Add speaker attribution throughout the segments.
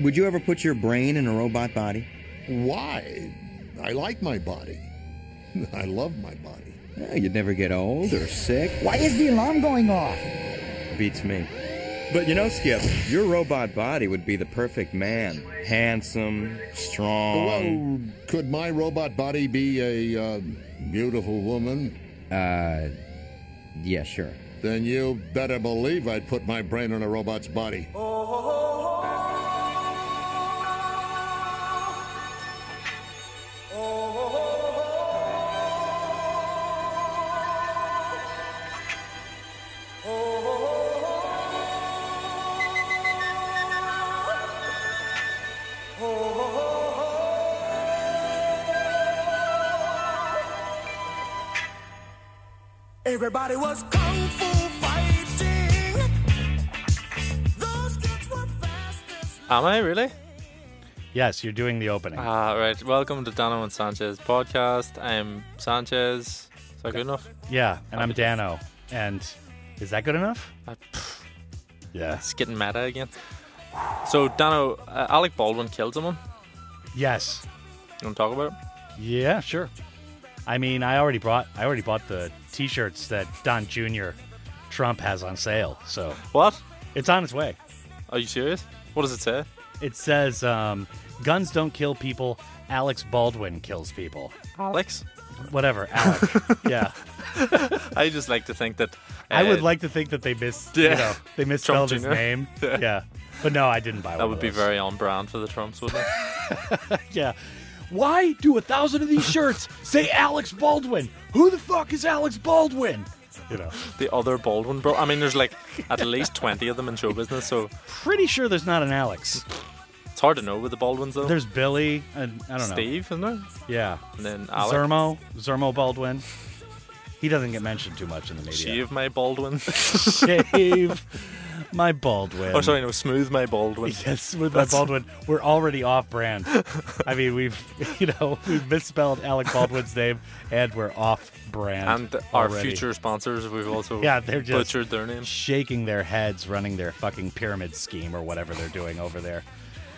Speaker 1: Would you ever put your brain in a robot body?
Speaker 2: Why? I like my body. I love my body.
Speaker 1: Eh, you'd never get old or sick.
Speaker 3: Why is the alarm going off?
Speaker 1: Beats me. But you know, Skip, your robot body would be the perfect man. Handsome, strong.
Speaker 2: Well, Um, could my robot body be a uh, beautiful woman?
Speaker 1: Uh, yeah, sure.
Speaker 2: Then you better believe I'd put my brain in a robot's body.
Speaker 4: Everybody was kung fu fighting. Those kids were fast as
Speaker 5: Am I really?
Speaker 6: Yes, you're doing the opening.
Speaker 5: Ah, right. Welcome to Donovan Sanchez podcast. I'm Sanchez. Is that good enough?
Speaker 6: yeah, and I'm Dano. And is that good enough?
Speaker 5: Uh, pff,
Speaker 6: Yeah.
Speaker 5: It's getting meta again. So, Dano, uh, Alec Baldwin killed someone.
Speaker 6: Yes.
Speaker 5: You want to talk about it?
Speaker 6: Yeah, sure. I mean, I already brought I already bought the t-shirts that Don Jr. Trump has on sale. So,
Speaker 5: What?
Speaker 6: it's on its way.
Speaker 5: Are you serious? What does it say?
Speaker 6: It says um, guns don't kill people, Alex Baldwin kills people.
Speaker 5: Alex?
Speaker 6: Whatever, Alec. yeah.
Speaker 5: I just like to think that.
Speaker 6: I would
Speaker 5: uh,
Speaker 6: like to think that they miss
Speaker 5: Yeah.
Speaker 6: you know, they misspelled his
Speaker 5: Jr..
Speaker 6: name.
Speaker 5: Yeah.
Speaker 6: yeah. But no, I didn't buy one.
Speaker 5: That
Speaker 6: of
Speaker 5: would be
Speaker 6: those.
Speaker 5: very on brand for the Trumps, wouldn't it?
Speaker 6: Yeah. Why do a thousand of these shirts say Alex Baldwin? Who the fuck is Alex Baldwin? You know,
Speaker 5: the other Baldwin, bro. I mean, there's like at least 20 of them in show business, so
Speaker 6: pretty sure there's not an Alex.
Speaker 5: it's hard to know with the Baldwins, though.
Speaker 6: There's Billy, and I don't know.
Speaker 5: Steve, isn't there?
Speaker 6: Yeah.
Speaker 5: And then Alex.
Speaker 6: Zermo, Zermo Baldwin. He doesn't get mentioned too much in the media.
Speaker 5: Shave my Baldwin.
Speaker 6: Shave my Baldwin.
Speaker 5: oh, sorry, no, smooth my Baldwin.
Speaker 6: Yes, with my Baldwin, we're already off brand. I mean, we've you know we've misspelled Alec Baldwin's name, and we're off brand.
Speaker 5: And our
Speaker 6: already.
Speaker 5: future sponsors, we've also
Speaker 6: Yeah, they're just
Speaker 5: butchered their name.
Speaker 6: shaking their heads, running their fucking pyramid scheme or whatever they're doing over there.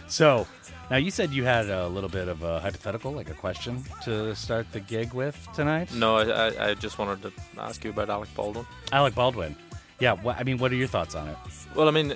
Speaker 6: So, now you said you had a little bit of a hypothetical, like a question to start the gig with tonight.
Speaker 5: No, I, I, I just wanted to ask you about Alec Baldwin.
Speaker 6: Alec Baldwin. Yeah, wha I mean, what are your thoughts on it?
Speaker 5: Well, I mean,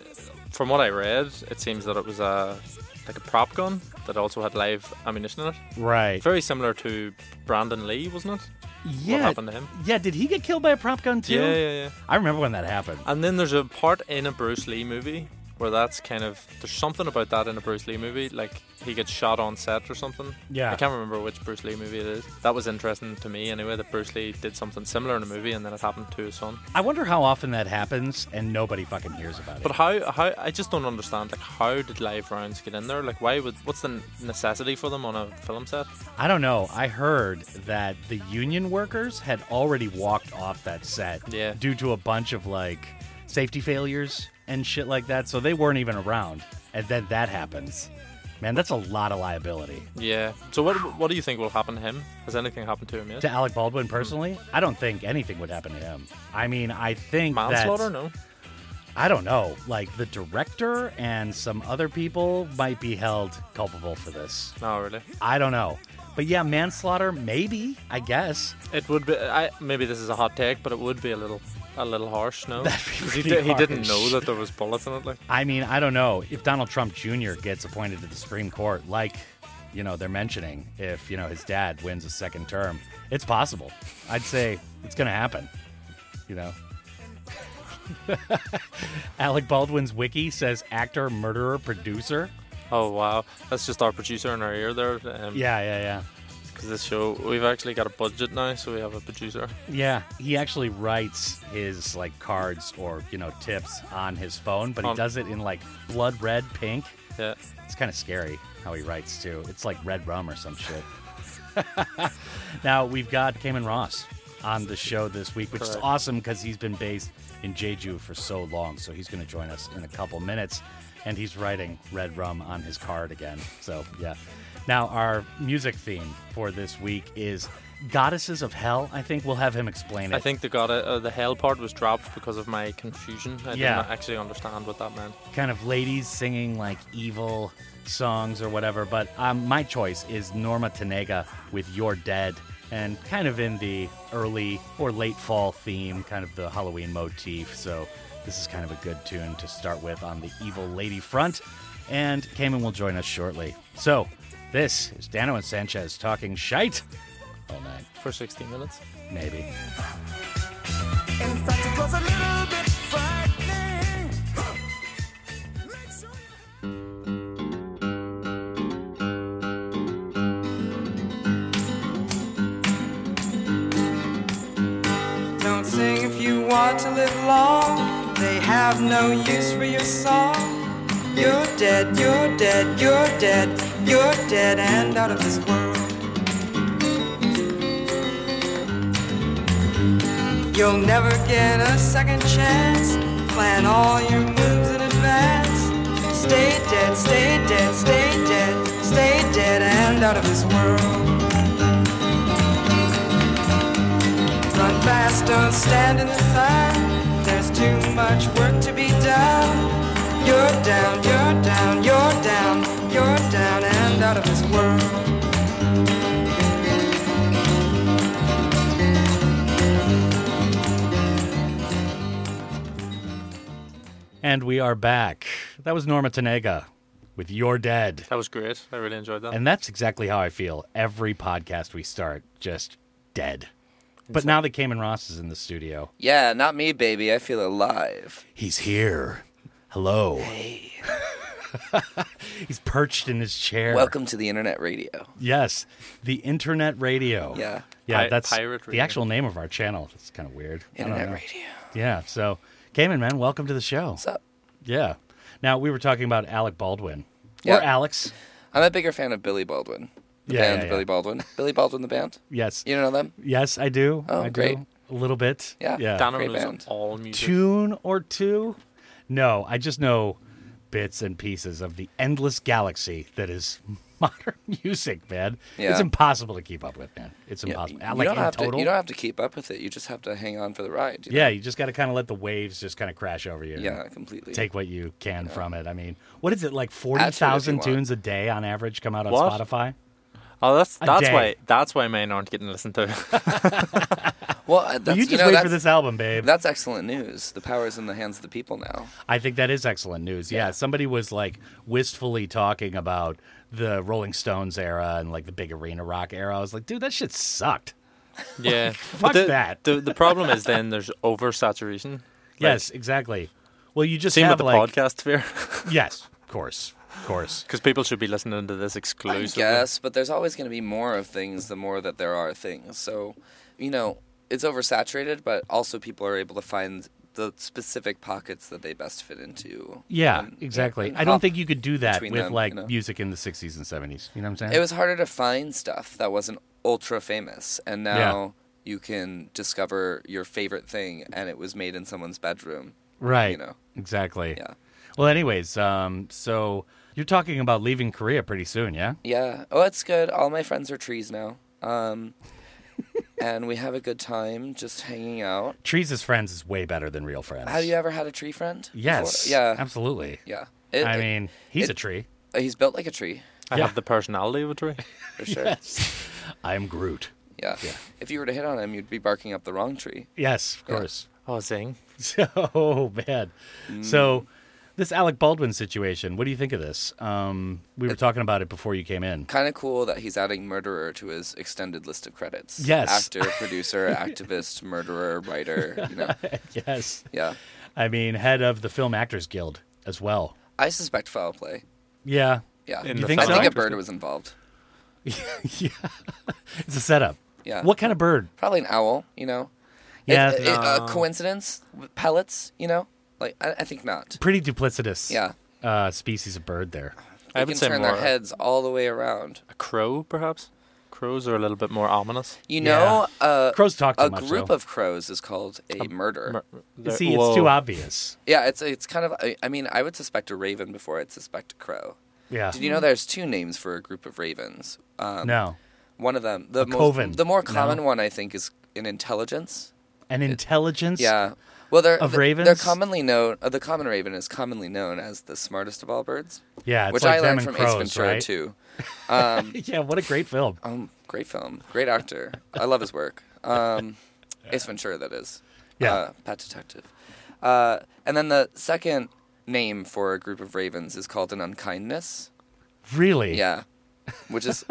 Speaker 5: from what I read, it seems that it was a like a prop gun that also had live ammunition in it.
Speaker 6: Right.
Speaker 5: Very similar to Brandon Lee, wasn't it?
Speaker 6: yeah.
Speaker 5: happened to him?
Speaker 6: Yeah, did he get killed by a prop gun too?
Speaker 5: Yeah, yeah, yeah.
Speaker 6: I remember when that happened.
Speaker 5: And then there's a part in a Bruce Lee movie where that's kind of there's something about that in a Bruce Lee movie, like he gets shot on set or something.
Speaker 6: Yeah.
Speaker 5: I can't remember which Bruce Lee movie it is. That was interesting to me anyway. That Bruce Lee did something similar in a movie, and then it happened to his son.
Speaker 6: I wonder how often that happens and nobody fucking hears about it.
Speaker 5: But how? How? I just don't understand. Like, how did live rounds get in there? Like, why would? What's the necessity for them on a film set?
Speaker 6: I don't know. I heard that the union workers had already walked off that set
Speaker 5: Yeah.
Speaker 6: due to a bunch of like safety failures and shit like that. So they weren't even around. And then that happens. Man, that's a lot of liability.
Speaker 5: Yeah. So what? What do you think will happen to him? Has anything happened to him yet?
Speaker 6: To Alec Baldwin personally, I don't think anything would happen to him. I mean, I think that-
Speaker 5: Manslaughter? No.
Speaker 6: I don't know. Like the director and some other people might be held culpable for this.
Speaker 5: No, really.
Speaker 6: I don't know. But yeah, manslaughter, maybe, I guess.
Speaker 5: It would be. I maybe this is a hot take, but it would be a little, a little harsh. No,
Speaker 6: That'd be
Speaker 5: 'Cause he,
Speaker 6: pretty
Speaker 5: he didn't
Speaker 6: harsh.
Speaker 5: know that there was bullets in it. Like,
Speaker 6: I mean, I don't know if Donald Trump Jr. gets appointed to the Supreme Court, like you know they're mentioning. If you know his dad wins a second term, it's possible. I'd say it's going to happen. You know, Alec Baldwin's wiki says actor, murderer, producer.
Speaker 5: oh wow, that's just our producer in our ear there. Um,
Speaker 6: Yeah, yeah, yeah,
Speaker 5: Because this show, we've actually got a budget now, so we have a producer.
Speaker 6: yeah. He actually writes his like cards or you know tips on his phone, but he
Speaker 5: Um,
Speaker 6: does it in like blood red, pink.
Speaker 5: Yeah.
Speaker 6: It's kind of scary how he writes too. It's like red rum or some shit. now we've got Cayman Ross on the show this week, which is
Speaker 5: Correct.
Speaker 6: awesome because he's been based in Jeju for so long. So he's going to join us in a couple minutes. and he's writing Red Rum on his card again. So, yeah. Now, our music theme for this week is Goddesses of Hell. I think we'll have him explain it.
Speaker 5: I think the god uh, the hell part was dropped because of my confusion. I
Speaker 6: Yeah.
Speaker 5: didn't actually understand what that meant.
Speaker 6: kind of ladies singing like evil songs or whatever. But um, my choice is Norma Tanega with You're Dead and kind of in the early or late fall theme, kind of the Halloween motif. So this is kind of a good tune to start with on the evil lady front. And Cayman will join us shortly. So this is Dano and Sanchez talking shite all night,
Speaker 5: For 60 minutes.
Speaker 6: maybe.
Speaker 4: In fact, it was a little bit frightening. Make sure you-
Speaker 7: Don't sing if you want to live long. They have no use for your song. You're dead, you're dead, you're dead, you're dead and out of this world. You'll never get a second chance. Plan all your moves in advance. Stay dead, stay dead, stay dead, stay dead and out of this world. Run fast, don't stand in the sun. There's too much work to be done. You're down, you're down, you're down, you're down and out of this world.
Speaker 6: And we are back. That was Norma Tanega with You're Dead.
Speaker 5: That was great. I really enjoyed that.
Speaker 6: And that's exactly how I feel every podcast we start, just dead. But now that Cayman Ross is in the studio,
Speaker 8: Yeah, not me, baby. I feel alive.
Speaker 6: he's here. Hello. Hey. he's perched in his chair.
Speaker 8: Welcome to the internet radio.
Speaker 6: Yes, the internet radio.
Speaker 8: Yeah.
Speaker 6: Yeah,
Speaker 5: Pi-
Speaker 6: that's
Speaker 5: pirate
Speaker 6: the
Speaker 5: radio.
Speaker 6: actual name of our channel. It's kind of weird. I don't
Speaker 8: Internet
Speaker 6: know.
Speaker 8: radio.
Speaker 6: Yeah, so Cayman, man, welcome to the show.
Speaker 8: What's up?
Speaker 6: Yeah. Now, we were talking about Alec Baldwin.
Speaker 8: Yeah.
Speaker 6: Or Alex.
Speaker 8: I'm a bigger fan of Billy Baldwin. The
Speaker 6: Yeah,
Speaker 8: band
Speaker 6: yeah, yeah.
Speaker 8: Billy Baldwin. Billy Baldwin, the band.
Speaker 6: Yes.
Speaker 8: You know them?
Speaker 6: Yes, I do.
Speaker 8: Oh,
Speaker 6: I do.
Speaker 8: great.
Speaker 6: A little bit.
Speaker 8: Yeah.
Speaker 6: Yeah.
Speaker 5: Dano
Speaker 8: Great
Speaker 5: knows
Speaker 8: band.
Speaker 5: all music.
Speaker 6: tune or two? No, I just know bits and pieces of the endless galaxy that is modern music, man.
Speaker 8: Yeah.
Speaker 6: It's impossible to keep up with, man. It's impossible.
Speaker 8: you
Speaker 6: like
Speaker 8: don't
Speaker 6: in
Speaker 8: have
Speaker 6: total.
Speaker 8: to. You don't have to keep up with it. You just have to hang on for the ride. you know?
Speaker 6: yeah, you just got to kind of let the waves just kind of crash over you. and
Speaker 8: Yeah, completely.
Speaker 6: Take what you can from it. I mean, what is it like? Forty thousand
Speaker 8: want.
Speaker 6: tunes a day on average come out on
Speaker 5: What?
Speaker 6: Spotify.
Speaker 5: Oh, that's
Speaker 6: A
Speaker 5: that's
Speaker 6: day.
Speaker 5: why that's why mine aren't getting listened to.
Speaker 8: well, uh, that's,
Speaker 6: you just
Speaker 8: know,
Speaker 6: wait
Speaker 8: that's,
Speaker 6: for this album, babe.
Speaker 8: That's excellent news. The power is in the hands of the people now.
Speaker 6: I think that is excellent news. Yeah. somebody was like wistfully talking about the Rolling Stones era and like the big arena rock era. I was like, dude, that shit sucked.
Speaker 5: yeah.
Speaker 6: fuck
Speaker 5: the,
Speaker 6: that.
Speaker 5: The, the problem is then there's oversaturation. Like,
Speaker 6: yes, exactly. Well, you just
Speaker 5: Same
Speaker 6: have
Speaker 5: with the
Speaker 6: like
Speaker 5: podcast sphere.
Speaker 6: yes, of course, of course.
Speaker 5: Because people should be listening to this exclusively.
Speaker 8: I guess, but there's always going to be more of things the more that there are things. So, you know, it's oversaturated, but also people are able to find the specific pockets that they best fit into.
Speaker 6: Yeah,
Speaker 8: And-
Speaker 6: exactly.
Speaker 8: and
Speaker 6: I don't
Speaker 8: hop
Speaker 6: think you could do that with
Speaker 8: between them,
Speaker 6: like
Speaker 8: you know?
Speaker 6: music in the '60s and '70s. You know what I'm saying?
Speaker 8: It was harder to find stuff that wasn't ultra famous, and now you can discover your favorite thing, and it was made in someone's bedroom.
Speaker 6: right.
Speaker 8: you know.
Speaker 6: Exactly.
Speaker 8: Yeah.
Speaker 6: Well, anyways, um, so you're talking about leaving Korea pretty soon, yeah?
Speaker 8: Yeah. Oh, it's good. All my friends are trees now. Um, and we have a good time just hanging out.
Speaker 6: Trees as friends is way better than real friends.
Speaker 8: Have you ever had a tree friend? before?
Speaker 6: Yes.
Speaker 8: Yeah.
Speaker 6: Absolutely.
Speaker 8: Yeah. It-
Speaker 6: I
Speaker 8: it-
Speaker 6: mean, he's
Speaker 8: it-
Speaker 6: a tree.
Speaker 8: he's built like a tree
Speaker 5: I
Speaker 6: Yeah.
Speaker 5: have the personality of a tree.
Speaker 8: for sure.
Speaker 6: I am Groot.
Speaker 8: Yeah. If you were to hit on him, you'd be barking up the wrong tree.
Speaker 6: Yes, of course.
Speaker 5: Oh, zing.
Speaker 6: So man. So this Alec Baldwin situation, what do you think of this? Um, we were talking about it before you came in.
Speaker 8: Kind of cool that he's adding murderer to his extended list of credits.
Speaker 6: Yes.
Speaker 8: Actor, producer, activist, murderer, writer. You know.
Speaker 6: Yes.
Speaker 8: Yeah.
Speaker 6: I mean, head of the Film Actors Guild as well.
Speaker 8: I suspect foul play.
Speaker 6: Yeah.
Speaker 8: Yeah.
Speaker 5: In
Speaker 6: You
Speaker 5: the
Speaker 6: think
Speaker 8: I
Speaker 6: so?
Speaker 8: think a bird was involved.
Speaker 6: It's a setup.
Speaker 8: Yeah.
Speaker 6: What kind of bird?
Speaker 8: Probably an owl. You know. It-
Speaker 6: Yeah. uh,
Speaker 8: it- it- a coincidence? Pellets? You know. Like I, I think not.
Speaker 6: pretty duplicitous
Speaker 8: Yeah.
Speaker 6: uh, species of bird there.
Speaker 5: I
Speaker 8: They
Speaker 5: would
Speaker 8: can
Speaker 5: say
Speaker 8: turn
Speaker 5: more
Speaker 8: their heads all the way around.
Speaker 5: a crow, perhaps. crows are a little bit more ominous.
Speaker 8: You know, uh,
Speaker 6: Crows talk too
Speaker 8: a
Speaker 6: much,
Speaker 8: group
Speaker 6: though. Um,
Speaker 8: of crows is called a murder.
Speaker 5: Mer- they're-
Speaker 6: See,
Speaker 5: whoa.
Speaker 6: it's too obvious.
Speaker 8: yeah, it's it's kind of. I, I mean, I would suspect a raven before I'd suspect a crow.
Speaker 6: Yeah.
Speaker 8: Did you know there's two names for a group of ravens? Um,
Speaker 6: No.
Speaker 8: One of them, the most,
Speaker 6: coven,
Speaker 8: the more
Speaker 6: no?
Speaker 8: common one, I think, is in intelligence.
Speaker 6: An intelligence.
Speaker 8: Yeah. Well, they're
Speaker 6: Of
Speaker 8: th- They're
Speaker 6: ravens?
Speaker 8: commonly known. Uh, the common raven is commonly known as the smartest of all birds.
Speaker 6: Yeah, it's
Speaker 8: which
Speaker 6: like
Speaker 8: I
Speaker 6: them
Speaker 8: learned from
Speaker 6: and
Speaker 8: Ace
Speaker 6: crows,
Speaker 8: Ventura
Speaker 6: right?
Speaker 8: too.
Speaker 6: yeah. What a great film.
Speaker 8: Um, great film, great actor. I love his work. Um, Ace Ventura, that is.
Speaker 6: Yeah.
Speaker 8: Uh, Pet Detective. Uh, and then the second name for a group of ravens is called an unkindness.
Speaker 6: Really.
Speaker 8: Yeah. Which is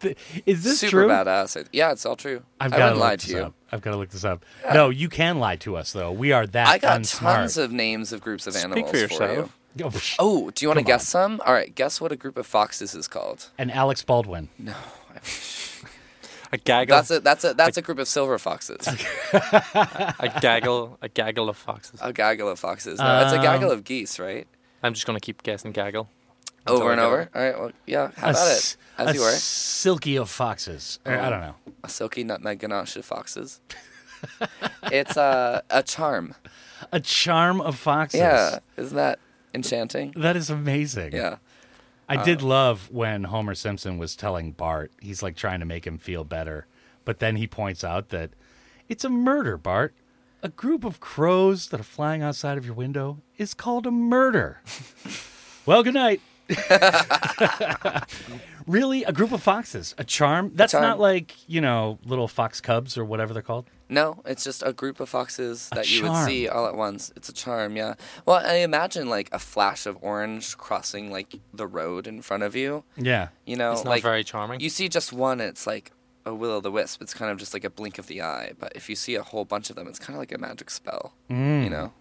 Speaker 6: Th- Is this
Speaker 8: super
Speaker 6: true?
Speaker 8: badass. I- Yeah, it's all true.
Speaker 6: I've got
Speaker 8: I
Speaker 6: to
Speaker 8: wouldn't
Speaker 6: look
Speaker 8: lie
Speaker 6: this
Speaker 8: to you.
Speaker 6: up. I've got to look this up. No, you can lie to us though. We are that
Speaker 8: I got
Speaker 6: unsmart.
Speaker 8: tons of names of groups of animals
Speaker 5: for yourself.
Speaker 8: you.
Speaker 6: Oh, psh.
Speaker 8: Oh, do you want to guess some? All right, guess what a group of foxes is called.
Speaker 6: and Alex Baldwin.
Speaker 5: A gaggle,
Speaker 8: That's a that's a that's a group of silver foxes.
Speaker 5: a gaggle, a gaggle of foxes.
Speaker 8: A gaggle of foxes. No,
Speaker 6: Um,
Speaker 8: it's a gaggle of geese, right?
Speaker 5: I'm just gonna keep guessing gaggle.
Speaker 8: Over and
Speaker 5: I get
Speaker 8: over. All right. Well, yeah. How
Speaker 6: A
Speaker 8: about
Speaker 6: s-
Speaker 8: it? As
Speaker 6: a
Speaker 8: you were.
Speaker 6: Silky of foxes. Or,
Speaker 8: Oh.
Speaker 6: I don't know.
Speaker 8: A silky nutmeg ganache of foxes. it's a a charm.
Speaker 6: A charm of foxes.
Speaker 8: Yeah. Isn't that enchanting?
Speaker 5: Mm.
Speaker 6: That is amazing.
Speaker 8: Yeah.
Speaker 6: I did love when Homer Simpson was telling Bart, he's like trying to make him feel better. But then he points out that it's a murder, Bart. A group of crows that are flying outside of your window is called a murder. well, good night. really? A group of foxes? A charm? That's
Speaker 8: charm.
Speaker 6: not like, you know, little fox cubs or whatever they're called.
Speaker 8: No, it's just a group of foxes that you would
Speaker 6: charm.
Speaker 8: see all at once. It's a charm, yeah. Well, I imagine like a flash of orange crossing like the road in front of you.
Speaker 6: Yeah.
Speaker 8: You know,
Speaker 5: It's not
Speaker 8: like
Speaker 5: very charming.
Speaker 8: You see just one, it's like a will o' the wisp. It's kind of just like a blink of the eye. But if you see a whole bunch of them, it's kind of like a magic spell.
Speaker 5: Mm.
Speaker 8: You know,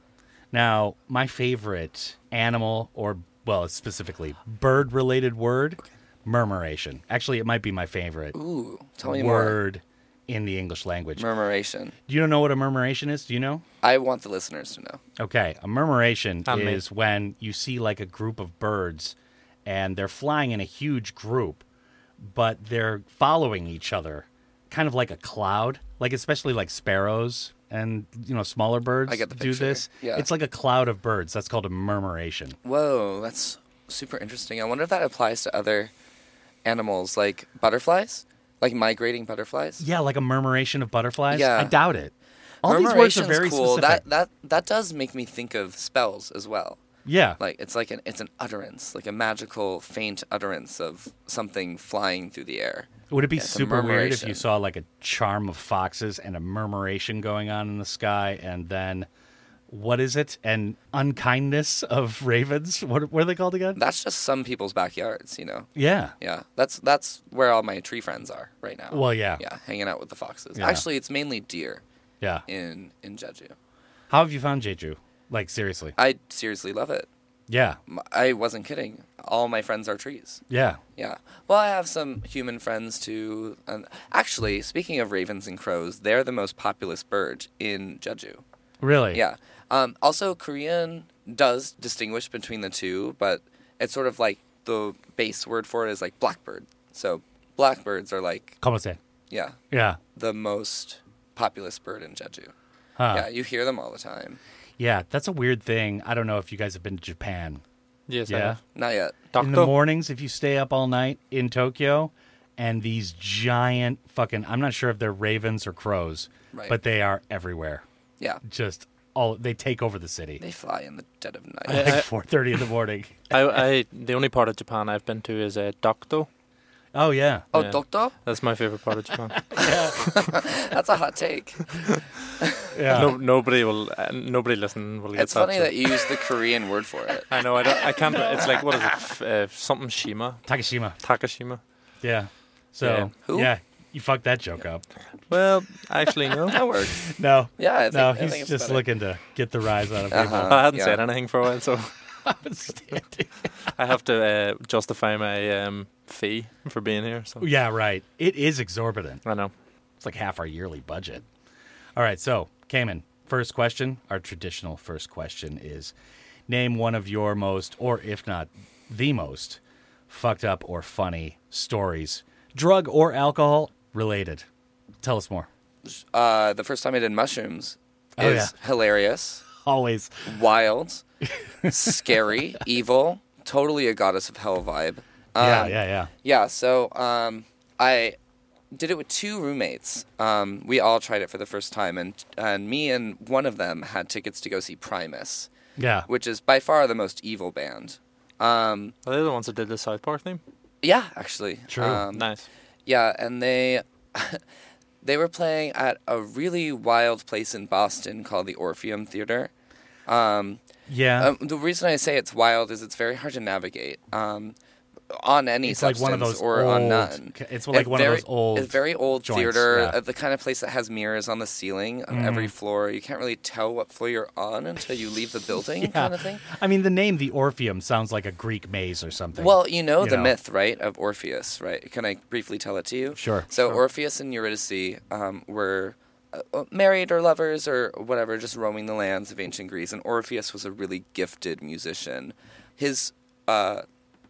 Speaker 6: Now, my favorite animal or, well, specifically bird related word, murmuration. Actually, it might be my favorite
Speaker 8: ooh, tell me more.
Speaker 6: word in the English language.
Speaker 8: Murmuration.
Speaker 6: Do you know what a murmuration is? Do you know?
Speaker 8: I want the listeners to know.
Speaker 6: Okay, a murmuration
Speaker 5: Um,
Speaker 6: is when you see like a group of birds and they're flying in a huge group, but they're following each other kind of like a cloud, like especially like sparrows and you know smaller birds
Speaker 8: I get the
Speaker 6: do
Speaker 8: picture.
Speaker 6: this.
Speaker 8: Yeah.
Speaker 6: It's like a cloud of birds. That's called a murmuration.
Speaker 8: Whoa, that's super interesting. I wonder if that applies to other animals, like butterflies, like migrating butterflies.
Speaker 6: Yeah, like a murmuration of butterflies.
Speaker 8: Yeah.
Speaker 6: I doubt it. All these words are
Speaker 8: Murmuration's
Speaker 6: very
Speaker 8: cool.
Speaker 6: specific.
Speaker 8: That that that does make me think of spells as well.
Speaker 6: yeah.
Speaker 8: Like it's like an it's an utterance, like a magical faint utterance of something flying through the air.
Speaker 6: Would it be
Speaker 8: it's a
Speaker 6: super weird if you
Speaker 8: murmuration.
Speaker 6: saw like a charm of foxes and a murmuration going on in the sky, and then what is it? An unkindness of ravens? What, what are they called again?
Speaker 8: That's just some people's backyards, you know.
Speaker 6: yeah.
Speaker 8: Yeah, that's that's where all my tree friends are right now.
Speaker 6: Well, yeah.
Speaker 8: yeah, hanging out with the foxes.
Speaker 6: Yeah.
Speaker 8: Actually, it's mainly deer
Speaker 6: Yeah.
Speaker 8: in in Jeju.
Speaker 6: How have you found Jeju? Like, seriously.
Speaker 8: I seriously love it.
Speaker 6: Yeah.
Speaker 8: M- I wasn't kidding. All my friends are trees.
Speaker 6: Yeah.
Speaker 8: Yeah. Well, I have some human friends too. And actually, speaking of ravens and crows, they're the most populous bird in Jeju.
Speaker 6: Really?
Speaker 8: Yeah. Um, also, Korean does distinguish between the two, but it's sort of like the base word for it is like blackbird. So blackbirds are like
Speaker 6: Como se?
Speaker 8: yeah
Speaker 6: Yeah.
Speaker 8: the most populous bird in Jeju. Yeah, you hear them all the time.
Speaker 6: Yeah. That's a weird thing. I don't know if you guys have been to Japan.
Speaker 5: Yes, I
Speaker 6: Yeah.
Speaker 5: have.
Speaker 8: Not yet.
Speaker 5: Doctor.
Speaker 6: in the mornings if you stay up all night in Tokyo and these giant fucking I'm not sure if they're ravens or crows,
Speaker 8: Right.
Speaker 6: but they are everywhere.
Speaker 8: Yeah,
Speaker 6: Just all they take over the city.
Speaker 8: they fly in the dead of night.
Speaker 6: like four thirty in the morning.
Speaker 5: I, I, the only part of Japan I've been to is uh, Dokdo.
Speaker 6: Oh yeah.
Speaker 8: oh,
Speaker 5: Yeah.
Speaker 8: doctor,
Speaker 5: That's my favorite part of Japan.
Speaker 8: that's a hot take.
Speaker 6: Yeah.
Speaker 5: No, nobody will. Uh, nobody listening will get
Speaker 8: It's funny
Speaker 5: so-
Speaker 8: that you use the Korean word for it.
Speaker 5: I know. I don't. I can't. It's like what is it? F- Uh, something Shima,
Speaker 6: Takashima.
Speaker 5: Takashima.
Speaker 6: Yeah. So
Speaker 5: Yeah.
Speaker 6: yeah.
Speaker 8: Who?
Speaker 6: You fucked that joke up.
Speaker 5: Well, actually, no. that works.
Speaker 6: No.
Speaker 8: Yeah, I think,
Speaker 6: no,
Speaker 8: I think
Speaker 6: he's
Speaker 8: it's
Speaker 6: just
Speaker 8: better.
Speaker 6: looking to get the rise out of
Speaker 8: Uh-huh.
Speaker 5: I hadn't
Speaker 8: Yeah.
Speaker 5: said anything for a while, so
Speaker 6: people.
Speaker 5: I have to uh, justify my um, fee for being here. So
Speaker 6: yeah, right. It is exorbitant.
Speaker 5: I know.
Speaker 6: It's like half our yearly budget. All right, so Cayman, first question. Our traditional first question is name one of your most, or if not the most, fucked up or funny stories drug or alcohol related? Tell us more.
Speaker 8: Uh, the first time I did mushrooms
Speaker 6: Oh,
Speaker 8: is hilarious,
Speaker 6: Always.
Speaker 8: wild, scary, evil, totally a goddess of hell vibe. Um,
Speaker 6: yeah, yeah, yeah.
Speaker 8: Yeah, so um, I did it with two roommates. Um, we all tried it for the first time, and and me and one of them had tickets to go see Primus,
Speaker 6: Yeah.
Speaker 8: which is by far the most evil band. Um,
Speaker 5: Are they the ones that did the South Park theme?
Speaker 8: yeah, actually,
Speaker 6: True.
Speaker 8: Um,
Speaker 5: Nice.
Speaker 8: yeah, and they they were playing at a really wild place in Boston called the Orpheum Theater. Um,
Speaker 6: Yeah.
Speaker 8: um, the reason I say it's wild is it's very hard to navigate um, on any
Speaker 6: It's like
Speaker 8: substance
Speaker 6: one of those
Speaker 8: or on
Speaker 6: old-
Speaker 8: none.
Speaker 6: it's like one of
Speaker 8: very,
Speaker 6: those old
Speaker 8: it's very old
Speaker 6: joints,
Speaker 8: theater,
Speaker 6: yeah. Mm.
Speaker 8: uh, the kind of place that has mirrors on the ceiling on every floor. You can't really tell what floor you're on until you leave the building, kind of thing.
Speaker 6: I mean, the name the Orpheum sounds like a Greek maze or something.
Speaker 8: Well, you know
Speaker 6: you
Speaker 8: the
Speaker 6: know.
Speaker 8: myth, right, of Orpheus, right? Can I briefly tell it to you?
Speaker 6: Sure.
Speaker 8: So Orpheus and Eurydice um, were uh, uh, married or lovers or whatever, just roaming the lands of ancient Greece. And Orpheus was a really gifted musician. His uh,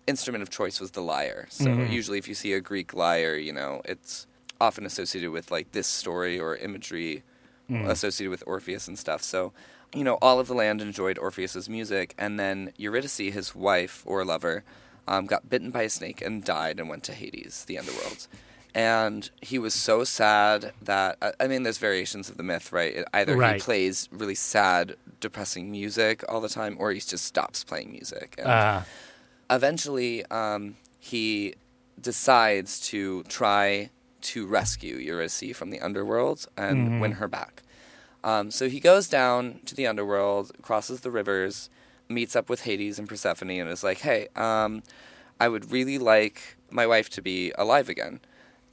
Speaker 8: instrument of choice was the lyre. So usually, if you see a Greek lyre, you know it's often associated with like this story or imagery associated with Orpheus and stuff. So, you know, all of the land enjoyed Orpheus's music, and then Eurydice, his wife or lover, um, got bitten by a snake and died and went to Hades, the underworld. And he was so sad that I- I mean, there's variations of the myth, right? It- Either
Speaker 6: Right.
Speaker 8: he plays really sad, depressing music all the time, or he just stops playing music. And
Speaker 6: Uh,
Speaker 8: eventually um, he decides to try to rescue Eurydice from the underworld and win her back. Um, so he goes down to the underworld, crosses the rivers, meets up with Hades and Persephone, and is like, "Hey, um, I would really like my wife to be alive again."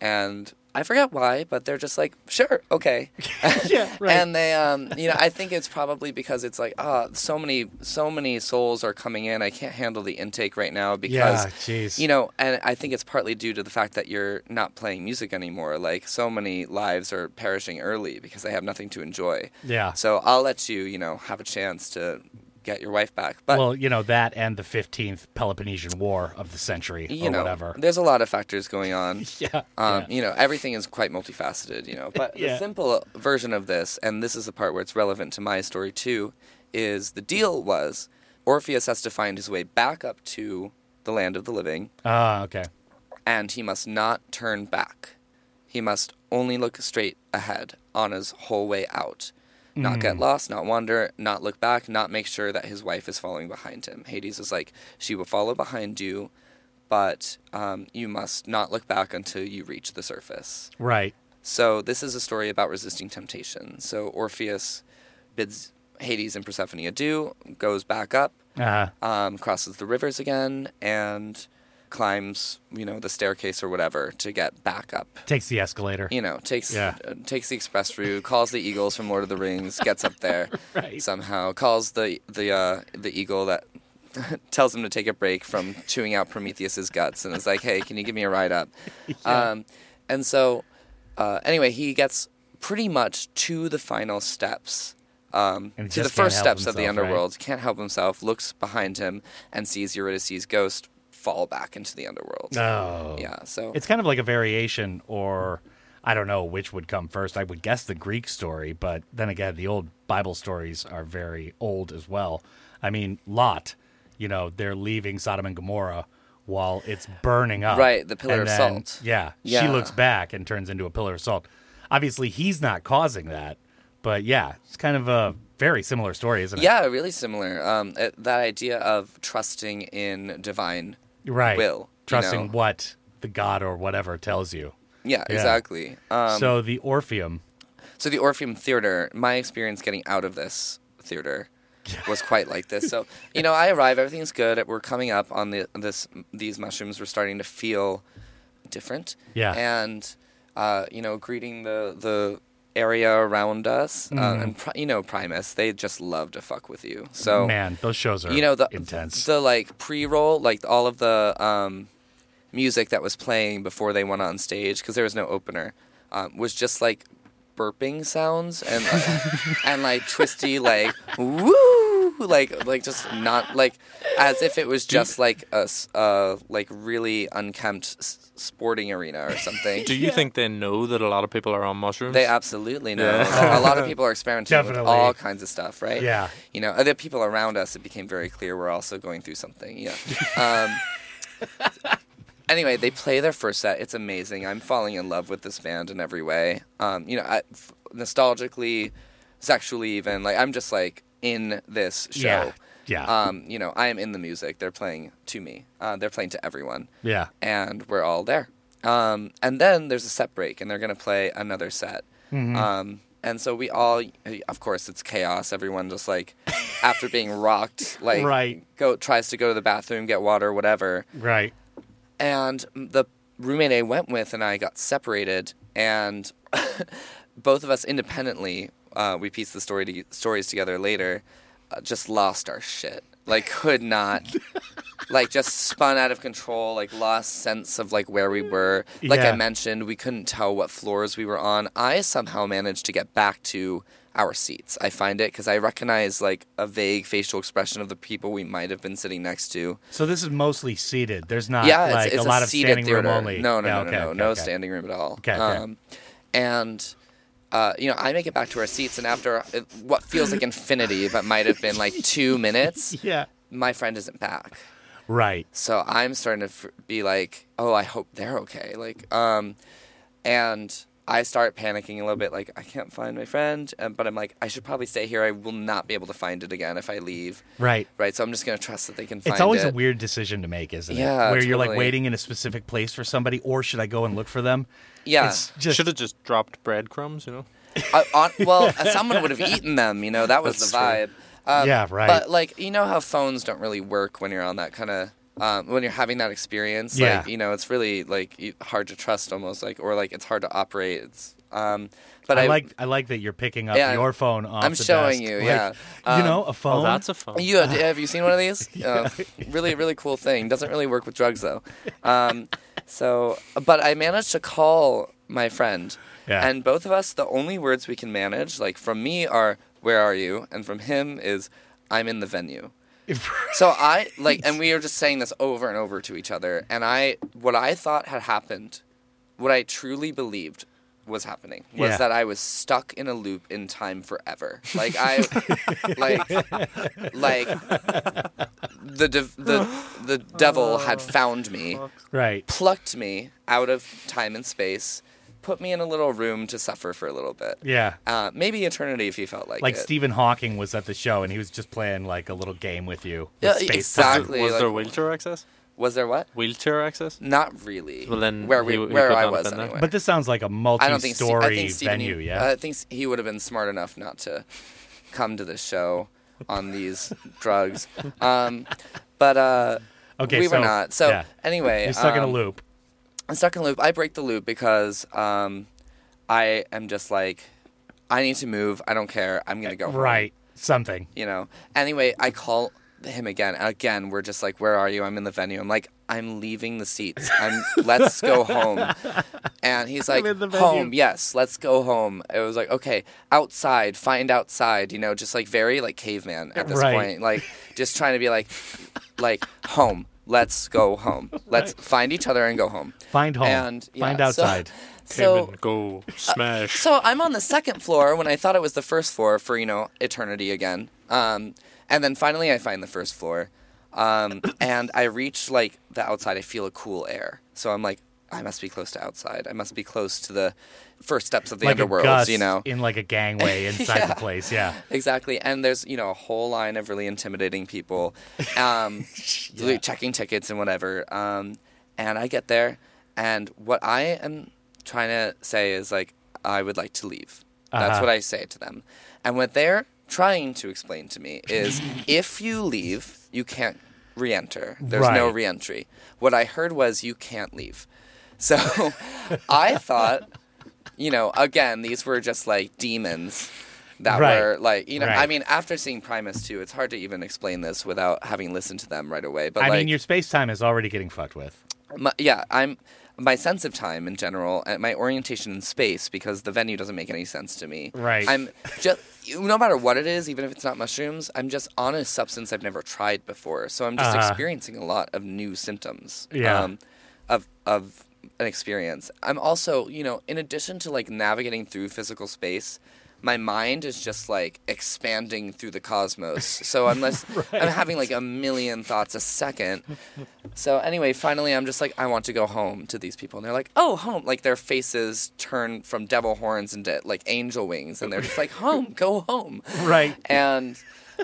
Speaker 8: And I forget why, but they're just like, "Sure, okay."
Speaker 6: yeah,
Speaker 8: And they, um, you know, I think it's probably because it's like, ah, so many, so many souls are coming in. I can't handle the intake right now because,
Speaker 6: Yeah, jeez.
Speaker 8: you know, and I think it's partly due to the fact that you're not playing music anymore. Like, so many lives are perishing early because they have nothing to enjoy.
Speaker 6: Yeah.
Speaker 8: So I'll let you, you know, have a chance to get your wife back. But
Speaker 6: well, you know that and the 15th Peloponnesian War of the century
Speaker 8: you
Speaker 6: or
Speaker 8: know,
Speaker 6: whatever.
Speaker 8: there's a lot of factors going on.
Speaker 6: Yeah.
Speaker 8: Um, You know, everything is quite multifaceted, you know. But
Speaker 6: Yeah.
Speaker 8: the simple version of this, and this is the part where it's relevant to my story too, is the deal was Orpheus has to find his way back up to the land of the living,
Speaker 6: Ah, okay.
Speaker 8: and he must not turn back. He must only look straight ahead on his whole way out. Not get
Speaker 6: Hmm.
Speaker 8: lost, not wander, not look back, not make sure that his wife is following behind him. Hades is like, she will follow behind you, but um, you must not look back until you reach the surface.
Speaker 6: Right.
Speaker 8: So this is a story about resisting temptation. So Orpheus bids Hades and Persephone adieu, goes back up,
Speaker 6: Uh,
Speaker 8: um, crosses the rivers again, and climbs, you know, the staircase or whatever to get back up.
Speaker 6: takes the escalator.
Speaker 8: You know, takes
Speaker 6: Yeah.
Speaker 8: uh, takes the express route, calls the eagles from Lord of the Rings, gets up there
Speaker 6: Right.
Speaker 8: somehow, calls the the uh, the eagle that tells him to take a break from chewing out Prometheus's guts, and is like, "Hey, can you give me a ride up?" Um, and so, uh, anyway, he gets pretty much to the final steps, um,
Speaker 6: And he
Speaker 8: to the
Speaker 6: just can't
Speaker 8: first
Speaker 6: help
Speaker 8: steps of the
Speaker 6: himself, right?
Speaker 8: underworld. Can't help himself. Looks behind him and sees Eurydice's ghost fall back into the underworld.
Speaker 6: Oh.
Speaker 8: yeah, so
Speaker 6: It's kind of like a variation, or I don't know which would come first. I would guess the Greek story, but then again, the old Bible stories are very old as well. I mean, Lot, you know, they're leaving Sodom and Gomorrah while it's burning up.
Speaker 8: Right, the pillar
Speaker 6: And
Speaker 8: of
Speaker 6: then-
Speaker 8: salt.
Speaker 6: Yeah, she
Speaker 8: Yeah.
Speaker 6: looks back and turns into a pillar of salt. Obviously, he's not causing that, but yeah, it's kind of a very similar story, isn't it?
Speaker 8: Yeah, really similar. Um, uh, that idea of trusting in divine
Speaker 6: right.
Speaker 8: will. you
Speaker 6: Trusting
Speaker 8: know?
Speaker 6: what the God or whatever tells you.
Speaker 8: Yeah,
Speaker 6: Yeah.
Speaker 8: exactly. Um, so,
Speaker 6: so the Orpheum.
Speaker 8: the Orpheum Theater, my experience getting out of this theater was quite like this. So, you know, I arrive, everything's good. We're coming up on the, this these mushrooms. We're starting to feel different.
Speaker 6: Yeah.
Speaker 8: And, uh, you know, greeting the, the area around us. Uh,
Speaker 6: Mm-hmm.
Speaker 8: and, Pri- you know, Primus, they just love to fuck with you. So,
Speaker 6: Man, those shows are
Speaker 8: oh. you know the
Speaker 6: intense.
Speaker 8: the like pre-roll like all of the um, music that was playing before they went on stage because there was no opener um, was just like burping sounds and uh, and like twisty like woo who like like just not like as if it was just like a s- uh, like really unkempt s- sporting arena or something.
Speaker 5: Do you think they know that a lot of people are on mushrooms?
Speaker 8: They absolutely know. A lot of people are experimenting with
Speaker 6: Definitely.
Speaker 8: all kinds of stuff, right?
Speaker 6: Yeah.
Speaker 8: You know, other people around us, it became very clear we're also going through something. Yeah. Um, anyway, they play their first set. It's amazing. I'm falling in love with this band in every way. Um, you know, I, f- nostalgically, sexually, even like I'm just like in this show.
Speaker 6: Yeah. Yeah.
Speaker 8: Um, you know, I am in the music. They're playing to me. Uh, they're playing to everyone
Speaker 6: yeah.
Speaker 8: and we're all there. Um, and then there's a set break, and they're going to play another set.
Speaker 6: Mm-hmm.
Speaker 8: Um, and so we all, of course, it's chaos. Everyone just like, after being rocked, like,
Speaker 6: Right.
Speaker 8: go tries to go to the bathroom, get water, whatever.
Speaker 6: Right.
Speaker 8: And the roommate I went with and I got separated, and both of us independently, uh, we pieced the story to, stories together later, uh, just lost our shit. Like, could not like just spun out of control, like lost sense of like where we were. Like
Speaker 6: Yeah.
Speaker 8: I mentioned, we couldn't tell what floors we were on. I somehow managed to get back to our seats. I find it because I recognize like a vague facial expression of the people we might have been sitting next to.
Speaker 6: So this is mostly seated. There's not
Speaker 8: yeah,
Speaker 6: like
Speaker 8: it's, it's
Speaker 6: a lot of
Speaker 8: seated
Speaker 6: standing
Speaker 8: theater.
Speaker 6: room only.
Speaker 8: No, no,
Speaker 6: Yeah,
Speaker 8: no,
Speaker 6: okay,
Speaker 8: no, no,
Speaker 6: okay,
Speaker 8: no
Speaker 6: okay.
Speaker 8: standing room at all.
Speaker 6: Okay, okay.
Speaker 8: Um, and. Uh, you know, I make it back to our seats, and after uh, what feels like infinity, but might have been like two minutes,
Speaker 6: Yeah.
Speaker 8: my friend isn't back.
Speaker 6: Right.
Speaker 8: So I'm starting to f- be like, oh, I hope they're okay. Like, um, and I start panicking a little bit. Like, I can't find my friend, and, but I'm like, I should probably stay here. I will not be able to find it again if I leave.
Speaker 6: Right.
Speaker 8: Right. So I'm just gonna trust that they can find it.
Speaker 6: It's always a weird decision to make, isn't it?
Speaker 8: Yeah,
Speaker 6: Where you're like
Speaker 8: totally.
Speaker 6: waiting in a specific place for somebody, or should I go and look for them?
Speaker 8: Yeah.
Speaker 6: It's just
Speaker 5: Should have just dropped breadcrumbs, you know?
Speaker 8: I, on, well, someone would have eaten them. You know, that was the vibe. Um,
Speaker 6: Yeah, right.
Speaker 8: But like, you know how phones don't really work when you're on that kind of. Um, when you're having that experience,
Speaker 6: Yeah.
Speaker 8: like you know, it's really like you- hard to trust, almost like, or like it's hard to operate. It's, um, but
Speaker 6: I,
Speaker 8: I
Speaker 6: like I like that you're picking up
Speaker 8: Yeah,
Speaker 6: your phone off.
Speaker 8: I'm
Speaker 6: the
Speaker 8: showing
Speaker 6: desk.
Speaker 8: you,
Speaker 6: Like,
Speaker 8: yeah. Um,
Speaker 6: you know, a phone.
Speaker 5: Oh, that's a phone.
Speaker 8: You have, have you seen one of these? Uh, really, really cool thing. Doesn't really work with drugs though. Um, so, but I managed to call my friend,
Speaker 6: Yeah.
Speaker 8: and both of us, the only words we can manage, like from me, are "Where are you?" and from him is "I'm in the venue." So I like, and we were just saying this over and over to each other, and I, what I thought had happened, what I truly believed was happening was
Speaker 6: Yeah.
Speaker 8: that I was stuck in a loop in time forever. Like I, like, like the div- the the devil had
Speaker 6: Oh,
Speaker 8: found me,
Speaker 6: right.
Speaker 8: plucked me out of time and space, put me in a little room to suffer for a little bit.
Speaker 6: Yeah.
Speaker 8: Uh, maybe eternity if he felt like
Speaker 6: Like
Speaker 8: it.
Speaker 6: Stephen Hawking was at the show and he was just playing like a little game with you. with
Speaker 8: Yeah,
Speaker 6: space
Speaker 8: exactly.
Speaker 6: time.
Speaker 5: Was
Speaker 8: like-
Speaker 5: there wheelchair access?
Speaker 8: Was there what?
Speaker 5: Wheelchair access?
Speaker 8: Not really.
Speaker 5: Well, then
Speaker 8: where
Speaker 5: he
Speaker 8: we
Speaker 5: w- he
Speaker 8: where
Speaker 5: could
Speaker 8: I
Speaker 5: not have
Speaker 8: was
Speaker 5: been there.
Speaker 8: anyway.
Speaker 6: But this sounds like a
Speaker 8: I don't think Ste-
Speaker 6: multi-story
Speaker 8: I think Stephen, uh,
Speaker 6: venue.
Speaker 8: he,
Speaker 6: yeah.
Speaker 8: I think s- he would have been smart enough not to come to this show on these drugs. Um, but uh,
Speaker 6: Okay,
Speaker 8: we
Speaker 6: so-
Speaker 8: were not. So
Speaker 6: yeah.
Speaker 8: anyway,
Speaker 6: you're stuck in a
Speaker 8: um,
Speaker 6: loop.
Speaker 8: I'm stuck in a loop. I break the loop because um, I am just like, I need to move. I don't care. I'm gonna go. home,
Speaker 6: Right. Something.
Speaker 8: You know. Anyway, I call him again. Again, we're just like, where are you? I'm in the venue. I'm like, I'm leaving the seats. I'm. let's go home. And he's like,
Speaker 6: in the venue.
Speaker 8: home. Yes, let's go home. It was like, okay, outside. Find outside. You know, just like very like caveman at this
Speaker 6: Right.
Speaker 8: point. Like just trying to be like, like home. Let's go home. Let's find each other and go home.
Speaker 6: Find home.
Speaker 8: And yeah,
Speaker 6: Find
Speaker 8: so-
Speaker 6: outside.
Speaker 8: So, uh,
Speaker 5: Kevin, go smash.
Speaker 8: so I'm on the second floor when I thought it was the first floor for you know eternity again. Um, and then finally I find the first floor, um, and I reach like the outside. I feel a cool air, so I'm like, I must be close to outside. I must be close to the first steps of the
Speaker 6: like a
Speaker 8: underworld.
Speaker 6: gust
Speaker 8: you know
Speaker 6: in like a gangway inside the place. Yeah.
Speaker 8: exactly. And there's you know a whole line of really intimidating people, um, really checking tickets and whatever. Um, and I get there, and what I am trying to say is like I would like to leave. That's
Speaker 6: Uh-huh.
Speaker 8: what I say to them, and what they're trying to explain to me is if you leave, you can't re-enter. There's no
Speaker 6: Right.
Speaker 8: re-entry. What I heard was you can't leave. So I thought, you know, again, these were just like demons that
Speaker 6: Right.
Speaker 8: were like, you know, I
Speaker 6: Right.
Speaker 8: mean, after seeing Primus too, it's hard to even explain this without having listened to them right away. But
Speaker 6: I
Speaker 8: like,
Speaker 6: mean, your space time is already getting fucked with.
Speaker 8: my, yeah, I'm my sense of time in general and my orientation in space because the venue doesn't make any sense to me.
Speaker 6: Right.
Speaker 8: I'm just no matter what it is, even if it's not mushrooms, I'm just on a substance I've never tried before. So I'm just
Speaker 6: Uh-huh.
Speaker 8: experiencing a lot of new symptoms. um,
Speaker 6: Yeah.
Speaker 8: of of an experience. I'm also, you know, in addition to like navigating through physical space, my mind is just like expanding through the cosmos. So unless I'm having like a million thoughts a second, so anyway, finally, I'm just like, I want to go home to these people, and they're like, Oh, home! Like their faces turn from devil horns into like angel wings, and they're just like, Home, go home.
Speaker 6: Right.
Speaker 8: And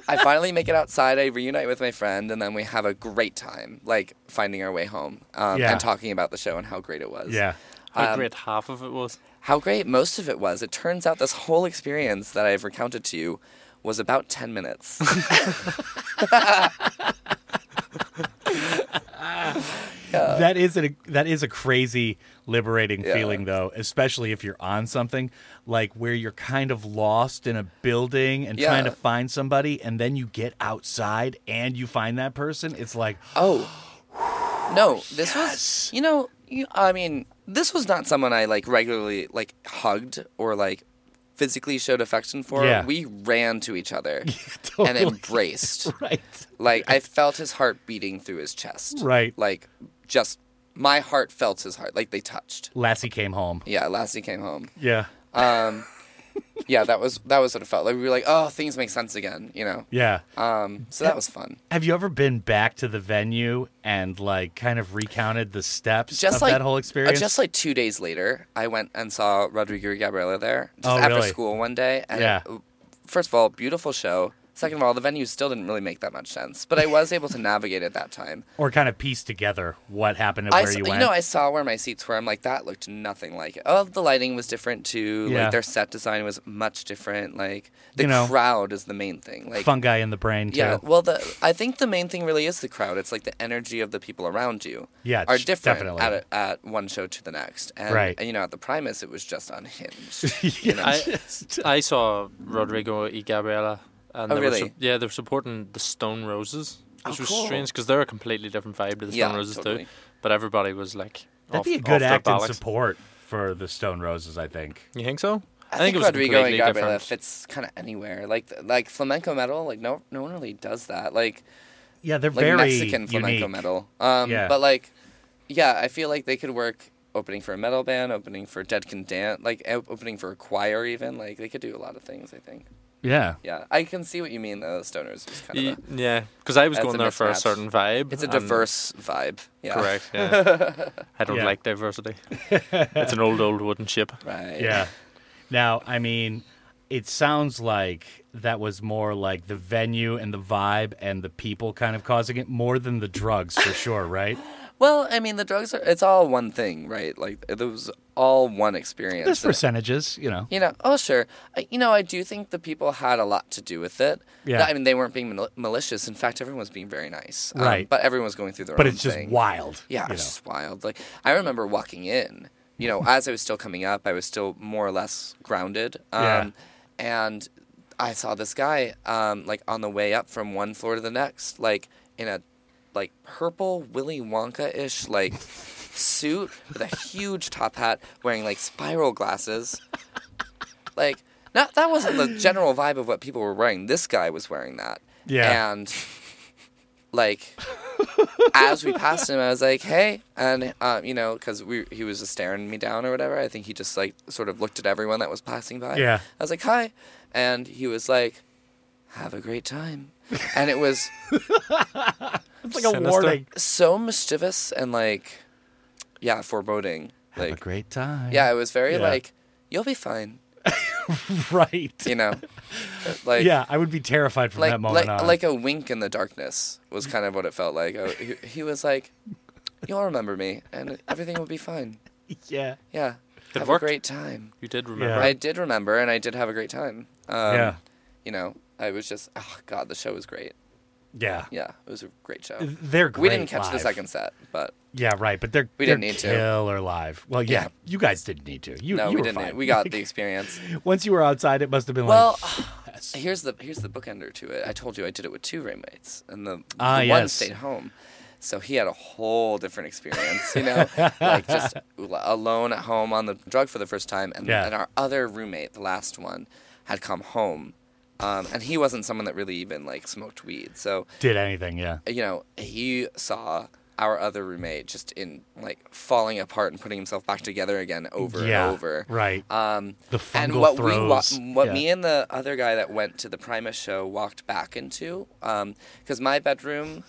Speaker 8: I finally make it outside. I reunite with my friend, and then we have a great time, like finding our way home um,
Speaker 6: Yeah.
Speaker 8: and talking about the show and how great it was.
Speaker 6: Yeah.
Speaker 5: How
Speaker 8: Um,
Speaker 5: great half of it was.
Speaker 8: How great most of it was. It turns out this whole experience that I've recounted to you was about 10 minutes.
Speaker 6: that is a that is a crazy liberating
Speaker 8: Yeah.
Speaker 6: feeling though, especially if you're on something like where you're kind of lost in a building and trying to
Speaker 8: Yeah.
Speaker 6: find somebody and then you get outside and you find that person. It's like
Speaker 8: Oh. No,
Speaker 6: Oh,
Speaker 8: this was you know, you, I mean, this was not someone I like regularly like hugged or like physically showed affection for.
Speaker 6: Yeah.
Speaker 8: We ran to each other and
Speaker 6: totally.
Speaker 8: embraced.
Speaker 6: right.
Speaker 8: Like I felt his heart beating through his chest.
Speaker 6: Right.
Speaker 8: Like just my heart felt his heart like they touched.
Speaker 6: Lassie came home.
Speaker 8: Yeah, Lassie came home.
Speaker 6: Yeah.
Speaker 8: Yeah, that was that was what it felt like. We were like, oh, things make sense again, you know.
Speaker 6: Yeah.
Speaker 8: Um, so that was fun.
Speaker 6: Have you ever been back to the venue and like kind of recounted the steps
Speaker 8: just
Speaker 6: of
Speaker 8: like
Speaker 6: that whole experience?
Speaker 8: uh, Just like two days later, I went and saw Rodrigo Gabriela there just
Speaker 6: Oh,
Speaker 8: after
Speaker 6: really?
Speaker 8: school one day. And
Speaker 6: Yeah.
Speaker 8: it- first of all, beautiful show. Second of all, the venue still didn't really make that much sense, but I was able to navigate it that time.
Speaker 6: or kind of piece together what happened and
Speaker 8: I
Speaker 6: where
Speaker 8: s-
Speaker 6: you went.
Speaker 8: know, I saw where my seats were. I'm like, that looked nothing like it. Oh, the lighting was different too.
Speaker 6: Yeah.
Speaker 8: Like their set design was much different. Like the
Speaker 6: You know,
Speaker 8: crowd is the main thing. Like
Speaker 6: Fungi in the brain too.
Speaker 8: yeah, well, the I think the main thing really is the crowd. It's like the energy of the people around you.
Speaker 6: Yeah,
Speaker 8: are
Speaker 6: ch-
Speaker 8: different
Speaker 6: definitely.
Speaker 8: at a, at one show to the next. And,
Speaker 6: Right.
Speaker 8: and, you know, at the Primus, it was just unhinged. You know?
Speaker 5: I, I saw Rodrigo y Gabriela, and
Speaker 8: Oh,
Speaker 5: they were
Speaker 8: really?
Speaker 5: su- yeah, they were supporting the Stone Roses,
Speaker 8: Oh,
Speaker 5: which was
Speaker 8: cool.
Speaker 5: strange because they're a completely different vibe to the Stone
Speaker 8: Yeah,
Speaker 5: Roses
Speaker 8: totally.
Speaker 5: too. But everybody was like,
Speaker 6: That'd
Speaker 5: off,
Speaker 6: be a
Speaker 5: off
Speaker 6: good
Speaker 5: their
Speaker 6: act in
Speaker 5: ballocks.
Speaker 6: support for the Stone Roses, I think.
Speaker 5: You think so?
Speaker 8: I, think, Rodrigo and
Speaker 5: completely
Speaker 8: Gabriela
Speaker 5: different-
Speaker 8: fits kind of anywhere. Like like flamenco metal, like no no one really does that. Like
Speaker 6: Yeah, they're
Speaker 8: like
Speaker 6: very
Speaker 8: Mexican flamenco
Speaker 6: unique.
Speaker 8: metal. Um,
Speaker 6: Yeah.
Speaker 8: But like, yeah, I feel like they could work opening for a metal band, opening for Dead Can Dance, like op- opening for a choir, even. Like they could do a lot of things. I think.
Speaker 6: Yeah.
Speaker 8: Yeah, I can see what you mean though. Stoners is kind of.
Speaker 5: Y-
Speaker 8: a-
Speaker 5: Yeah, because I was
Speaker 8: That's
Speaker 5: going
Speaker 8: a
Speaker 5: there for a
Speaker 8: mismatch.
Speaker 5: certain vibe.
Speaker 8: It's a
Speaker 6: Um,
Speaker 5: and-
Speaker 8: diverse vibe. Yeah.
Speaker 5: Correct. Yeah. I don't
Speaker 6: Yeah.
Speaker 5: like diversity. it's an old, old wooden ship.
Speaker 8: Right.
Speaker 6: Yeah. Now, I mean, it sounds like that was more like the venue and the vibe and the people kind of causing it more than the drugs for sure, right?
Speaker 8: Well, I mean, the drugs are, it's all one thing, right? Like, it was all one experience. Uh,
Speaker 6: There's percentages, you know.
Speaker 8: You know, oh, sure. I, you know, I do think the people had a lot to do with it.
Speaker 6: Yeah.
Speaker 8: I mean, they weren't being mal- malicious. In fact, everyone was being very nice. Um,
Speaker 6: Right.
Speaker 8: but everyone was going through their
Speaker 6: But
Speaker 8: own
Speaker 6: it's just
Speaker 8: thing.
Speaker 6: wild.
Speaker 8: Yeah,
Speaker 6: you
Speaker 8: it's
Speaker 6: know.
Speaker 8: just wild. Like I remember walking in, you know, as I was still coming up, I was still more or less grounded. Um and I saw this guy um like on the way up from one floor to the next, like in a like purple Willy Wonka ish like suit with a huge top hat, wearing like spiral glasses. Like not that wasn't the general vibe of what people were wearing. This guy was wearing that.
Speaker 6: Yeah.
Speaker 8: And like as we passed him, I was like, "Hey," and um, you know, because we he was just staring me down or whatever. I think he just like sort of looked at everyone that was passing by.
Speaker 6: Yeah.
Speaker 8: I was like, "Hi," and he was like, "Have a great time," and it was
Speaker 6: It's like a
Speaker 5: Sinister.
Speaker 6: warning.
Speaker 8: so mischievous and like, yeah, foreboding.
Speaker 6: Have a
Speaker 8: Like,
Speaker 6: great time.
Speaker 8: yeah, it was very
Speaker 6: Yeah.
Speaker 8: like, "You'll be fine,"
Speaker 6: Right.
Speaker 8: you know, like
Speaker 6: yeah, I would be terrified from
Speaker 8: like
Speaker 6: that moment
Speaker 8: like,
Speaker 6: on.
Speaker 8: like a wink in the darkness was kind of what it felt like. I, he, he was like, "You'll remember me, and everything will be fine."
Speaker 6: yeah.
Speaker 8: Yeah,
Speaker 5: It
Speaker 8: have
Speaker 5: worked.
Speaker 8: a great time.
Speaker 5: You did remember.
Speaker 6: Yeah.
Speaker 8: I did remember, and I did have a great time. Um,
Speaker 6: yeah.
Speaker 8: you know, I was just oh god, the show was great.
Speaker 6: Yeah.
Speaker 8: Yeah, it was a great show.
Speaker 6: They're great.
Speaker 8: we didn't catch the
Speaker 6: live.
Speaker 8: second set, but
Speaker 6: Yeah, right. But they're
Speaker 8: We
Speaker 6: they're
Speaker 8: didn't need to.
Speaker 6: killer live. Well, yeah,
Speaker 8: Yeah.
Speaker 6: you guys didn't need to. You,
Speaker 8: no,
Speaker 6: you
Speaker 8: we
Speaker 6: were
Speaker 8: didn't.
Speaker 6: fine.
Speaker 8: We got the experience.
Speaker 6: Once you were outside, it must have been
Speaker 8: Well,
Speaker 6: like yes.
Speaker 8: here's the here's the bookender to it. I told you I did it with two roommates, and the,
Speaker 6: Ah,
Speaker 8: the one
Speaker 6: yes.
Speaker 8: stayed home. So he had a whole different experience, you know, like just alone at home on the drug for the first time. And,
Speaker 6: Yeah.
Speaker 8: and our other roommate, the last one, had come home. Um, and he wasn't someone that really even like smoked weed. So
Speaker 6: Did anything, yeah.
Speaker 8: you know, he saw our other roommate just in like falling apart and putting himself back together again over
Speaker 6: yeah.
Speaker 8: and over.
Speaker 6: Right.
Speaker 8: Um,
Speaker 6: The
Speaker 8: and
Speaker 6: fungal
Speaker 8: what
Speaker 6: throes.
Speaker 8: we wa- what
Speaker 6: Yeah.
Speaker 8: me and the other guy that went to the Primus show walked back into, because my bedroom,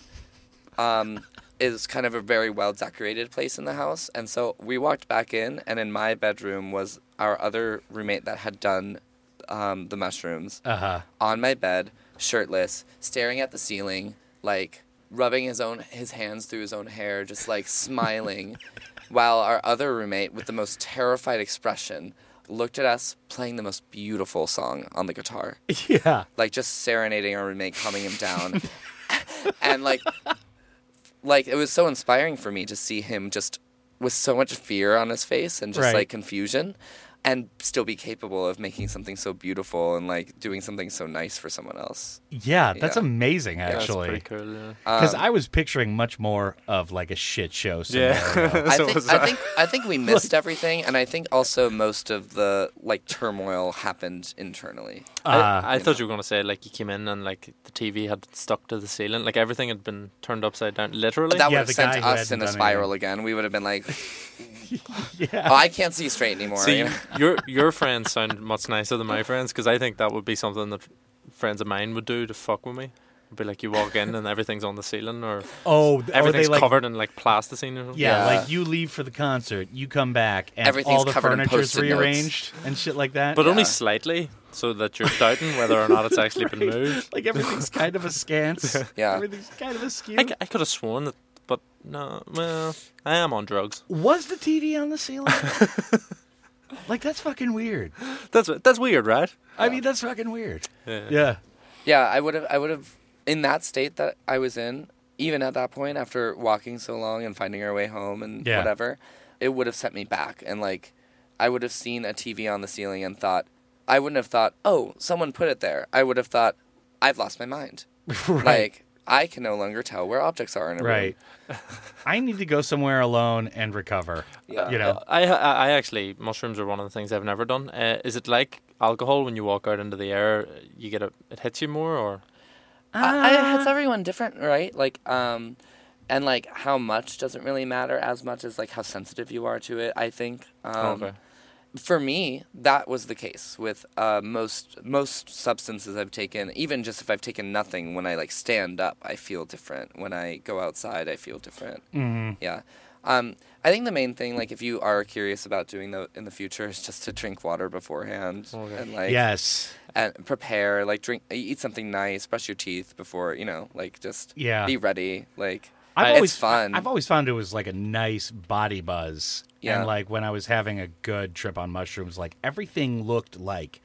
Speaker 8: um, is kind of a very well decorated place in the house, and so we walked back in, and in my bedroom was our other roommate that had done, um, the mushrooms
Speaker 6: Uh huh.
Speaker 8: on my bed, shirtless, staring at the ceiling, like rubbing his own his hands through his own hair, just like smiling, while our other roommate with the most terrified expression looked at us playing the most beautiful song on the guitar.
Speaker 6: Yeah.
Speaker 8: Like just serenading our roommate, calming him down. and like like it was so inspiring for me to see him just with so much fear on his face and just
Speaker 6: Right.
Speaker 8: like confusion and still be capable of making something so beautiful and like doing something so nice for someone else.
Speaker 6: Yeah, that's
Speaker 8: Yeah.
Speaker 6: amazing,
Speaker 5: That's
Speaker 6: actually.
Speaker 5: pretty cool. Yeah.
Speaker 6: Because
Speaker 8: Um,
Speaker 6: I was picturing much more of like a shit show. Scenario.
Speaker 8: I
Speaker 5: So
Speaker 8: think,
Speaker 5: was
Speaker 8: I think I think we missed everything and I think also most of the like turmoil happened internally.
Speaker 6: Ah.
Speaker 5: I, I thought you were going to say like you came in and like the TV had stuck to the ceiling, like everything had been turned upside down. Literally,
Speaker 8: But that
Speaker 6: Yeah,
Speaker 8: would have
Speaker 6: the
Speaker 8: sent
Speaker 6: guy who
Speaker 8: us
Speaker 6: hadn't
Speaker 8: in a
Speaker 6: done
Speaker 8: spiral again. We would have been like oh, I can't see straight anymore.
Speaker 5: See,
Speaker 8: you know?
Speaker 5: your your friends sound much nicer than my friends because I think that would be something that friends of mine would do to fuck with me. It'd be like you walk in and everything's on the ceiling or
Speaker 6: Oh, th- or they
Speaker 5: everything's
Speaker 6: like
Speaker 5: covered in like plasticine or something.
Speaker 6: Yeah,
Speaker 8: Yeah.
Speaker 6: like you leave for the concert, you come back, and
Speaker 8: Everything's
Speaker 6: all the
Speaker 8: covered in
Speaker 6: furniture's
Speaker 8: Post-it notes.
Speaker 6: rearranged and shit like that.
Speaker 5: But only
Speaker 8: Yeah.
Speaker 5: slightly, so that you're doubting whether or not it's actually been
Speaker 6: Right.
Speaker 5: moved.
Speaker 6: like everything's kind of askance.
Speaker 8: Yeah.
Speaker 6: everything's kind of askew.
Speaker 5: I, could have sworn that, but no, well, I am on drugs.
Speaker 6: Was the TV on the ceiling? like that's fucking weird.
Speaker 5: That's that's weird, right?
Speaker 6: I mean, that's fucking weird.
Speaker 5: Yeah.
Speaker 6: Yeah,
Speaker 8: Yeah, I would have. I would have in that state that I was in. Even at that point, after walking so long and finding our way home and
Speaker 6: Yeah.
Speaker 8: whatever, it would have sent me back. And like, I would have seen a TV on the ceiling and thought, I wouldn't have thought, oh, someone put it there. I would have thought, I've lost my mind. Like, I can no longer tell where objects are in a room.
Speaker 6: right. I need to go somewhere alone and recover.
Speaker 8: Yeah. uh,
Speaker 6: You know,
Speaker 5: I, I I actually mushrooms are one of the things I've never done. Uh, is it like alcohol when you walk out into the air, you get a it hits you more or
Speaker 8: I, I, it's everyone different, right? Like, um, and like how much doesn't really matter as much as like how sensitive you are to it. I think. Um,
Speaker 5: Okay.
Speaker 8: For me, that was the case with uh, most most substances I've taken. Even just if I've taken nothing, when I like stand up, I feel different. When I go outside, I feel different.
Speaker 6: Mm-hmm.
Speaker 8: Yeah. Um, I think the main thing, like, if you are curious about doing that in the future, is just to drink water beforehand and like
Speaker 6: Oh, yes.
Speaker 8: and prepare like drink eat something nice brush your teeth before you know like just
Speaker 6: Yeah.
Speaker 8: be ready like
Speaker 6: I've
Speaker 8: it's
Speaker 6: always
Speaker 8: fun
Speaker 6: I've always found it was like a nice body buzz.
Speaker 8: Yeah.
Speaker 6: And like when I was having a good trip on mushrooms, like everything looked like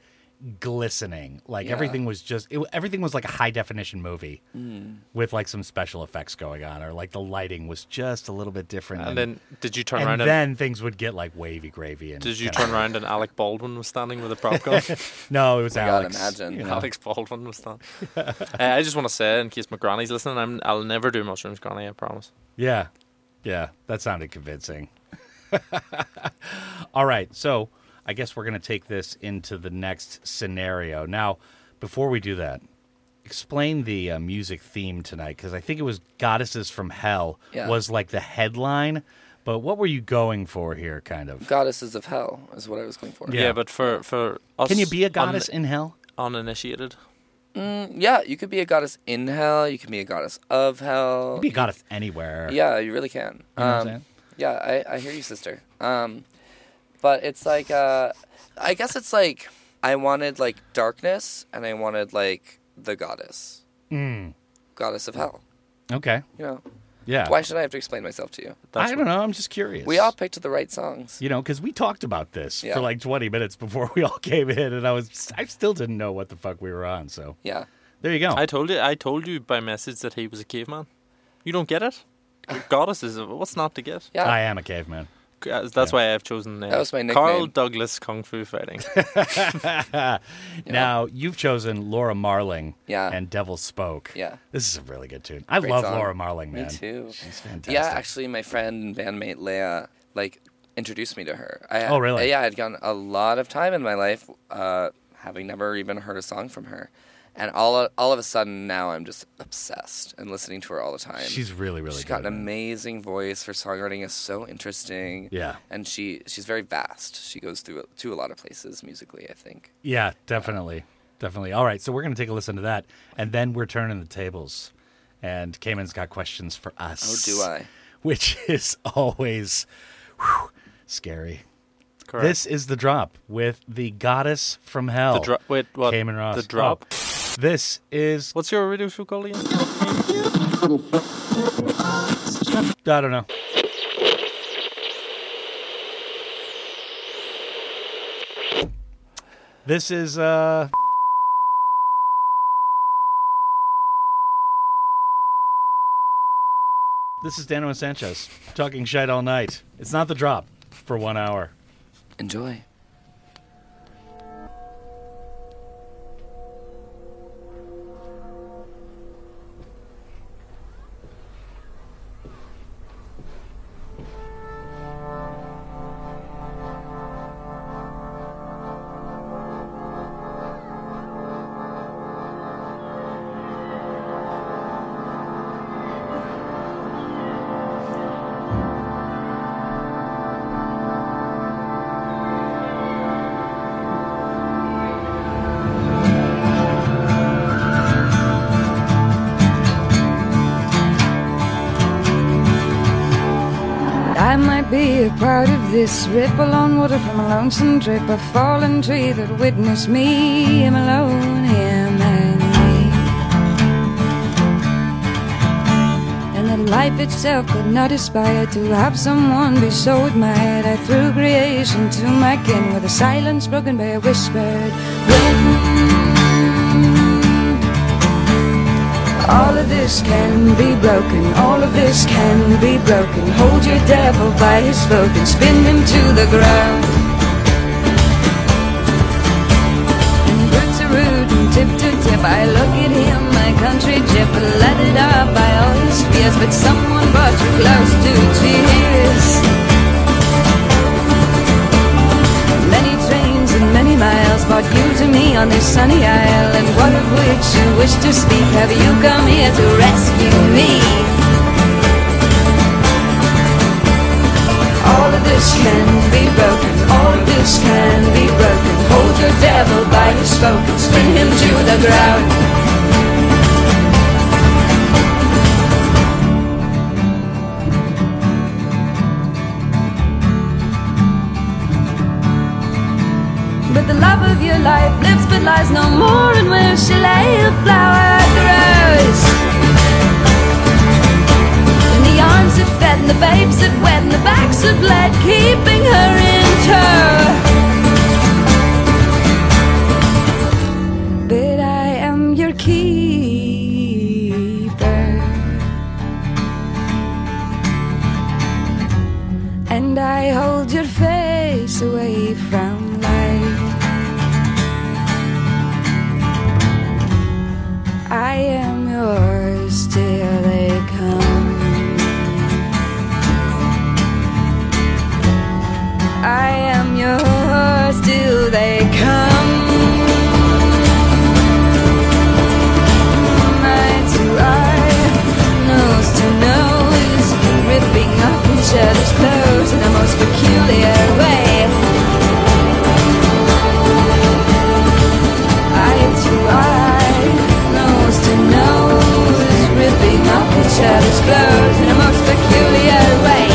Speaker 6: glistening. Like
Speaker 8: Yeah.
Speaker 6: everything was just it, everything was like a high definition movie
Speaker 8: Hmm.
Speaker 6: with like some special effects going on, or like the lighting was just a little bit different.
Speaker 5: and then did you turn
Speaker 6: and
Speaker 5: around and
Speaker 6: then things would get like wavy gravy. And
Speaker 5: did you
Speaker 6: kinda-
Speaker 5: turn around and Alec Baldwin was standing with a prop gun?
Speaker 6: No, it was
Speaker 8: God,
Speaker 6: Alex.
Speaker 8: imagine.
Speaker 6: you know.
Speaker 5: Alex Baldwin was standing. uh, I just want to say, in case my granny's listening, I'm, I'll never do mushrooms, granny. I promise.
Speaker 6: Yeah. Yeah. That sounded convincing. All right. So I guess we're going to take this into the next scenario. Now, before we do that, explain the uh, music theme tonight because I think it was Goddesses from Hell
Speaker 8: Yeah.
Speaker 6: was like the headline. But what were you going for here, kind of?
Speaker 8: goddesses of hell is what i was going for
Speaker 5: Yeah, but for for us,
Speaker 6: Can you be a goddess in hell?
Speaker 5: un- uninitiated?
Speaker 8: yeah you could be a goddess in hell you can be a goddess of hell
Speaker 6: Be a goddess anywhere.
Speaker 8: yeah you really can
Speaker 6: know what I'm
Speaker 8: Um,
Speaker 6: saying?
Speaker 8: yeah I, I hear you sister um but it's like uh i guess it's like i wanted like darkness and i wanted like the goddess goddess of hell
Speaker 6: Okay.
Speaker 8: you know
Speaker 6: Mm. Yeah.
Speaker 8: why should i have to explain myself to you
Speaker 5: That's
Speaker 6: I
Speaker 5: what-
Speaker 6: don't know. I'm just curious.
Speaker 8: we all picked the right songs
Speaker 6: you know, because we talked about this
Speaker 8: Yeah.
Speaker 6: for like 20 minutes before we all came in, and I was, I still didn't know what the fuck we were on. So
Speaker 8: yeah
Speaker 6: there you go.
Speaker 5: I told you. I told you by message that he was a caveman. You don't get it. Goddesses. What's not to get?
Speaker 8: Yeah.
Speaker 6: I am a caveman.
Speaker 5: uh, that's why I've chosen the name.
Speaker 8: That was my
Speaker 5: Carl
Speaker 8: nickname.
Speaker 5: Douglas Kung Fu Fighting.
Speaker 6: Now you've chosen Laura Marling,
Speaker 8: Yeah.
Speaker 6: and Devil Spoke.
Speaker 8: Yeah.
Speaker 6: this is a really good tune. I
Speaker 8: Great
Speaker 6: love
Speaker 8: song.
Speaker 6: Laura Marling, man.
Speaker 8: Me too.
Speaker 6: She's fantastic.
Speaker 8: Yeah, actually, my friend and bandmate Leia like introduced me to her. I,
Speaker 6: Oh, really?
Speaker 8: Yeah, I'd gone a lot of time in my life uh, having never even heard a song from her, and all all of a sudden now I'm just obsessed and listening to her all the time.
Speaker 6: she's really, really
Speaker 8: She's
Speaker 6: good.
Speaker 8: got an
Speaker 6: man.
Speaker 8: amazing voice. Her songwriting is so interesting.
Speaker 6: Yeah.
Speaker 8: and she she's very vast. She goes through to a lot of places musically. I think.
Speaker 6: Yeah, definitely. Definitely. All right, so we're going to take a listen to that. And then we're turning the tables. And Cayman's got questions for
Speaker 8: Oh,
Speaker 6: us.
Speaker 8: do I?
Speaker 6: Which is always whew, scary.
Speaker 5: Correct.
Speaker 6: This is The Drop with the Goddess from Hell.
Speaker 5: The Dro- wait, what?
Speaker 6: Cayman Ross.
Speaker 5: The Drop?
Speaker 6: Oh, this is,
Speaker 5: What's your radio show called again?
Speaker 6: I don't know. This is, uh, This is Dano and Sanchez talking shite all night. It's not the drop for one hour.
Speaker 8: Enjoy.
Speaker 9: I might be a part of this ripple on water from a lonesome drip, a fallen tree that witnessed me, him alone, him and me. And that life itself could not aspire to have someone be so admired. I threw creation to my kin with a silence broken by a whispered wind. All of this can be broken, all of this can be broken. Hold your devil by his throat and spin him to the ground. And Roots are rude and tip to tip. I look at him, my country jip, lighted up by all his fears. But someone brought you close to tears. Many trains and many miles brought you to me on this sunny isle. And what of which you wish to speak? Have you come here to rescue me? All of this can be broken, all of this can be broken. Hold your devil by his throat and spin him to the ground. But the love of your life lives but lies no more And where she lay the flower grows And the arms that fed and the babes that wed And the backs that bled keeping her in tow But I am your keeper and I hold your face away from light. I am yours till they come. I am yours till they come. Eye to eye, nose to nose, ripping off each other's clothes in the most peculiar way. Eye to eye, nose to nose, ripping off each other's clothes in the most peculiar way.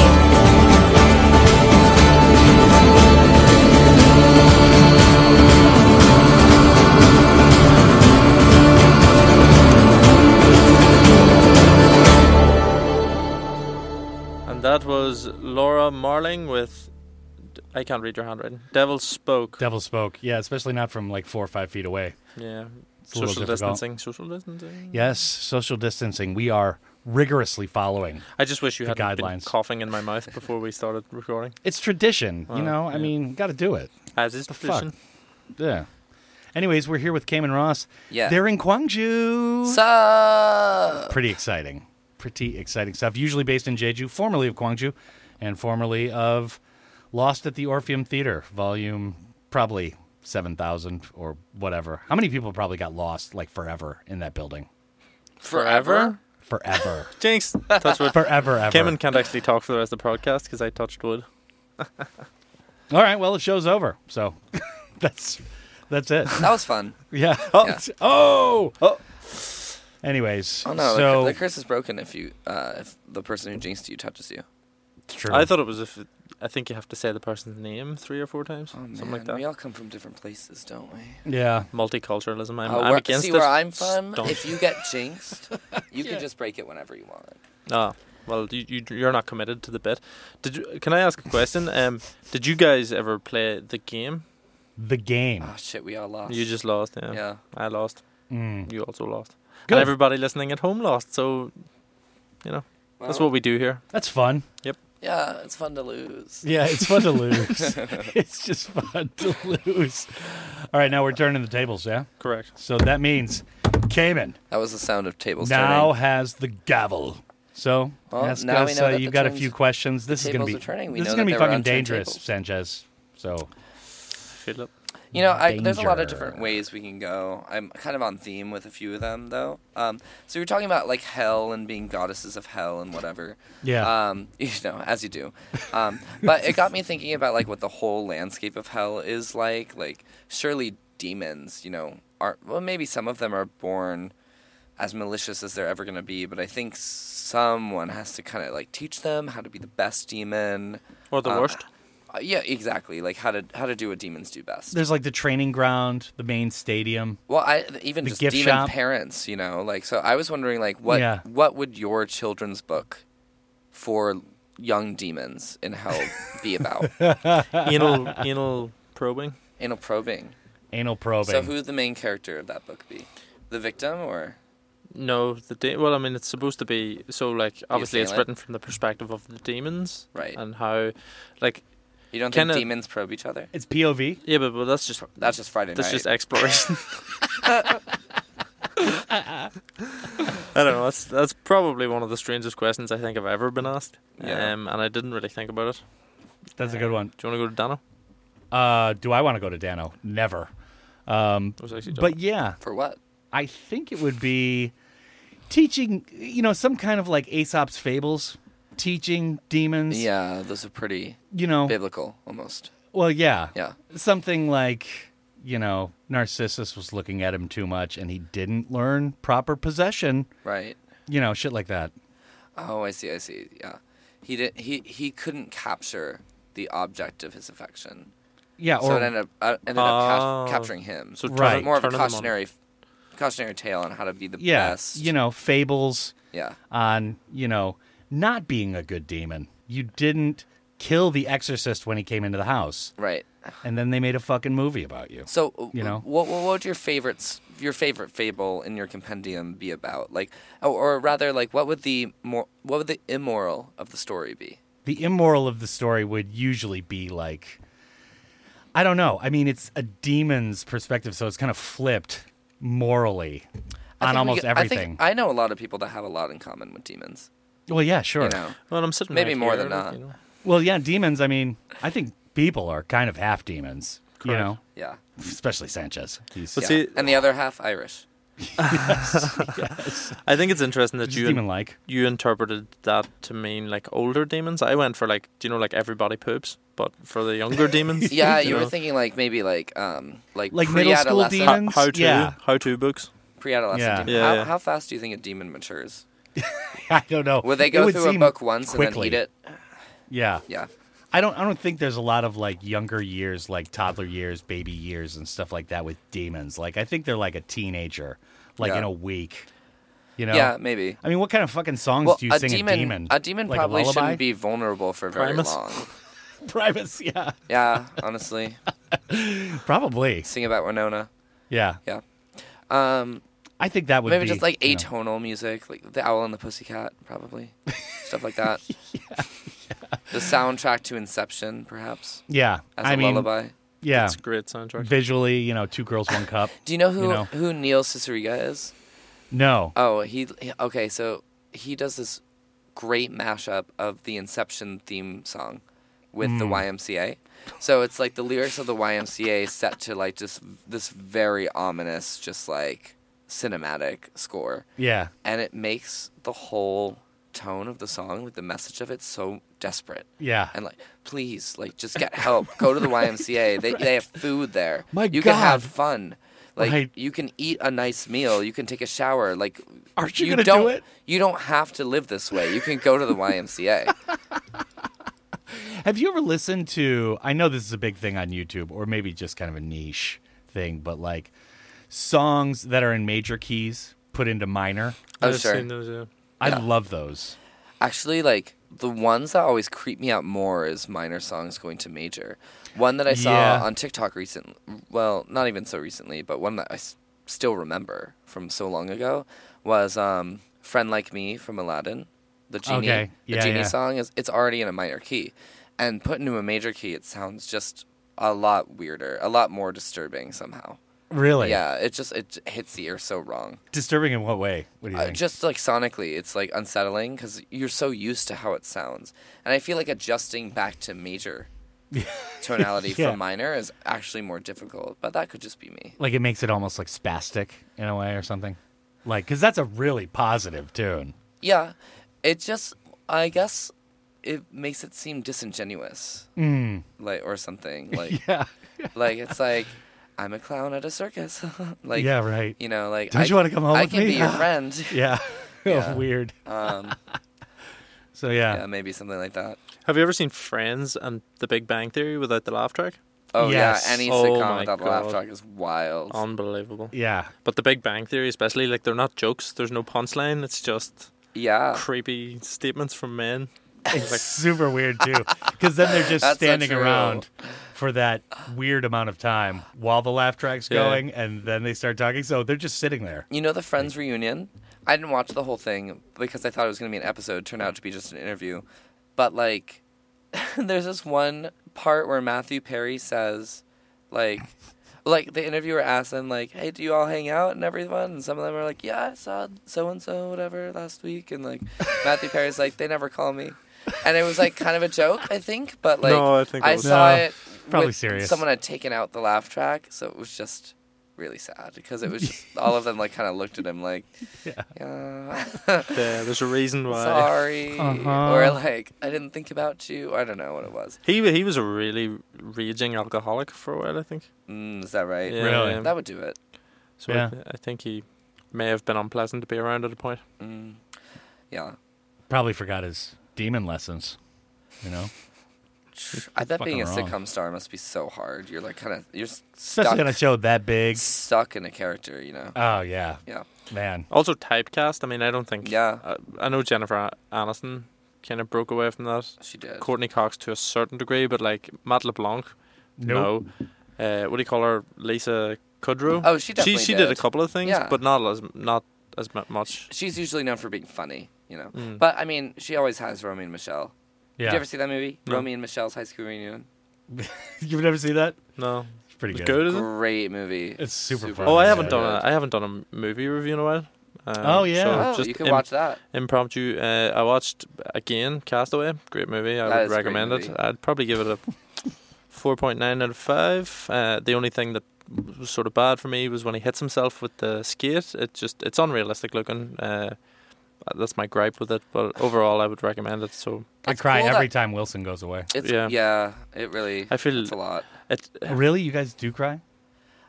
Speaker 5: And that was Laura Marling with. I can't read your handwriting. Devil Spoke.
Speaker 6: Devil spoke. Yeah, especially not from like four or five feet away.
Speaker 5: yeah.
Speaker 6: a little
Speaker 5: Social
Speaker 6: difficult.
Speaker 5: distancing. Social distancing.
Speaker 6: Yes, social distancing. We are rigorously following.
Speaker 5: I just wish you
Speaker 6: The
Speaker 5: hadn't been
Speaker 6: guidelines.
Speaker 5: coughing in my mouth before we started recording.
Speaker 6: It's tradition, you
Speaker 5: Well,
Speaker 6: know. I
Speaker 5: yeah.
Speaker 6: mean, got to do it.
Speaker 5: As is tradition.
Speaker 6: Yeah. Anyways, we're here with Cayman Ross.
Speaker 8: Yeah.
Speaker 6: They're in Gwangju.
Speaker 8: So
Speaker 6: Pretty exciting. Pretty exciting stuff. Usually based in Jeju, formerly of Gwangju, and formerly of Lost at the Orpheum Theater, volume probably 7,000 or whatever. How many people probably got lost like forever in that building?
Speaker 8: forever.
Speaker 6: Forever.
Speaker 5: Jinx. Touch wood.
Speaker 6: forever, ever.
Speaker 5: Cayman can't actually talk for the rest of the podcast because I touched wood.
Speaker 6: All right, well, the show's over. So that's that's it.
Speaker 8: That was fun.
Speaker 6: Yeah. Oh.
Speaker 8: Yeah.
Speaker 6: Oh. Anyways.
Speaker 8: Oh no,
Speaker 6: So
Speaker 8: the, the curse is broken if you uh, if the person who jinxed you touches you.
Speaker 6: It's true.
Speaker 5: I thought it was if I think you have to say the person's name three or four times,
Speaker 8: Oh,
Speaker 5: something
Speaker 8: man,
Speaker 5: like that.
Speaker 8: We all come from different places, don't we?
Speaker 6: yeah.
Speaker 5: Multiculturalism. I'm,
Speaker 8: Uh,
Speaker 5: I'm
Speaker 8: where-
Speaker 5: against
Speaker 8: see
Speaker 5: it.
Speaker 8: where I'm from.
Speaker 5: Don't-
Speaker 8: If you get jinxed, you can just break it whenever you want.
Speaker 5: Ah, well, you, you you're not committed to the bit. Did you, can I ask a question? Um, did you guys ever play the game?
Speaker 6: The game.
Speaker 5: Ah,
Speaker 8: Oh shit, we all lost.
Speaker 5: You just lost. Yeah.
Speaker 8: yeah.
Speaker 5: I lost.
Speaker 6: Mm.
Speaker 5: You also lost.
Speaker 6: Good.
Speaker 5: And everybody listening at home lost. So, you know, that's
Speaker 8: Well,
Speaker 5: what we do here.
Speaker 6: That's fun.
Speaker 8: Yeah, it's fun to lose.
Speaker 6: Yeah, it's fun to lose. it's just fun to lose. All right, now we're turning the tables. Yeah.
Speaker 5: Correct.
Speaker 6: So that means Cayman
Speaker 8: That was the sound of tables
Speaker 6: now
Speaker 8: turning.
Speaker 6: has the gavel. So
Speaker 8: Well,
Speaker 6: ask
Speaker 8: now we
Speaker 6: us.
Speaker 8: know
Speaker 6: uh,
Speaker 8: that
Speaker 6: you've
Speaker 8: the
Speaker 6: got a
Speaker 8: turns-
Speaker 6: few questions. This is gonna
Speaker 8: tables
Speaker 6: be
Speaker 8: are turning. We
Speaker 6: this is
Speaker 8: know
Speaker 6: gonna
Speaker 8: that
Speaker 6: be
Speaker 8: they were
Speaker 6: fucking
Speaker 8: on
Speaker 6: dangerous,
Speaker 8: turntables.
Speaker 6: Sanchez. So
Speaker 5: Feel it.
Speaker 8: You know, I, there's a lot of different
Speaker 6: Danger.
Speaker 8: ways we can go. I'm kind of on theme with a few of them, though. Um, so we were talking about like hell and being goddesses of hell and whatever.
Speaker 6: Yeah.
Speaker 8: Um, you know, as you do. Um, but it got me thinking about like what the whole landscape of hell is like. Like surely demons, you know, are well maybe some of them are born as malicious as they're ever going to be, but I think someone has to kind of like teach them how to be the best demon.
Speaker 5: Or the
Speaker 8: Um,
Speaker 5: worst.
Speaker 8: Uh, yeah, exactly. Like how to how to do what demons do best.
Speaker 6: there's like the training ground, the main stadium.
Speaker 8: Well, I even
Speaker 6: The
Speaker 8: just
Speaker 6: gift
Speaker 8: demon
Speaker 6: shop.
Speaker 8: parents, you know, like so. I was wondering, like, what
Speaker 6: Yeah.
Speaker 8: what would your children's book for young demons in hell be about?
Speaker 5: anal anal probing.
Speaker 8: Anal probing.
Speaker 6: Anal probing.
Speaker 8: So, who would the main character of that book be? The victim, or
Speaker 5: No, the de- well, I mean, it's supposed to be so. Like, obviously, it's
Speaker 8: feeling?
Speaker 5: written from the perspective of the demons,
Speaker 8: Right.
Speaker 5: And how, like,
Speaker 8: you don't
Speaker 5: Kinda-
Speaker 8: think demons probe each other?
Speaker 6: it's POV.
Speaker 5: yeah, but, but that's just
Speaker 8: That's just Friday
Speaker 5: that's
Speaker 8: night.
Speaker 5: just exploration. I don't know. That's that's probably one of the strangest questions I think I've ever been asked.
Speaker 8: Yeah.
Speaker 5: Um, and I didn't really think about it.
Speaker 6: That's a good one.
Speaker 5: Do you want to go to Dano?
Speaker 6: Uh, do I want to go to Dano? Never. Um,
Speaker 5: It was actually
Speaker 6: but yeah,
Speaker 8: for what?
Speaker 6: I think it would be teaching, you know, some kind of like Aesop's fables, teaching demons.
Speaker 8: Yeah, those are pretty
Speaker 6: You know,
Speaker 8: biblical almost.
Speaker 6: well, yeah.
Speaker 8: Yeah.
Speaker 6: Something like, you know, Narcissus was looking at him too much and he didn't learn proper possession,
Speaker 8: Right.
Speaker 6: you know, shit like that.
Speaker 8: Oh, I see. I see. Yeah, he did. He he couldn't capture the object of his affection.
Speaker 6: Yeah.
Speaker 8: so
Speaker 6: Or,
Speaker 8: it ended up uh, ended up
Speaker 5: Oh.
Speaker 8: ca- capturing him.
Speaker 5: So turn,
Speaker 6: Right.
Speaker 8: more of a
Speaker 5: turning them on.
Speaker 8: cautionary cautionary tale on how to be the
Speaker 6: yeah.
Speaker 8: best.
Speaker 6: You know, fables
Speaker 8: Yeah.
Speaker 6: on, you know, not being a good demon. You didn't kill the exorcist when he came into the house.
Speaker 8: Right.
Speaker 6: And then they made a fucking movie about you.
Speaker 8: So uh,
Speaker 6: You know?
Speaker 8: what what would your favorites your favorite fable in your compendium be about? Like or, or rather like what would the more what would the immoral of the story be?
Speaker 6: the immoral of the story would usually be like I don't know. I mean, it's a demon's perspective, so it's kind of flipped morally
Speaker 8: I
Speaker 6: on
Speaker 8: think we
Speaker 6: almost
Speaker 8: could- I
Speaker 6: everything.
Speaker 8: think I know a lot of people that have a lot in common with demons.
Speaker 6: well, yeah, sure.
Speaker 8: You know.
Speaker 5: Well, I'm sitting
Speaker 8: Maybe
Speaker 5: right
Speaker 8: more
Speaker 5: here,
Speaker 8: than
Speaker 5: like,
Speaker 8: not.
Speaker 5: you know.
Speaker 6: Well, yeah, demons, I mean, I think people are kind of half demons, you
Speaker 5: Correct.
Speaker 6: know,
Speaker 8: Yeah.
Speaker 6: especially Sanchez. He's
Speaker 5: But
Speaker 8: yeah.
Speaker 5: see-
Speaker 8: and the other half Irish.
Speaker 5: I think it's interesting that you
Speaker 6: demon like.
Speaker 5: you interpreted that to mean like older demons. I went for like, do you know, like everybody poops, but for the younger demons.
Speaker 8: Yeah, you were
Speaker 5: know,
Speaker 8: thinking like maybe like um like,
Speaker 6: Like middle school
Speaker 8: pre-adolescent,
Speaker 5: ho-
Speaker 6: demons?
Speaker 5: how to
Speaker 6: Yeah.
Speaker 5: how to books.
Speaker 8: pre-adolescent
Speaker 6: Yeah.
Speaker 8: demon.
Speaker 5: Yeah,
Speaker 8: how,
Speaker 5: yeah.
Speaker 8: how fast do you think a demon matures?
Speaker 6: I don't know.
Speaker 8: Would they
Speaker 6: It
Speaker 8: go
Speaker 6: would
Speaker 8: through a
Speaker 6: seem
Speaker 8: book once
Speaker 6: quickly.
Speaker 8: and then eat it?
Speaker 6: Yeah.
Speaker 8: Yeah.
Speaker 6: I don't I don't think there's a lot of like younger years, like toddler years, baby years and stuff like that with demons. Like I think they're like a teenager, like
Speaker 8: Yeah.
Speaker 6: in a week. You know?
Speaker 8: Yeah, maybe.
Speaker 6: I mean, what kind of fucking songs
Speaker 8: Well,
Speaker 6: do you
Speaker 8: a
Speaker 6: sing
Speaker 8: demon,
Speaker 6: a demon?
Speaker 8: a demon
Speaker 6: Like
Speaker 8: probably
Speaker 6: lullaby?
Speaker 8: shouldn't be vulnerable for very
Speaker 5: Primus?
Speaker 8: long.
Speaker 6: Primus, yeah.
Speaker 8: Yeah, honestly,
Speaker 6: Probably.
Speaker 8: sing about Winona.
Speaker 6: Yeah.
Speaker 8: Yeah. Um,
Speaker 6: I think that would
Speaker 8: Maybe
Speaker 6: be
Speaker 8: just like
Speaker 6: you know,
Speaker 8: atonal music, like the owl and the pussycat, probably stuff like that. The soundtrack to Inception, perhaps
Speaker 6: Yeah,
Speaker 8: as
Speaker 6: I
Speaker 8: a
Speaker 6: mean,
Speaker 8: lullaby.
Speaker 6: yeah,
Speaker 5: It's a great soundtrack.
Speaker 6: visually, you know, two girls, one cup.
Speaker 8: Do you know who
Speaker 6: you know.
Speaker 8: who Neil Cicerega is?
Speaker 6: No,
Speaker 8: Oh, he he- okay. So he does this great mashup of the Inception theme song with the YMCA. So it's like the lyrics of the YMCA set to like just this very ominous, just like cinematic score,
Speaker 6: yeah,
Speaker 8: and it makes the whole tone of the song, like the message of it, so desperate.
Speaker 6: yeah.
Speaker 8: And like, please, like, just get help. Go to the YMCA. They they have food there.
Speaker 6: My
Speaker 8: you can have
Speaker 6: God.
Speaker 8: fun. Like
Speaker 6: Right.
Speaker 8: you can eat a nice meal. You can take a shower. Like,
Speaker 6: Aren't you
Speaker 8: you
Speaker 6: gonna do
Speaker 8: don't,
Speaker 6: it?
Speaker 8: You don't have to live this way. You can go to the YMCA.
Speaker 6: Have you ever listened to? I know this is a big thing on YouTube, or maybe just kind of a niche thing, but like songs that are in major keys put into minor.
Speaker 8: oh
Speaker 5: I've
Speaker 8: sure.
Speaker 5: seen those, yeah.
Speaker 6: I love those.
Speaker 8: Actually, like the ones that always creep me out more is minor songs going to major. One that I saw
Speaker 6: Yeah.
Speaker 8: on TikTok recently. Well, not even so recently, but one that I s- still remember from so long ago was um, "Friend Like Me" from Aladdin. The genie,
Speaker 6: Okay. Yeah,
Speaker 8: the genie
Speaker 6: yeah.
Speaker 8: song is it's already in a minor key, and put into a major key, it sounds just a lot weirder, a lot more disturbing somehow.
Speaker 6: Really?
Speaker 8: Yeah, it just it hits the ear so wrong.
Speaker 6: Disturbing in what way? What do you
Speaker 8: Uh,
Speaker 6: think?
Speaker 8: just like sonically, it's like unsettling because you're so used to how it sounds, and I feel like adjusting back to major tonality
Speaker 6: Yeah.
Speaker 8: from minor is actually more difficult. But that could just be me.
Speaker 6: like it makes it almost like spastic in a way or something. Like, because that's a really positive tune.
Speaker 8: Yeah, it just I guess it makes it seem disingenuous, like or something like
Speaker 6: Mm. Yeah.
Speaker 8: like it's like I'm a clown at a circus, like
Speaker 6: yeah. Right.
Speaker 8: you know like
Speaker 6: Don't
Speaker 8: I,
Speaker 6: you wanna come home
Speaker 8: I
Speaker 6: with
Speaker 8: can
Speaker 6: me?
Speaker 8: be your friend.
Speaker 6: Yeah. Weird.
Speaker 8: Um,
Speaker 6: So yeah.
Speaker 8: yeah, maybe something like that.
Speaker 5: Have you ever seen Friends and The Big Bang Theory without the laugh track?
Speaker 8: Oh
Speaker 6: Yes.
Speaker 8: yeah, any
Speaker 5: Oh
Speaker 8: sitcom
Speaker 5: my
Speaker 8: without the laugh
Speaker 5: God. Um,
Speaker 8: track is wild.
Speaker 5: Unbelievable.
Speaker 6: Yeah.
Speaker 5: But The Big Bang Theory, especially, like they're not jokes. There's no punchline. It's just
Speaker 8: yeah.
Speaker 5: creepy statements from men.
Speaker 6: It's super weird too, because then they're just
Speaker 8: That's so
Speaker 6: standing
Speaker 8: true.
Speaker 6: around for that weird amount of time while the laugh track's
Speaker 5: Yeah.
Speaker 6: going, and then they start talking. So they're just sitting there.
Speaker 8: You know the Friends reunion? I didn't watch the whole thing because I thought it was going to be an episode. Turned out to be just an interview. But like, there's this one part where Matthew Perry says, like, like the interviewer asks him, like, "Hey, do you all hang out and everyone?" And some of them are like, "Yeah, I saw so and so whatever last week." And like, Matthew Perry's like, "They never call me." And it was like kind of a joke, I think, but like
Speaker 5: No, I think it was-
Speaker 6: No,
Speaker 8: saw it
Speaker 6: probably
Speaker 8: with-
Speaker 6: serious.
Speaker 8: Someone had taken out the laugh track, so it was just really sad because it was just all of them like kind of looked at him like, yeah,
Speaker 5: Yeah, there's a reason why.
Speaker 8: sorry,
Speaker 6: Uh-huh.
Speaker 8: or like I didn't think about you. I don't know what it was.
Speaker 5: He he was a really raging alcoholic for a while, I think.
Speaker 8: Mm, is that right?
Speaker 5: Yeah,
Speaker 6: Really?
Speaker 5: yeah.
Speaker 8: That would do it.
Speaker 5: So
Speaker 6: Yeah.
Speaker 5: I, I think he may have been unpleasant to be around at a point.
Speaker 8: Mm. Yeah,
Speaker 6: Probably forgot his demon lessons. You know,
Speaker 8: I bet being a
Speaker 6: fucking wrong.
Speaker 8: sitcom star must be so hard. You're like kind of you're s-
Speaker 6: especially
Speaker 8: stuck,
Speaker 6: on a show that big.
Speaker 8: stuck in a character, you know?
Speaker 6: Oh yeah,
Speaker 8: Yeah.
Speaker 6: man.
Speaker 5: Also typecast. I mean, I don't think.
Speaker 8: Yeah.
Speaker 5: I, I know Jennifer Aniston kind of broke away from that.
Speaker 8: She did.
Speaker 5: Courtney Cox to a certain degree, but like Matt LeBlanc,
Speaker 6: Nope.
Speaker 5: no. Uh, what do you call her? Lisa Kudrow.
Speaker 8: Oh, she definitely
Speaker 5: she did. a
Speaker 8: did.
Speaker 5: couple of things,
Speaker 8: Yeah.
Speaker 5: but not as not as mu- much.
Speaker 8: She's usually known for being funny, you know. But I mean, she always has Romy and Michelle.
Speaker 6: Mm.
Speaker 8: Did
Speaker 6: Yeah,
Speaker 8: you ever see that movie, Romy and Michelle's High School Reunion?
Speaker 6: You've never seen that?
Speaker 5: No,
Speaker 6: It's pretty
Speaker 5: It's
Speaker 6: good.
Speaker 5: good, is it?
Speaker 8: Great movie.
Speaker 6: It's super fun.
Speaker 5: Oh, I
Speaker 6: Yeah,
Speaker 5: haven't done
Speaker 8: good.
Speaker 5: a, I haven't done a movie review in a while. Um,
Speaker 6: Oh, yeah.
Speaker 5: so
Speaker 8: Oh,
Speaker 5: just
Speaker 8: you can
Speaker 5: im-
Speaker 8: watch that.
Speaker 5: Impromptu. Uh, I watched again Castaway. Great movie. I
Speaker 8: That
Speaker 5: would
Speaker 8: is a great
Speaker 5: recommend it.
Speaker 8: movie.
Speaker 5: I'd probably give it a four point nine out of five. Uh, the only thing that was sort of bad for me was when he hits himself with the skate. It just it's unrealistic looking. Uh, that's my gripe with it. But overall, I would recommend it. So
Speaker 6: I
Speaker 8: It's
Speaker 6: cry
Speaker 8: cool
Speaker 6: every
Speaker 8: that-
Speaker 6: time Wilson goes away.
Speaker 8: It's, yeah.
Speaker 5: Yeah.
Speaker 8: it really.
Speaker 5: I feel-
Speaker 8: it's a lot.
Speaker 5: it.
Speaker 6: Really, you guys do cry?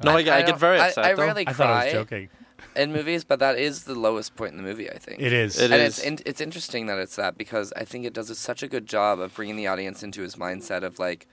Speaker 5: No, I, I
Speaker 8: don't-
Speaker 5: get very
Speaker 8: I-
Speaker 5: upset.
Speaker 8: I,
Speaker 5: though.
Speaker 8: rarely
Speaker 6: I
Speaker 8: cry
Speaker 6: thought I was joking.
Speaker 8: in movies, but that is the lowest point in the movie, I think.
Speaker 6: It is.
Speaker 5: It
Speaker 8: and
Speaker 5: is.
Speaker 8: it's in, it's interesting that it's that because I think it does such a good job of bringing the audience into his mindset of like,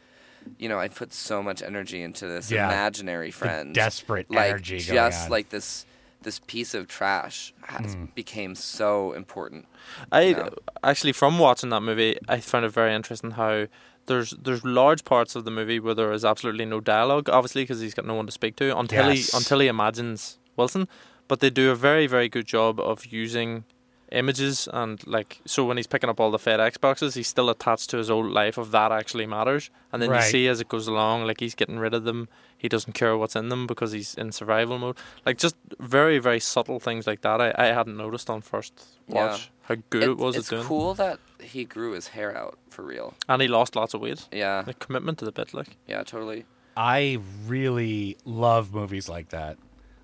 Speaker 8: you know, I put so much energy into this
Speaker 6: Yeah.
Speaker 8: imaginary friend,
Speaker 6: desperate
Speaker 8: like
Speaker 6: energy going
Speaker 8: just
Speaker 6: on. Hmm.
Speaker 8: like this this piece of trash has became so important.
Speaker 5: I
Speaker 8: know?
Speaker 5: actually, from watching that movie, I found it very interesting how there's there's large parts of the movie where there is absolutely no dialogue, obviously because he's got no one to speak to until
Speaker 6: Yes.
Speaker 5: he until he imagines Wilson. but they do a very very good job of using images and like so when he's picking up all the FedEx boxes, he's still attached to his old life of that actually matters. And then you
Speaker 6: Right.
Speaker 5: see as it goes along, like he's getting rid of them. He doesn't care what's in them because he's in survival mode. Like just very very subtle things like that. I, I hadn't noticed on first watch how good it,
Speaker 8: It's-
Speaker 5: was
Speaker 8: It's
Speaker 5: at doing.
Speaker 8: cool that he grew his hair out for real.
Speaker 5: And he lost lots of weight.
Speaker 8: Yeah,
Speaker 5: The commitment to the bit, like
Speaker 8: yeah, totally.
Speaker 6: I really love movies like that,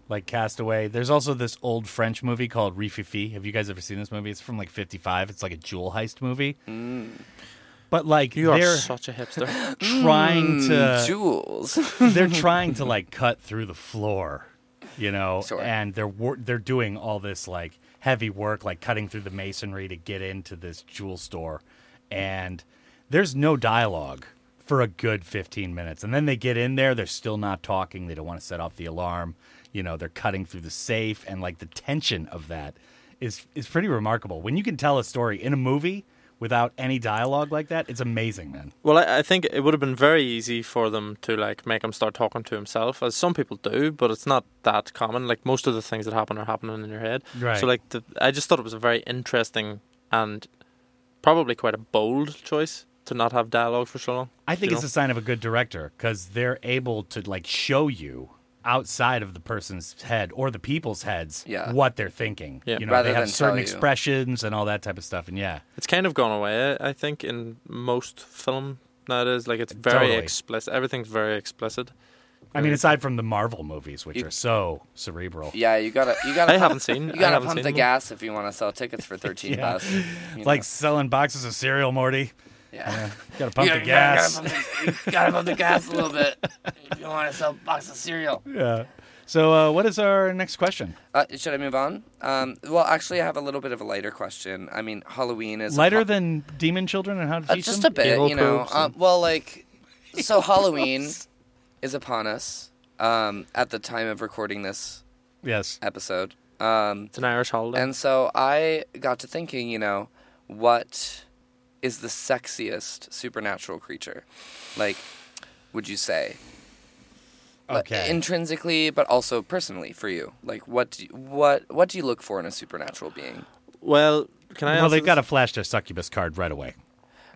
Speaker 6: like Castaway. There's also this old French movie called Rififi. Have you guys ever seen this movie? It's from like '55. It's like a jewel heist movie. But like
Speaker 5: Mm. you are Mm,
Speaker 6: they're
Speaker 5: such a hipster.
Speaker 6: trying
Speaker 5: Uh,
Speaker 6: to,
Speaker 8: Jewels.
Speaker 6: they're trying to like cut through the floor, you know,
Speaker 8: Sure.
Speaker 6: and they're wor- they're doing all this like heavy work, like cutting through the masonry to get into this jewel store, and there's no dialogue for a good 15 minutes, and then they get in there, they're still not talking, they don't want to set off the alarm, you know, they're cutting through the safe, and like the tension of that is is pretty remarkable. When you can tell a story in a movie without any dialogue like that, it's amazing, man.
Speaker 5: Well, I, I think it would have been very easy for them to like make him start talking to himself, as some people do, but it's not that common. Like most of the things that happen are happening in your head.
Speaker 6: Right.
Speaker 5: So like, the, I just thought it was a very interesting and probably quite a bold choice to not have dialogue for so long.
Speaker 6: I think
Speaker 5: you
Speaker 6: it's
Speaker 5: know?
Speaker 6: a sign of a good director because they're able to like show you outside of the person's head or the people's heads
Speaker 8: Yeah.
Speaker 6: what they're thinking.
Speaker 5: Yeah.
Speaker 6: You know,
Speaker 8: Rather
Speaker 6: they have
Speaker 8: than
Speaker 6: certain
Speaker 8: tell you.
Speaker 6: expressions and all that type of stuff. And yeah,
Speaker 5: it's kind of gone away. I I think in most film nowadays, like it's very
Speaker 6: Totally.
Speaker 5: explicit. Everything's very explicit.
Speaker 6: I mean, aside from the Marvel movies, which
Speaker 8: You-
Speaker 6: are so cerebral,
Speaker 8: Yeah, you gotta, you gotta.
Speaker 5: I haven't seen-
Speaker 8: You
Speaker 5: I
Speaker 8: gotta
Speaker 5: haven't
Speaker 8: pump
Speaker 5: seen
Speaker 8: the
Speaker 5: them.
Speaker 8: gas if you want to sell tickets for thirteen
Speaker 6: Yeah.
Speaker 8: bucks. you
Speaker 6: like
Speaker 8: know.
Speaker 6: selling boxes of cereal, Morty.
Speaker 8: yeah.
Speaker 6: Gotta pump
Speaker 8: You
Speaker 6: the
Speaker 8: gotta-
Speaker 6: gas.
Speaker 8: You gotta, pump the, you gotta pump the gas a little bit if you want to sell a box of cereal.
Speaker 6: Yeah. So, uh, what is our next question?
Speaker 8: Uh, should I move on? Um, well, actually, I have a little bit of a lighter question. I mean, Halloween is a
Speaker 6: Lighter
Speaker 8: po-
Speaker 6: than Demon Children and How to
Speaker 8: uh,
Speaker 6: Teach
Speaker 8: just a
Speaker 6: Them?
Speaker 8: bit,
Speaker 5: Evil
Speaker 8: you know.
Speaker 5: popes
Speaker 8: Um, well, like, so Halloween is upon us um, at the time of recording this
Speaker 6: Yes.
Speaker 8: episode. Um,
Speaker 5: It's an Irish holiday.
Speaker 8: and so I got to thinking, you know, what is the sexiest supernatural creature? Like, would you say? Like,
Speaker 6: Okay.
Speaker 8: intrinsically, but also personally for you. Like, what do you, what what do you look for in a supernatural being?
Speaker 5: well, can I?
Speaker 6: well,
Speaker 5: answer
Speaker 6: they've got
Speaker 5: this?
Speaker 6: to flash their succubus card right away.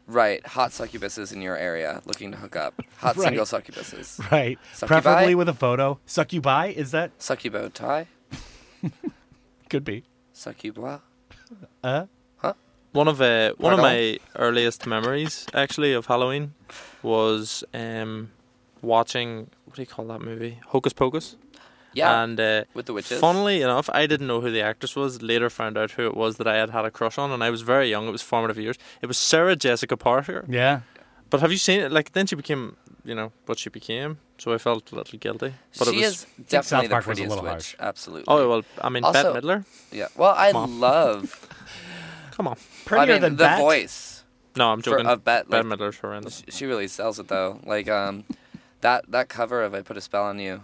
Speaker 8: Right, hot succubuses in your area looking to hook up. Hot
Speaker 6: Right.
Speaker 8: single succubuses.
Speaker 6: Right.
Speaker 8: Succubi?
Speaker 6: Preferably with a photo. Succubi? Is that?
Speaker 8: Succubo tie,
Speaker 6: Could be.
Speaker 8: succubois.
Speaker 5: One of uh, one of
Speaker 8: Pardon?
Speaker 5: my earliest memories actually of Halloween was um, watching what do you call that movie? Hocus Pocus.
Speaker 8: Yeah,
Speaker 6: Um,
Speaker 5: And uh,
Speaker 8: with the witches.
Speaker 5: funnily enough, I didn't know who the actress was. Later found out who it was that I had had a crush on, and I was very young. It was formative years. It was Sarah Jessica Parker.
Speaker 6: Yeah.
Speaker 5: But have you seen it? Like then she became, you know, what she became. So I felt a little guilty. But
Speaker 8: she
Speaker 5: it was,
Speaker 8: is definitely the
Speaker 6: Park was a
Speaker 8: prettiest
Speaker 6: little
Speaker 8: witch. Absolutely.
Speaker 5: Oh well, I mean,
Speaker 8: Also-
Speaker 5: Bette Midler.
Speaker 8: yeah. Well, I love.
Speaker 5: Come on.
Speaker 8: I
Speaker 6: Prettier
Speaker 8: mean,
Speaker 6: than
Speaker 8: the
Speaker 6: that.
Speaker 8: voice.
Speaker 5: No, I'm joking.
Speaker 8: of Bette,
Speaker 5: Bette
Speaker 8: like-
Speaker 5: Midler's horrendous.
Speaker 8: She really sells it though. Like um, that that cover of "I Put a Spell on You."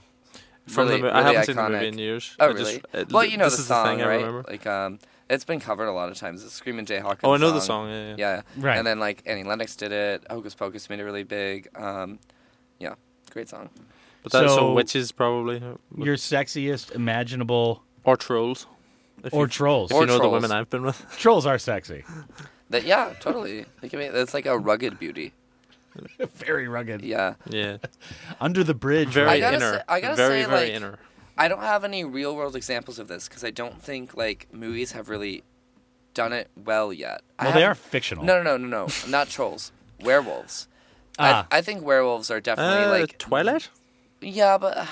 Speaker 5: From
Speaker 8: really,
Speaker 5: the, mo- I
Speaker 8: really
Speaker 5: haven't seen the
Speaker 8: iconic.
Speaker 5: movie in years.
Speaker 8: Oh
Speaker 5: I just-
Speaker 8: really?
Speaker 5: it-
Speaker 8: well, you know
Speaker 5: this
Speaker 8: the
Speaker 5: is the
Speaker 8: song,
Speaker 5: thing I
Speaker 8: right?
Speaker 5: remember.
Speaker 8: Like um, it's been covered a lot of times. It's Screaming Jay Hawkins.
Speaker 5: Oh, I know the song. Yeah, yeah.
Speaker 8: Yeah.
Speaker 6: Right.
Speaker 8: And then like Annie Lennox did it. Hocus Pocus made it really big. Um, yeah, great song.
Speaker 5: But that's so,
Speaker 6: So-
Speaker 5: witches probably,
Speaker 6: Your sexiest imaginable
Speaker 5: or trolls, if
Speaker 6: or
Speaker 5: you,
Speaker 6: trolls.
Speaker 5: if you
Speaker 8: Or
Speaker 5: know the
Speaker 8: trolls.
Speaker 5: women I've been with.
Speaker 6: trolls are sexy.
Speaker 8: That yeah, totally. They can make, it's like a rugged beauty.
Speaker 6: Very rugged.
Speaker 8: Yeah.
Speaker 5: Yeah,
Speaker 6: Under the bridge.
Speaker 5: very
Speaker 6: right?
Speaker 8: I gotta
Speaker 5: inner.
Speaker 8: say- I gotta
Speaker 5: very
Speaker 8: say,
Speaker 5: very
Speaker 8: like,
Speaker 5: inner.
Speaker 8: I don't have any real world examples of this because I don't think like movies have really done it well yet. I
Speaker 6: well, they are
Speaker 8: haven't-
Speaker 6: fictional.
Speaker 8: No, no, no, no, no. Not trolls. Werewolves.
Speaker 6: Ah.
Speaker 8: I, I think werewolves are definitely
Speaker 5: Uh,
Speaker 8: like
Speaker 5: Twilight.
Speaker 8: yeah, but uh,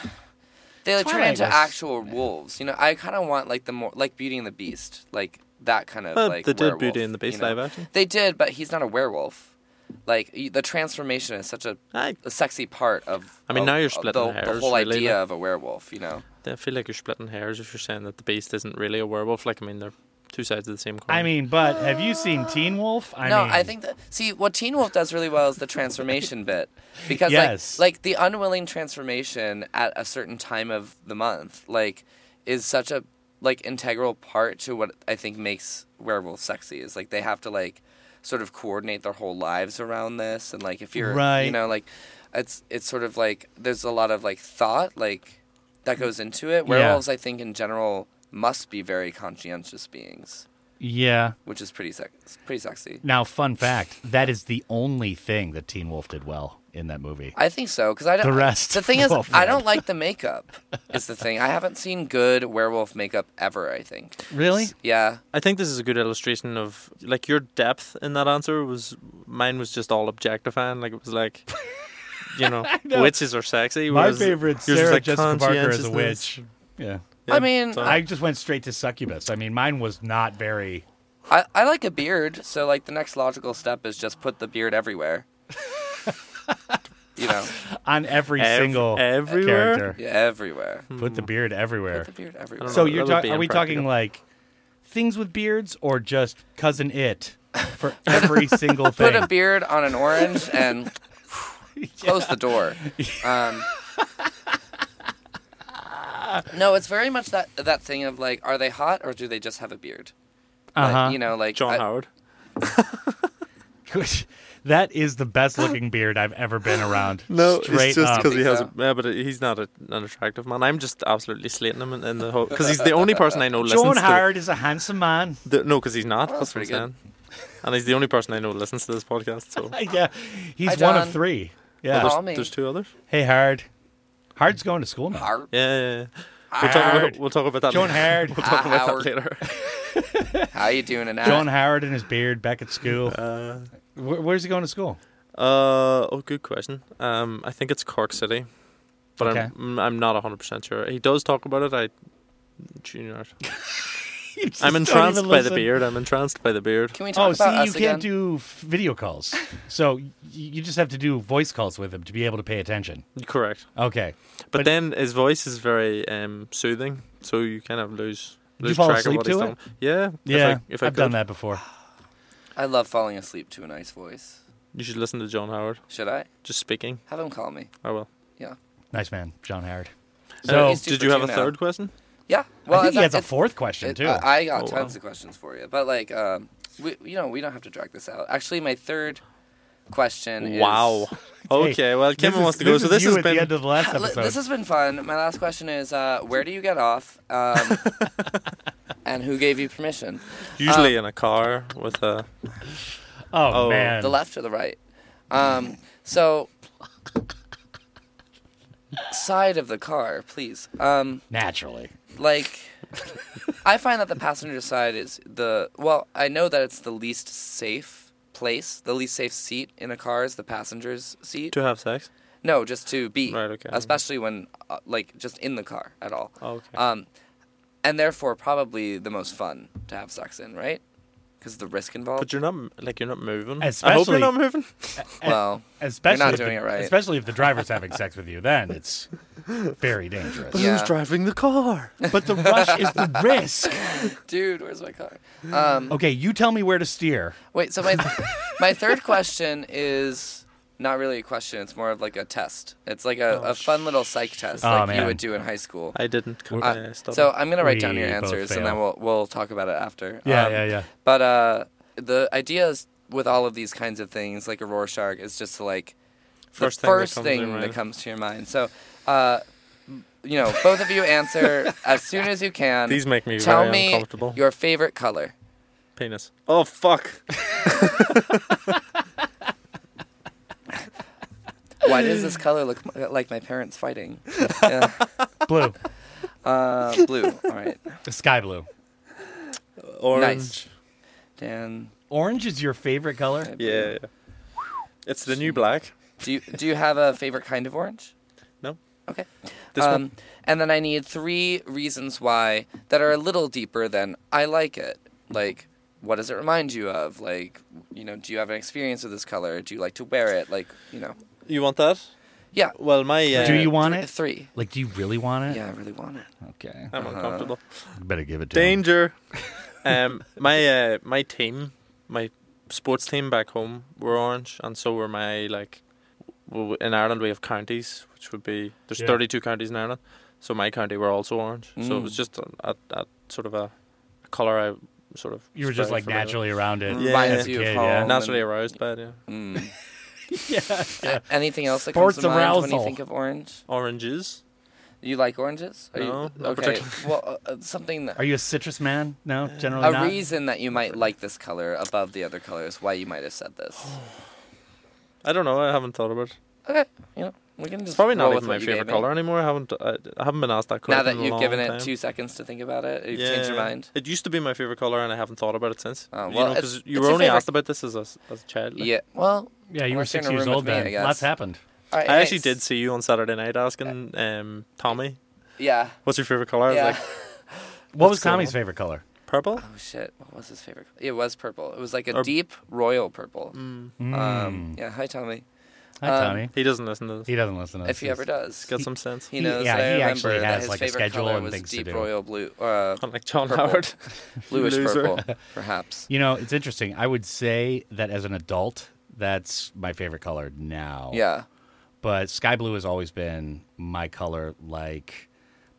Speaker 8: they like, turn
Speaker 6: Twilight
Speaker 8: into
Speaker 6: was-
Speaker 8: actual wolves. You know, I kind of want like the more like Beauty and the Beast, like that kind of
Speaker 5: Well,
Speaker 8: like.
Speaker 5: they did
Speaker 8: werewolf,
Speaker 5: Beauty and Oh, the Beast
Speaker 8: you know?
Speaker 5: live action.
Speaker 8: They did, but he's not a werewolf. Like y- the transformation is such a,
Speaker 5: I,
Speaker 8: a sexy part of.
Speaker 5: I mean,
Speaker 8: of-
Speaker 5: now you're
Speaker 8: of
Speaker 5: splitting
Speaker 8: the, the
Speaker 5: hairs,
Speaker 8: whole
Speaker 5: really,
Speaker 8: idea
Speaker 5: like-
Speaker 8: of a werewolf. You know.
Speaker 5: I feel like you're splitting hairs if you're saying that the Beast isn't really a werewolf. Like I mean, they're two sides of the same coin.
Speaker 6: I mean, but have you seen Teen Wolf? I
Speaker 8: no,
Speaker 6: mean,
Speaker 8: I think that see what Teen Wolf does really well is the transformation bit, because
Speaker 6: Yes.
Speaker 8: like like the unwilling transformation at a certain time of the month like is such a like integral part to what I think makes werewolves sexy is like they have to like sort of coordinate their whole lives around this and like if you're you
Speaker 6: Right.
Speaker 8: know like it's it's sort of like there's a lot of like thought like that goes into it. Werewolves I think in general must be very conscientious beings,
Speaker 6: Yeah.
Speaker 8: which is pretty sex- pretty sexy.
Speaker 6: Now, fun fact: that is the only thing that Teen Wolf did well in that movie.
Speaker 8: I think so because I don't.
Speaker 6: The rest
Speaker 8: The thing is,
Speaker 6: of
Speaker 8: I
Speaker 6: it.
Speaker 8: don't like the makeup. Is the thing I haven't seen good werewolf makeup ever. I think.
Speaker 6: Really?
Speaker 8: Yeah.
Speaker 5: I think this is a good illustration of like your depth in that answer was mine was just all objectifying. Like it was like, you know, witches are sexy.
Speaker 6: My
Speaker 5: whereas
Speaker 6: favorite
Speaker 5: yours was,
Speaker 6: Sarah
Speaker 5: like,
Speaker 6: Jessica Parker as a
Speaker 5: conscientiousness.
Speaker 6: witch. Yeah.
Speaker 8: I mean,
Speaker 5: so-
Speaker 6: I just went straight to succubus. I mean, mine was not very.
Speaker 8: I, I like a beard, so like the next logical step is just put the beard everywhere. you know,
Speaker 6: on every
Speaker 5: Ev-
Speaker 6: single
Speaker 5: everywhere?
Speaker 6: character.
Speaker 8: yeah, everywhere.
Speaker 6: Put the beard everywhere.
Speaker 8: Put the beard everywhere.
Speaker 5: don't
Speaker 6: so
Speaker 5: know, that
Speaker 6: you're
Speaker 5: would
Speaker 6: ta-
Speaker 5: be
Speaker 6: are we talking
Speaker 5: impractical.
Speaker 6: like things with beards or just cousin it for every single
Speaker 8: put
Speaker 6: thing?
Speaker 8: a beard on an orange and close the door. Um, no, it's very much that that thing of like, are they hot or do they just have a beard? Like,
Speaker 6: Uh-huh.
Speaker 8: you know, like
Speaker 5: John
Speaker 8: I-
Speaker 5: Howard.
Speaker 6: that is the best looking beard I've ever been around.
Speaker 5: No,
Speaker 6: straight
Speaker 5: it's just
Speaker 6: up.
Speaker 5: because he has. A,
Speaker 8: Think
Speaker 5: yeah, but he's not a, an attractive man. I'm just absolutely slating him in, in the whole because he's the only person I know listens
Speaker 6: John
Speaker 5: to.
Speaker 6: Howard is a handsome man.
Speaker 5: The, no, because he's not.
Speaker 8: Well,
Speaker 5: that's
Speaker 8: that's
Speaker 5: what I'm
Speaker 8: pretty
Speaker 5: saying. And he's the only person I know listens to this podcast. So
Speaker 6: yeah, he's
Speaker 8: Hi,
Speaker 6: one
Speaker 8: John.
Speaker 6: of three. Yeah.
Speaker 8: Well,
Speaker 5: there's,
Speaker 8: Call me.
Speaker 5: there's two others.
Speaker 6: hey, Howard. Howard's going to school now.
Speaker 8: Har-
Speaker 5: Yeah, yeah, yeah. We'll, talk
Speaker 6: Howard.
Speaker 5: about, we'll talk about that.
Speaker 6: John
Speaker 5: later.
Speaker 6: Howard.
Speaker 5: We'll talk about
Speaker 8: Howard.
Speaker 5: that later.
Speaker 8: How you doing tonight?
Speaker 6: John Howard and his beard back at school. Where, where's he going to school?
Speaker 5: Uh, oh, good question. Um, I think it's Cork City, but
Speaker 6: Okay.
Speaker 5: I'm mm, I'm not hundred percent sure. He does talk about it. I, junior. I'm entranced by the beard. I'm entranced by the beard.
Speaker 8: Can we talk
Speaker 6: Oh,
Speaker 8: about
Speaker 6: see,
Speaker 8: us
Speaker 6: you
Speaker 8: again?
Speaker 6: can't do f- video calls, so y- you just have to do voice calls with him to be able to pay attention.
Speaker 5: Correct.
Speaker 6: Okay.
Speaker 5: But,
Speaker 6: But-
Speaker 5: then his voice is very um soothing, so you kind of lose
Speaker 6: you
Speaker 5: lose
Speaker 6: fall
Speaker 5: track
Speaker 6: asleep
Speaker 5: of what he's
Speaker 6: to it?
Speaker 5: talking. Yeah.
Speaker 6: Yeah,
Speaker 5: If I, if I
Speaker 6: have done
Speaker 5: could.
Speaker 6: that before.
Speaker 8: I love falling asleep to a nice voice.
Speaker 5: you should listen to John Howard
Speaker 8: Should I
Speaker 5: just speaking.
Speaker 8: have him call me?
Speaker 5: I will.
Speaker 6: Nice man, John Howard.
Speaker 8: So-
Speaker 5: Uh, did you have a third question?
Speaker 8: Yeah. Well,
Speaker 6: I think
Speaker 8: it's-
Speaker 6: he has a
Speaker 8: it's-
Speaker 6: fourth question
Speaker 8: It- uh,
Speaker 6: too.
Speaker 8: I- I got
Speaker 5: Oh, wow.
Speaker 8: tons of questions for you, but like, um, we you know we don't have to drag this out. Actually, my third question.
Speaker 5: Wow.
Speaker 8: Is,
Speaker 5: Okay. Well,
Speaker 6: This
Speaker 5: Kevin
Speaker 6: is-
Speaker 5: wants to go, so this
Speaker 6: you
Speaker 5: has
Speaker 6: at
Speaker 5: been
Speaker 6: the end of the last
Speaker 8: Li-
Speaker 6: episode.
Speaker 8: this has been fun. My last question is, uh, where do you get off? Um, and who gave you permission?
Speaker 6: uh,
Speaker 5: usually in a car with uh, a.
Speaker 6: oh,
Speaker 5: oh,
Speaker 6: man,
Speaker 8: The left or the right? Um, so, side of the car, please. Um,
Speaker 6: naturally.
Speaker 8: like I find that the passenger side is the well, I know that it's the least safe place. The least safe seat in a car is the passenger's seat.
Speaker 5: To have sex?
Speaker 8: No, just to be.
Speaker 5: Right, okay.
Speaker 8: Especially when uh, like just in the car at all.
Speaker 6: Oh,
Speaker 5: Okay.
Speaker 8: Um and therefore probably the most fun to have sex in, right? Cuz the risk involved.
Speaker 5: But you're not like you're not moving. I hope
Speaker 6: Especially-
Speaker 5: you're not moving.
Speaker 8: well,
Speaker 6: Especially
Speaker 8: not
Speaker 6: if the-
Speaker 8: doing it right.
Speaker 6: Especially if the driver's having sex with you, then it's very dangerous.
Speaker 8: Yeah.
Speaker 5: driving the car?
Speaker 6: But the rush is the risk.
Speaker 8: dude, where's my car? Um
Speaker 6: Okay, you tell me where to steer.
Speaker 8: wait, so my my third question is not really a question, it's more of like a test. It's like a, a fun little psych test
Speaker 6: Oh,
Speaker 8: like you
Speaker 6: man.
Speaker 8: would do in high school.
Speaker 5: I didn't.
Speaker 6: Uh,
Speaker 5: I stopped.
Speaker 8: So I'm gonna write down your
Speaker 6: We both
Speaker 8: answers and
Speaker 6: fail.
Speaker 8: then we'll we'll talk about it after.
Speaker 6: Yeah,
Speaker 8: Um,
Speaker 6: yeah, yeah.
Speaker 8: But uh, the idea is with all of these kinds of things, like a Rorschach, is just to like
Speaker 5: First
Speaker 8: the
Speaker 5: thing that comes
Speaker 8: first
Speaker 5: to
Speaker 8: thing
Speaker 5: your
Speaker 8: that
Speaker 5: mind.
Speaker 8: comes to your mind. So, uh, you know, both of you answer as soon as you can.
Speaker 5: These make me
Speaker 8: Tell
Speaker 5: very
Speaker 8: me
Speaker 5: uncomfortable.
Speaker 8: your favorite color.
Speaker 5: Penis. Oh fuck.
Speaker 8: Why does this color look m- like my parents fighting? Yeah.
Speaker 6: Blue,
Speaker 8: Uh, blue. All right,
Speaker 6: sky blue.
Speaker 5: Orange.
Speaker 8: Nice. Dan.
Speaker 6: Orange is your favorite color.
Speaker 5: Yeah. yeah. It's the new black.
Speaker 8: Do you do you have a favorite kind of orange?
Speaker 5: No.
Speaker 8: Okay.
Speaker 5: This
Speaker 8: um, And then I need three reasons why that are a little deeper than I like it. Like, what does it remind you of? Like, you know, do you have an experience with this color? Do you like to wear it? Like, you know.
Speaker 5: You want that?
Speaker 8: Yeah.
Speaker 5: Well, my. Uh,
Speaker 6: Do you want it?
Speaker 8: Three.
Speaker 6: Like, do you really want it?
Speaker 8: Yeah, I really want it.
Speaker 6: Okay.
Speaker 5: I'm uncomfortable.
Speaker 6: better give it to him.
Speaker 5: Danger. um, my uh, my team, my sports team back home were orange, and so were my like. w- In Ireland, we have counties, which would be there's
Speaker 6: Yeah.
Speaker 5: 32 counties in Ireland, so my county were also orange. So it
Speaker 8: Mm.
Speaker 5: was just a, a, a sort of a, a color I sort of.
Speaker 6: You were
Speaker 5: was
Speaker 6: just
Speaker 5: very
Speaker 6: like
Speaker 5: familiar with.
Speaker 6: naturally around it.
Speaker 5: Yeah.
Speaker 8: Reminds you
Speaker 6: Yeah,
Speaker 8: of
Speaker 6: yeah.
Speaker 8: home. and-
Speaker 5: naturally aroused by it. Yeah.
Speaker 8: Mm. yeah, Anything else that
Speaker 6: Sports
Speaker 8: comes to mind when
Speaker 6: arousal.
Speaker 8: you think of orange?
Speaker 5: Oranges.
Speaker 8: You like oranges? Are
Speaker 5: No,
Speaker 8: you,
Speaker 5: not
Speaker 8: okay.
Speaker 5: particularly.
Speaker 8: Well, uh, uh, something that
Speaker 6: Are you a citrus man? No,
Speaker 5: Oh,
Speaker 6: generally
Speaker 8: Uh, a
Speaker 6: not.
Speaker 8: reason that you might like this color above the other colors. Why you might have said this?
Speaker 5: I don't know. I haven't thought about it.
Speaker 8: Okay, you know we can just
Speaker 5: It's probably
Speaker 8: roll
Speaker 5: not
Speaker 8: with
Speaker 5: even my
Speaker 8: what you
Speaker 5: favorite
Speaker 8: gave me.
Speaker 5: color anymore. I haven't I, I haven't been asked that question.
Speaker 8: Now that
Speaker 5: in a
Speaker 8: you've
Speaker 5: long
Speaker 8: given
Speaker 5: time.
Speaker 8: it two seconds to think about it, you've changed your
Speaker 5: Yeah.
Speaker 8: mind.
Speaker 5: It used to be my favorite color, and I haven't thought about it since.
Speaker 8: Oh,
Speaker 5: you
Speaker 8: well,
Speaker 5: know,
Speaker 8: it's-
Speaker 5: 'cause
Speaker 8: it's
Speaker 5: you
Speaker 8: your
Speaker 5: were only
Speaker 8: favorite-
Speaker 5: asked about this as a, s- as a child. like.
Speaker 8: Yeah. Well.
Speaker 6: Yeah, you were
Speaker 8: unless you're in
Speaker 6: six
Speaker 8: a
Speaker 6: years
Speaker 8: room with
Speaker 6: old
Speaker 8: me, I
Speaker 6: then.
Speaker 8: guess.
Speaker 6: Lots happened.
Speaker 8: All right,
Speaker 5: I actually
Speaker 8: thanks.
Speaker 5: did see you on Saturday night asking um, Tommy,
Speaker 8: Yeah.
Speaker 5: "What's your favorite color?" I was
Speaker 8: Yeah.
Speaker 5: like,
Speaker 6: What was
Speaker 5: What's going
Speaker 6: Tommy's
Speaker 5: on?
Speaker 6: favorite color?
Speaker 5: "Purple."
Speaker 8: Oh shit! What was his favorite? color? It was purple. It was like a
Speaker 5: Or- Mm.
Speaker 8: deep royal purple.
Speaker 6: Mm.
Speaker 8: Um, yeah. Hi, Tommy.
Speaker 6: Hi,
Speaker 8: Um,
Speaker 6: Tommy.
Speaker 5: He doesn't listen to this.
Speaker 6: He doesn't listen to us.
Speaker 8: If he ever does,
Speaker 5: He's got some sense.
Speaker 8: he
Speaker 6: He-
Speaker 8: knows.
Speaker 6: yeah,
Speaker 8: that I
Speaker 6: he
Speaker 8: remember
Speaker 6: actually
Speaker 8: that
Speaker 6: has,
Speaker 8: his
Speaker 6: like, a
Speaker 8: favorite
Speaker 6: schedule
Speaker 8: color
Speaker 6: and
Speaker 8: was
Speaker 6: things to
Speaker 8: deep
Speaker 6: do.
Speaker 8: royal blue, uh,
Speaker 5: Unlike John
Speaker 8: Purple.
Speaker 5: Howard.
Speaker 8: bluish
Speaker 5: Loser.
Speaker 8: purple, perhaps.
Speaker 6: You know, it's interesting. I would say that as an adult, that's my favorite color now.
Speaker 8: Yeah.
Speaker 6: But sky blue has always been my color. Like,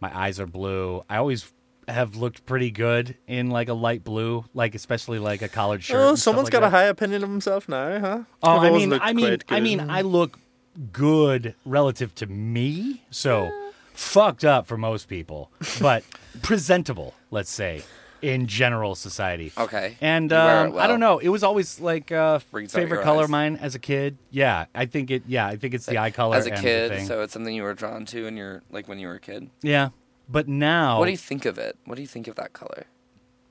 Speaker 6: my eyes are blue. I always have looked pretty good in like a light blue, like especially like a collared shirt.
Speaker 5: Oh,
Speaker 6: and stuff
Speaker 5: someone's
Speaker 6: like
Speaker 5: got
Speaker 6: that.
Speaker 5: a high opinion of himself now, huh?
Speaker 6: Oh,
Speaker 5: I've
Speaker 6: I
Speaker 5: always
Speaker 6: mean,
Speaker 5: looked
Speaker 6: I mean,
Speaker 5: quite
Speaker 6: I mean,
Speaker 5: good.
Speaker 6: I look good relative to me, so fucked up for most people, but presentable, let's say, in general society.
Speaker 8: Okay.
Speaker 6: And
Speaker 8: You wear it
Speaker 6: um, I don't
Speaker 8: well.
Speaker 6: know. It was always like uh,
Speaker 8: Brings out
Speaker 6: favorite
Speaker 8: your
Speaker 6: color
Speaker 8: eyes.
Speaker 6: of mine as a kid. Yeah, I think it. Yeah, I think it's the eye color
Speaker 8: As a
Speaker 6: and the
Speaker 8: kid,
Speaker 6: thing.
Speaker 8: so it's something you were drawn to, and you're like when you were a kid.
Speaker 6: yeah. But now
Speaker 8: What do you think of it? What do you think of that color?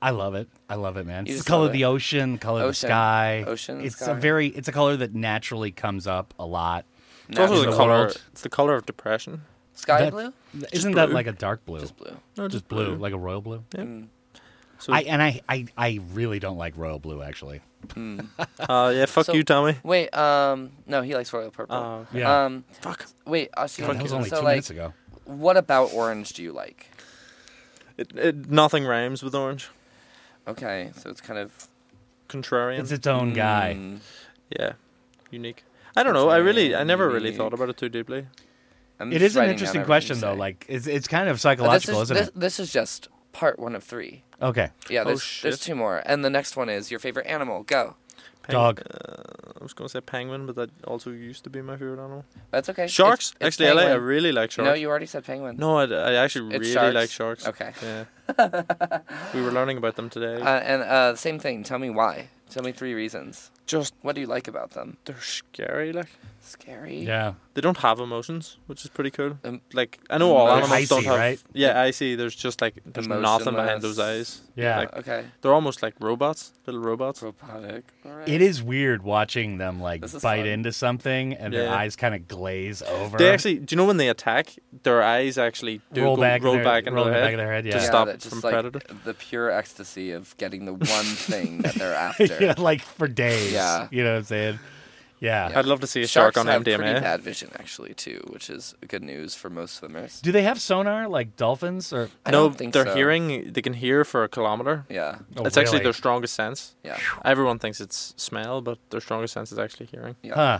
Speaker 6: I love it. I love it, man.
Speaker 8: You
Speaker 6: It's the
Speaker 8: just
Speaker 6: color
Speaker 8: love
Speaker 6: of
Speaker 8: it.
Speaker 6: the ocean, color of the
Speaker 8: Ocean.
Speaker 6: sky.
Speaker 8: Ocean,
Speaker 6: It's
Speaker 8: sky.
Speaker 6: a very. It's a color that naturally comes up a lot.
Speaker 5: It's also
Speaker 8: Natural.
Speaker 5: the
Speaker 6: the
Speaker 5: color.
Speaker 6: world.
Speaker 5: It's the color of depression.
Speaker 8: Sky
Speaker 6: That-
Speaker 8: blue?
Speaker 6: Isn't that
Speaker 5: blue.
Speaker 6: like a dark blue?
Speaker 8: Just blue.
Speaker 5: No,
Speaker 6: just blue, like a royal blue.
Speaker 5: Yeah. So-
Speaker 6: I and I, I I really don't like royal blue actually.
Speaker 5: Uh, yeah, fuck
Speaker 8: So-
Speaker 5: you, Tommy.
Speaker 8: Wait, um, no, he likes royal purple.
Speaker 5: Oh,
Speaker 6: Yeah.
Speaker 8: Um,
Speaker 5: Fuck.
Speaker 8: wait, Ashi,
Speaker 6: God, that was only
Speaker 8: so
Speaker 6: two
Speaker 8: like,
Speaker 6: minutes ago.
Speaker 8: what about orange do you like?
Speaker 5: It, it, nothing rhymes with orange.
Speaker 8: Okay, so it's kind of
Speaker 5: Contrarian.
Speaker 6: It's its own guy.
Speaker 8: mm,
Speaker 5: yeah, unique. I don't know. I really, I never really
Speaker 8: Unique.
Speaker 5: thought about it too deeply.
Speaker 8: I'm
Speaker 6: It
Speaker 8: just
Speaker 6: is an
Speaker 8: writing down
Speaker 6: interesting
Speaker 8: everything
Speaker 6: question
Speaker 8: you
Speaker 6: though.
Speaker 8: say.
Speaker 6: Like it's it's kind of
Speaker 8: But this
Speaker 6: psychological,
Speaker 8: is,
Speaker 6: isn't
Speaker 8: this,
Speaker 6: it?
Speaker 8: this is just part one of three.
Speaker 6: Okay.
Speaker 8: Yeah,
Speaker 5: Oh,
Speaker 8: there's, there's
Speaker 5: shit.
Speaker 8: two more, and the next one is your favorite animal. Go.
Speaker 5: Peng- uh,
Speaker 6: Dog.
Speaker 5: I was gonna say penguin, but that also used to be my favorite animal.
Speaker 8: That's okay. It's-
Speaker 5: Sharks.
Speaker 8: it's
Speaker 5: actually, I like. I
Speaker 8: penguin.
Speaker 5: really like sharks.
Speaker 8: No, you already said penguin.
Speaker 5: No, I, I actually really
Speaker 8: It's sharks.
Speaker 5: like sharks.
Speaker 8: Okay.
Speaker 5: Yeah. we were learning about them today.
Speaker 8: Uh, and uh, same thing. Tell me why. Tell me three reasons.
Speaker 5: Just
Speaker 8: What do you like about them?
Speaker 5: they're scary. Like
Speaker 8: Scary.
Speaker 6: Yeah.
Speaker 5: they don't have emotions, which is pretty cool.
Speaker 8: Um,
Speaker 5: like I know all
Speaker 8: They're
Speaker 5: animals don't
Speaker 6: icy,
Speaker 5: have.
Speaker 6: right?
Speaker 5: Yeah, I see. There's just like there's nothing behind
Speaker 8: Emotionless.
Speaker 5: those eyes.
Speaker 6: Yeah.
Speaker 5: Like,
Speaker 8: Okay.
Speaker 5: they're almost like robots, little robots.
Speaker 8: Robotic. Alright.
Speaker 6: It is weird watching them like
Speaker 8: This is
Speaker 6: bite
Speaker 8: fun.
Speaker 6: into something and their
Speaker 5: Yeah.
Speaker 6: eyes kind of glaze over.
Speaker 5: They actually, do you know when they attack, their eyes actually do
Speaker 6: roll
Speaker 5: go-
Speaker 6: back, in
Speaker 5: roll
Speaker 6: their-
Speaker 5: back into
Speaker 6: roll
Speaker 5: their
Speaker 6: in the
Speaker 5: head.
Speaker 6: back of their head.
Speaker 5: to
Speaker 6: Yeah.
Speaker 5: stop
Speaker 8: that
Speaker 5: from
Speaker 8: like,
Speaker 5: predator.
Speaker 8: The pure ecstasy of getting the one thing that they're after.
Speaker 6: yeah, like for days.
Speaker 8: Yeah.
Speaker 6: You know what I'm saying? Yeah.
Speaker 5: I'd love to see a
Speaker 8: Sharks
Speaker 5: shark on
Speaker 8: have
Speaker 5: MDMA.
Speaker 8: pretty bad vision actually too, which is good news for most swimmers.
Speaker 6: Do they have sonar like dolphins or
Speaker 8: I
Speaker 5: no,
Speaker 8: don't think
Speaker 5: they're
Speaker 8: so.
Speaker 5: hearing. They can hear for a kilometer.
Speaker 8: Yeah.
Speaker 6: Oh,
Speaker 5: it's actually
Speaker 6: really?
Speaker 5: their strongest sense.
Speaker 8: Yeah.
Speaker 5: Everyone thinks it's smell, but their strongest sense is actually hearing.
Speaker 8: Yeah.
Speaker 6: Huh.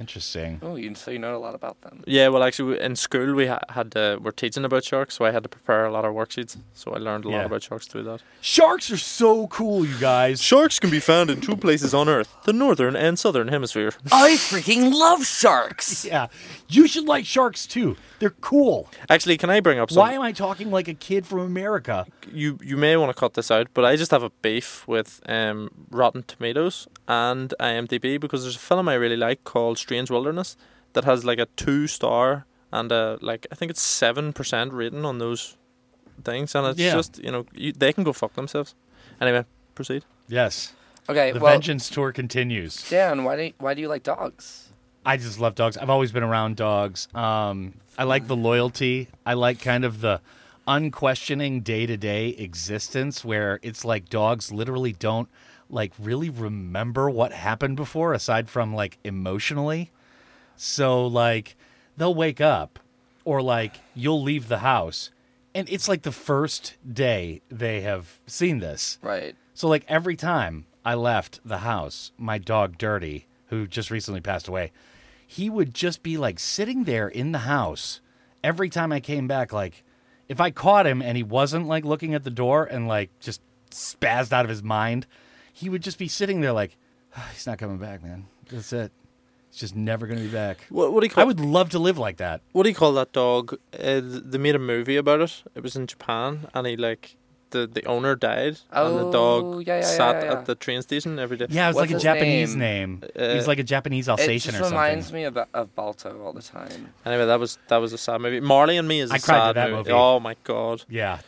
Speaker 6: Interesting.
Speaker 8: Oh, you so you know a lot about them.
Speaker 5: Yeah, well, actually, in school we ha- had uh, we're teaching about sharks, so I had to prepare a lot of worksheets. So I learned a lot
Speaker 6: Yeah.
Speaker 5: about sharks through that.
Speaker 6: Sharks are so cool, you guys.
Speaker 5: Sharks can be found in two places on Earth: the northern and southern hemisphere.
Speaker 8: I freaking love sharks.
Speaker 6: Yeah, you should like sharks too. They're cool.
Speaker 5: Actually, can I bring up some?
Speaker 6: Why am I talking like a kid from America?
Speaker 5: you you may want to cut this out, but I just have a beef with um, Rotten Tomatoes and IMDb because there's a film I really like called Strange Wilderness that has like a two star and a like I think it's seven percent rating on those things, and it's
Speaker 6: Yeah.
Speaker 5: just you know you, they can go fuck themselves. Anyway, proceed.
Speaker 6: Yes,
Speaker 8: Okay,
Speaker 6: the
Speaker 8: well,
Speaker 6: vengeance tour continues.
Speaker 8: Dan, why do you, why do you like dogs?
Speaker 6: I just love dogs. I've always been around dogs. Um, I like the loyalty. I like kind of the unquestioning day to day existence where it's like dogs literally don't like really remember what happened before aside from like emotionally. So like they'll wake up or like you'll leave the house and it's like the first day they have seen this.
Speaker 8: Right.
Speaker 6: So like every time I left the house, my dog Dirty, who just recently passed away, he would just be like sitting there in the house every time I came back like if I caught him and he wasn't like looking at the door and like just spazzed out of his mind, he would just be sitting there like "Ah, he's not coming back, man. That's it. It's just never going to be back.
Speaker 5: What, what do you call?
Speaker 6: I would love to live like that.
Speaker 5: What do you call that dog? Uh, they made a movie about it. It was in Japan, and he like the, the owner died, and the
Speaker 8: Oh,
Speaker 5: dog
Speaker 8: yeah, yeah,
Speaker 5: sat
Speaker 8: yeah, yeah.
Speaker 5: at the train station every day.
Speaker 6: Yeah, it was
Speaker 8: What's
Speaker 6: like a
Speaker 8: his
Speaker 6: Japanese
Speaker 8: name? Uh,
Speaker 6: name. He was like a Japanese
Speaker 8: It
Speaker 6: Alsatian
Speaker 8: just
Speaker 6: or something.
Speaker 8: reminds me of, of Balto all the time.
Speaker 5: Anyway, that was that was a sad movie. Marley and Me is a
Speaker 6: I cried to
Speaker 5: sad
Speaker 6: that movie.
Speaker 5: Oh my god.
Speaker 6: Yeah.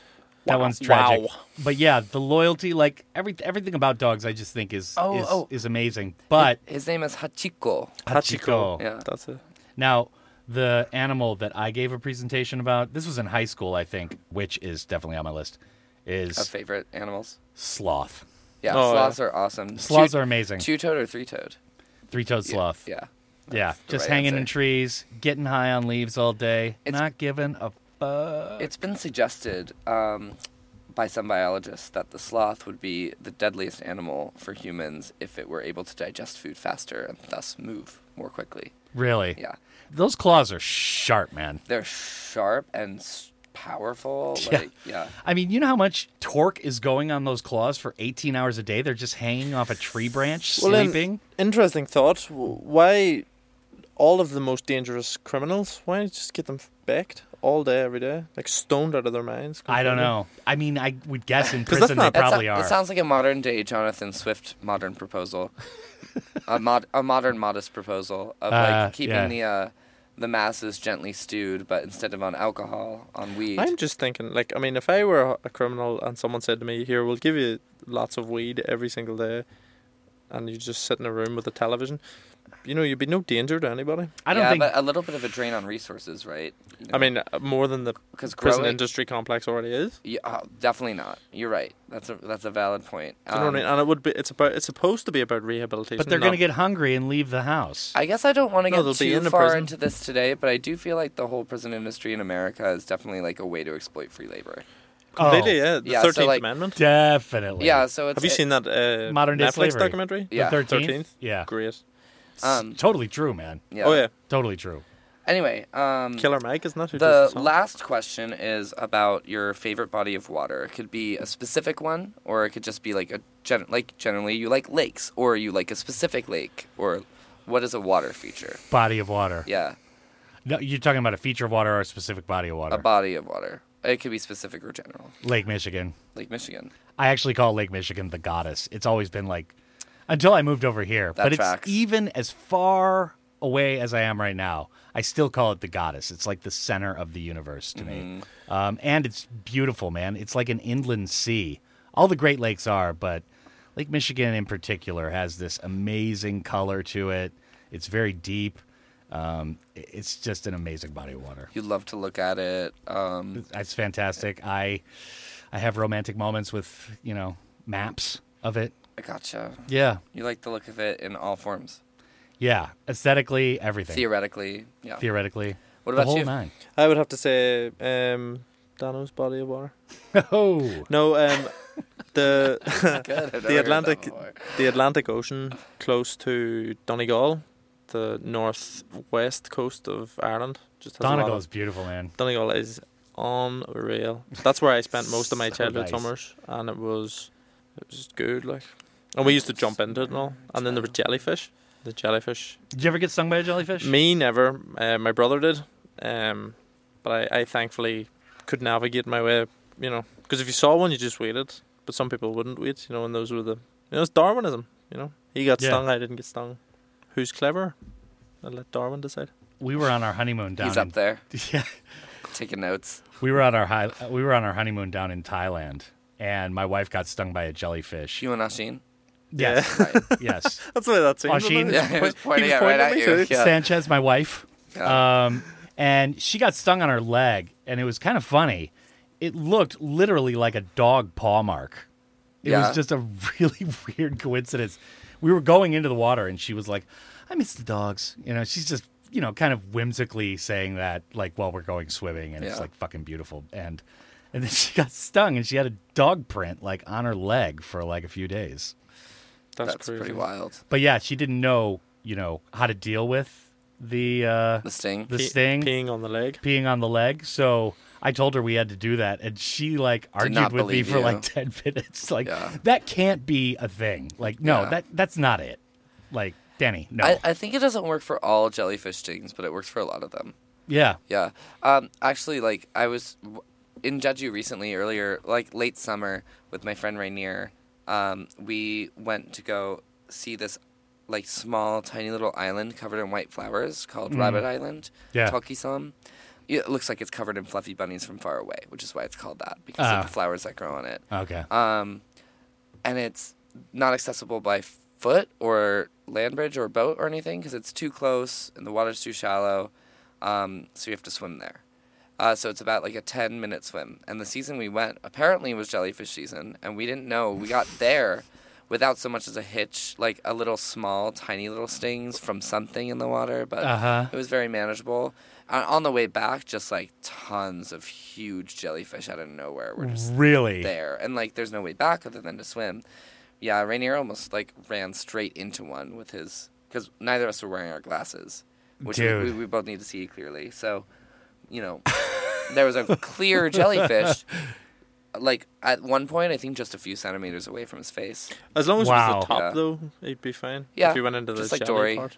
Speaker 6: That
Speaker 5: Wow.
Speaker 6: one's tragic.
Speaker 5: Wow.
Speaker 6: But yeah, the loyalty, like every, everything about dogs, I just think is
Speaker 8: Oh,
Speaker 6: is,
Speaker 8: oh.
Speaker 6: is amazing. But
Speaker 8: His name is Hachiko.
Speaker 6: Hachiko.
Speaker 8: Yeah.
Speaker 5: That's it.
Speaker 6: Now, the animal that I gave a presentation about, this was in high school, I think, which is definitely on my list, is
Speaker 8: Of favorite animals.
Speaker 6: sloth.
Speaker 8: Yeah,
Speaker 5: Oh,
Speaker 8: sloths are awesome.
Speaker 6: Sloths
Speaker 8: Two-
Speaker 6: are amazing.
Speaker 8: Two-toed or three-toed?
Speaker 6: Three-toed sloth.
Speaker 8: Yeah.
Speaker 6: Yeah,
Speaker 8: the
Speaker 6: just
Speaker 8: right
Speaker 6: hanging in
Speaker 8: answer.
Speaker 6: trees, getting high on leaves all day,
Speaker 8: It's-
Speaker 6: not giving a fuck.
Speaker 8: It's been suggested um, by some biologists that the sloth would be the deadliest animal for humans if it were able to digest food faster and thus move more quickly.
Speaker 6: Really?
Speaker 8: Yeah.
Speaker 6: Those claws are sharp, man.
Speaker 8: They're sharp and s- powerful.
Speaker 6: Yeah.
Speaker 8: Like, yeah.
Speaker 6: I mean, you know how much torque is going on those claws for 18 hours a day? They're just hanging off a tree branch, sleeping.
Speaker 5: interesting thought. W- Why all of the most dangerous criminals? Why just get them becked all day, every day, like stoned out of their minds?
Speaker 6: I don't
Speaker 5: completely?
Speaker 6: know. I mean, I would guess in
Speaker 5: 'Cause that's
Speaker 6: prison they
Speaker 5: not- that's
Speaker 8: That
Speaker 6: probably
Speaker 8: sou-
Speaker 6: are.
Speaker 8: That sounds like a modern day Jonathan Swift modern proposal. a mod, a modern modest proposal of
Speaker 6: Uh,
Speaker 8: like keeping
Speaker 6: yeah.
Speaker 8: the uh, the masses gently stewed, but instead of on alcohol, on weed.
Speaker 5: I'm just thinking, like, I mean, if I were a criminal and someone said to me, "Here, we'll give you lots of weed every single day," and you just sit in a room with a television, you know, you'd be no danger to anybody.
Speaker 6: I don't
Speaker 8: yeah,
Speaker 6: think.
Speaker 8: but a little bit of a drain on resources, right? You
Speaker 5: I
Speaker 8: know?
Speaker 5: mean, uh, more than the
Speaker 8: 'Cause
Speaker 5: prison
Speaker 8: growing-
Speaker 5: industry complex already is.
Speaker 8: Yeah, uh, definitely not. You're right. That's a that's a valid point.
Speaker 5: You know
Speaker 8: Um,
Speaker 5: what I mean? And it would be. It's about. It's supposed to be about rehabilitation.
Speaker 6: But they're
Speaker 5: not-
Speaker 6: going to get hungry and leave the house.
Speaker 8: I guess I don't want to
Speaker 5: No,
Speaker 8: get
Speaker 5: they'll be
Speaker 8: too
Speaker 5: in the
Speaker 8: far
Speaker 5: prison.
Speaker 8: into this today, but I do feel like the whole prison industry in America is definitely like a way to exploit free labor.
Speaker 5: completely. yeah, the
Speaker 8: Yeah, so,
Speaker 5: Thirteenth
Speaker 8: like,
Speaker 5: Amendment.
Speaker 6: Oh, Definitely.
Speaker 8: Yeah, so it's
Speaker 5: Have you
Speaker 8: it-
Speaker 5: seen that uh,
Speaker 6: Modern day
Speaker 5: Netflix
Speaker 6: slavery.
Speaker 5: documentary?
Speaker 8: Yeah.
Speaker 6: The 13th? Yeah.
Speaker 5: Yeah. Great.
Speaker 8: Um,
Speaker 6: Totally true, man.
Speaker 8: yeah.
Speaker 5: Oh yeah,
Speaker 6: Totally true.
Speaker 8: Anyway, um,
Speaker 5: Killer Mike is not who
Speaker 8: the
Speaker 5: does the song.
Speaker 8: last question is about your favorite body of water. It could be a specific one, or it could just be like a gen- like generally you like lakes, or you like a specific lake, or what is a water feature?
Speaker 6: Body of water.
Speaker 8: Yeah,
Speaker 6: No, you're talking about a feature of water or a specific body of
Speaker 5: Um,
Speaker 6: water.
Speaker 8: a body of water. It could be specific or general,
Speaker 6: Lake Michigan.
Speaker 8: like Michigan.
Speaker 6: I actually call Lake Michigan the goddess. It's always been like until I moved over here. but it's
Speaker 8: tracks.
Speaker 6: even as far away as I am right now, I still call it the goddess. It's like the center of the universe to me. Um, and it's beautiful, man. It's like an inland sea. All the Great Lakes are, but Lake Michigan in particular has this amazing color to it. It's very deep. Um, i- it's just an amazing body of water.
Speaker 8: You love to look at it. Um,
Speaker 6: It's fantastic. I I have romantic moments with, you know, maps of it.
Speaker 8: I gotcha.
Speaker 6: Yeah.
Speaker 8: You like the look of it in all forms.
Speaker 6: Yeah. Aesthetically, everything.
Speaker 8: Theoretically, yeah.
Speaker 6: Theoretically.
Speaker 8: What
Speaker 6: the
Speaker 8: about
Speaker 6: whole
Speaker 8: you?
Speaker 6: nine.
Speaker 5: I would have to say um, Dano's Body of Water.
Speaker 6: Oh.
Speaker 5: No, um, the
Speaker 8: Good, I've never heard that
Speaker 5: the Atlantic,
Speaker 8: before.
Speaker 5: the Atlantic Ocean, close to Donegal, the northwest coast of Ireland. Just has a lot
Speaker 6: Donegal
Speaker 5: of-
Speaker 6: is beautiful, man.
Speaker 5: Donegal is unreal. That's where I spent most of my
Speaker 6: So
Speaker 5: childhood
Speaker 6: nice.
Speaker 5: summers, and it was it was just good. Like, and we used to jump into it and all. And then there were jellyfish. The jellyfish.
Speaker 6: Did you ever get stung by a jellyfish?
Speaker 5: Me never. Uh, my brother did, um, but I, I thankfully could navigate my way. You know, because if you saw one, you just waited. But some people wouldn't wait. You know, and those were the. You know, it's Darwinism. You know, he got
Speaker 6: Yeah.
Speaker 5: stung. I didn't get stung. Who's clever? I let Darwin decide.
Speaker 6: We were on our honeymoon down
Speaker 8: He's
Speaker 6: in,
Speaker 8: up there
Speaker 6: Yeah.
Speaker 8: taking notes.
Speaker 6: We were on our high, we were on our honeymoon down in Thailand and my wife got stung by a jellyfish.
Speaker 8: You and Ashin?
Speaker 6: yes.
Speaker 8: Right.
Speaker 6: yes.
Speaker 5: That's why that seems.
Speaker 6: Oisin?
Speaker 8: Yeah, he was pointing it right at you. Yeah.
Speaker 6: Sanchez, my wife.
Speaker 5: Uh,
Speaker 8: Yeah.
Speaker 6: Um, and she got stung on her leg, and it was kind of funny. It looked literally like a dog paw mark. It
Speaker 8: Yeah.
Speaker 6: was just a really weird coincidence. We were going into the water, and she was like, "I miss the dogs." You know, she's just you know kind of whimsically saying that, like while we're going swimming, and it's
Speaker 8: Yeah.
Speaker 6: like fucking beautiful. And and then she got stung, and she had a dog print like on her leg for like a few days.
Speaker 5: That's,
Speaker 8: That's
Speaker 5: crazy.
Speaker 8: pretty wild.
Speaker 6: But yeah, she didn't know, you know, how to deal with the uh,
Speaker 8: The sting.
Speaker 6: the
Speaker 5: Pe-
Speaker 6: sting peeing.
Speaker 5: peeing on the leg.
Speaker 6: on the leg. So I told her we had to do that, and she like
Speaker 8: not
Speaker 6: argued with me
Speaker 8: believe
Speaker 6: for
Speaker 8: you.
Speaker 6: like ten minutes. Like
Speaker 8: Yeah.
Speaker 6: that can't be a thing. Like no,
Speaker 8: Yeah.
Speaker 6: that that's not it. Like Danny, no.
Speaker 8: I, I think it doesn't work for all jellyfish stings, but it works for a lot of them.
Speaker 6: yeah.
Speaker 8: Yeah. Um, actually, like I was w- in Jeju recently, earlier, like late summer, with my friend Rainier. Um, we went to go see this like small, tiny little island covered in white flowers called Rabbit Island.
Speaker 6: Mm. Yeah.
Speaker 8: Tokisam. Yeah, It looks like it's covered in fluffy bunnies from far away, which is why it's called that because
Speaker 6: Ah.
Speaker 8: of the flowers that grow on it.
Speaker 6: Okay.
Speaker 8: Um, and it's not accessible by foot or land bridge or boat or anything because it's too close and the water's too shallow. Um, so you have to swim there. Uh, so it's about like a 10 minute swim. And the season we went apparently was jellyfish season. And we didn't know. We got there without so much as a hitch, like a little small, tiny little stings from something in the water. But
Speaker 6: Uh-huh.
Speaker 8: it was very manageable. And on the way back, just like tons of huge jellyfish out of nowhere were just
Speaker 6: really?
Speaker 8: there, and like there's no way back other than to swim. Yeah, Rainier almost like ran straight into one with his because neither of us were wearing our glasses, which we, we,
Speaker 6: Dude.
Speaker 8: we both need to see clearly. So, you know, there was a clear jellyfish. Like at one point, I think just a few centimeters away from his face.
Speaker 5: As long as it
Speaker 6: Wow.
Speaker 5: was the top,
Speaker 8: Yeah.
Speaker 5: though, he'd be fine.
Speaker 8: Yeah,
Speaker 5: If you went into the
Speaker 8: just like
Speaker 5: shallow
Speaker 8: Dory.
Speaker 5: part.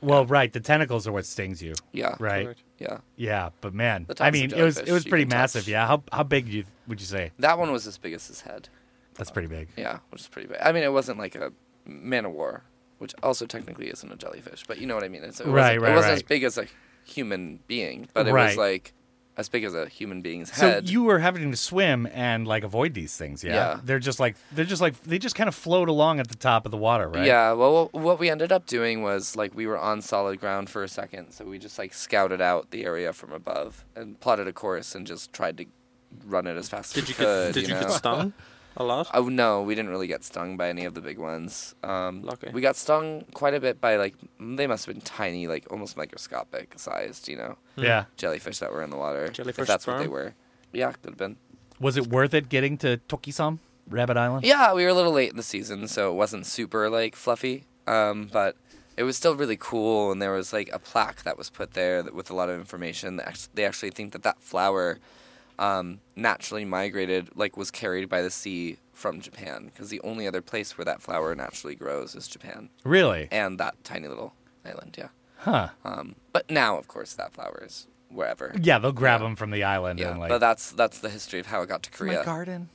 Speaker 6: Well, right. The tentacles are what stings you,
Speaker 8: Yeah,
Speaker 6: right?
Speaker 5: Correct.
Speaker 8: Yeah,
Speaker 6: Yeah, but man,
Speaker 8: The
Speaker 6: I
Speaker 8: types of
Speaker 6: mean, it was it
Speaker 8: jellyfish
Speaker 6: was
Speaker 8: you
Speaker 6: pretty
Speaker 8: can touch.
Speaker 6: massive. Yeah. How how big do you would you say?
Speaker 8: that one was as big as his head.
Speaker 6: That's pretty big.
Speaker 8: Yeah, which is pretty big. I mean, it wasn't like a man of war, which also technically isn't a jellyfish, but you know what I mean. It's, it
Speaker 6: Right,
Speaker 8: wasn't,
Speaker 6: right,
Speaker 8: It wasn't
Speaker 6: right.
Speaker 8: as big as a human being, but it was
Speaker 6: Right.
Speaker 8: like as big as a human being's
Speaker 6: So
Speaker 8: head.
Speaker 6: you were having to swim and like avoid these things, yeah?
Speaker 8: Yeah.
Speaker 6: They're just like they're just like they just kind of float along at the top of the water, right?
Speaker 8: Yeah, well, wh- what we ended up doing was like we were on solid ground for a second, so we just like scouted out the area from above and plotted a course and just tried to run it as fast
Speaker 5: Did
Speaker 8: as
Speaker 5: you
Speaker 8: we
Speaker 5: get
Speaker 8: could.
Speaker 5: did you,
Speaker 8: Uh, know?
Speaker 5: get stung a lot?
Speaker 8: Oh no, we didn't really get stung by any of the big ones. Um,
Speaker 5: Lucky.
Speaker 8: We got stung quite a bit by like m- they must have been tiny, like almost microscopic sized, you know,
Speaker 6: Yeah.
Speaker 8: jellyfish that were in the water.
Speaker 5: Jellyfish
Speaker 8: if that's what they
Speaker 5: sperm?
Speaker 8: were. Yeah, could have been.
Speaker 6: Was it worth it getting to Tokisam, Rabbit Island?
Speaker 8: Yeah, we were a little late in the season, so it wasn't super like fluffy, um, but it was still really cool. And there was like a plaque that was put there that, with a lot of information. That actually, they actually think that that flower um, naturally migrated, like was carried by the sea from Japan, because the only other place where that flower naturally grows is Japan
Speaker 6: Really?
Speaker 8: and that tiny little island. Yeah,
Speaker 6: Huh.
Speaker 8: um, but now of course that flower is wherever.
Speaker 6: Yeah, they'll grab them from the island
Speaker 8: Yeah,
Speaker 6: and like
Speaker 8: but that's that's the history of how it got to Korea.
Speaker 6: my garden.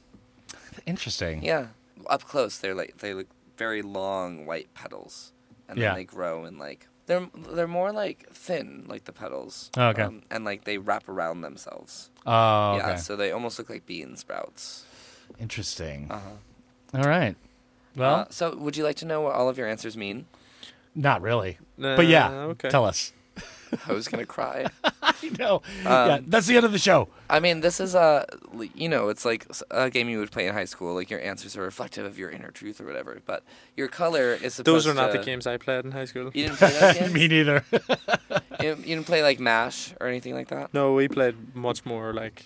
Speaker 6: Interesting.
Speaker 8: Yeah, up close they're like they look very long white petals, and
Speaker 6: Yeah.
Speaker 8: then they grow and like they're they're more like thin like the petals. Um,
Speaker 6: Oh, okay.
Speaker 8: and like they wrap around themselves.
Speaker 6: Oh, okay.
Speaker 8: Yeah, so they almost look like bean sprouts.
Speaker 6: Interesting. All right. Well,
Speaker 8: Uh-huh. Uh, so would you like to know what all of your answers mean?
Speaker 6: not really.
Speaker 5: Nah,
Speaker 6: but yeah,
Speaker 5: okay.
Speaker 6: tell us.
Speaker 8: I was gonna cry.
Speaker 6: no.
Speaker 8: Um,
Speaker 6: yeah, that's the end of the show.
Speaker 8: I mean, this is a you know, it's like a game you would play in high school. Like your answers are reflective of your inner truth or whatever. But your color is supposed.
Speaker 5: Those are not
Speaker 8: to,
Speaker 5: the games I played in high school.
Speaker 8: uh, You didn't play those games.
Speaker 6: Me neither.
Speaker 8: you, didn't, you didn't play like Mash or anything like that.
Speaker 5: No, we played much more like.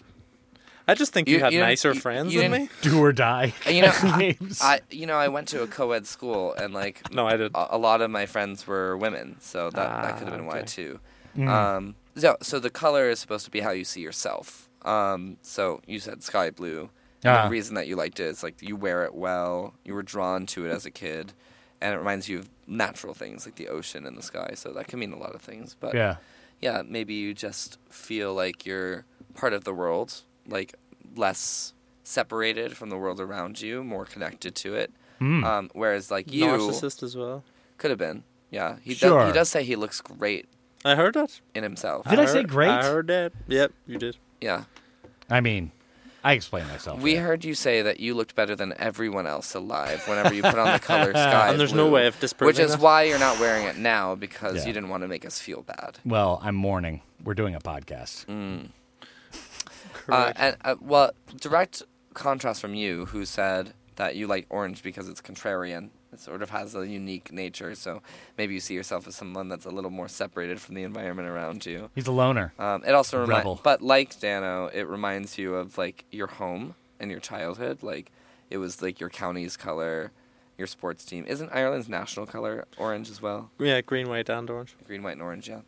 Speaker 5: I just think you, had
Speaker 8: didn't-
Speaker 5: nicer
Speaker 8: you-
Speaker 5: friends
Speaker 8: you
Speaker 5: than me.
Speaker 8: didn't-
Speaker 6: Do or die.
Speaker 8: You know, I,
Speaker 6: Names.
Speaker 8: I you know I went to a co-ed school and like
Speaker 5: No, I did.
Speaker 8: a, a lot of my friends were women, so that, that could have
Speaker 6: Ah,
Speaker 8: been why
Speaker 5: okay.
Speaker 8: too.
Speaker 6: Hmm.
Speaker 8: Um, so so the color is supposed to be how you see yourself. Um, so you said sky blue. And
Speaker 6: Ah.
Speaker 8: The reason that you liked it is like you wear it well. You were drawn to it as a kid, and it reminds you of natural things like the ocean and the sky. So that can mean a lot of things. But
Speaker 6: yeah.
Speaker 8: yeah, maybe you just feel like you're part of the world, like less separated from the world around you, more connected to it.
Speaker 6: Hmm.
Speaker 8: Um, whereas like you
Speaker 5: Narcissist as well.
Speaker 8: could have been, yeah. He does.
Speaker 6: Sure.
Speaker 8: He does say he looks great
Speaker 5: I heard that.
Speaker 8: in himself.
Speaker 6: Did I say
Speaker 5: heard-
Speaker 6: great?
Speaker 5: I heard that. Yep, you did.
Speaker 8: Yeah.
Speaker 6: I mean, I explained myself.
Speaker 8: We
Speaker 6: there.
Speaker 8: heard you say that you looked better than everyone else alive whenever you put on the color sky.
Speaker 5: And there's no
Speaker 8: blue,
Speaker 5: way of disproving
Speaker 8: Which is
Speaker 5: that.
Speaker 8: why you're not wearing it now because
Speaker 6: Yeah.
Speaker 8: you didn't want to make us feel bad.
Speaker 6: Well, I'm mourning. We're doing a podcast.
Speaker 8: Mm. Uh, and uh, well, direct contrast from you, who said that you like orange because it's contrarian. It sort of has a unique nature, so maybe you see yourself as someone that's a little more separated from the environment around you.
Speaker 6: He's a loner.
Speaker 8: Um, it also reminds,
Speaker 6: Rebel.
Speaker 8: but like Dano, it reminds you of like your home and your childhood. Like it was like your county's color, your sports team. Isn't Ireland's national color orange as well?
Speaker 5: Yeah, green, white, and orange.
Speaker 8: green, white, and orange. Yeah.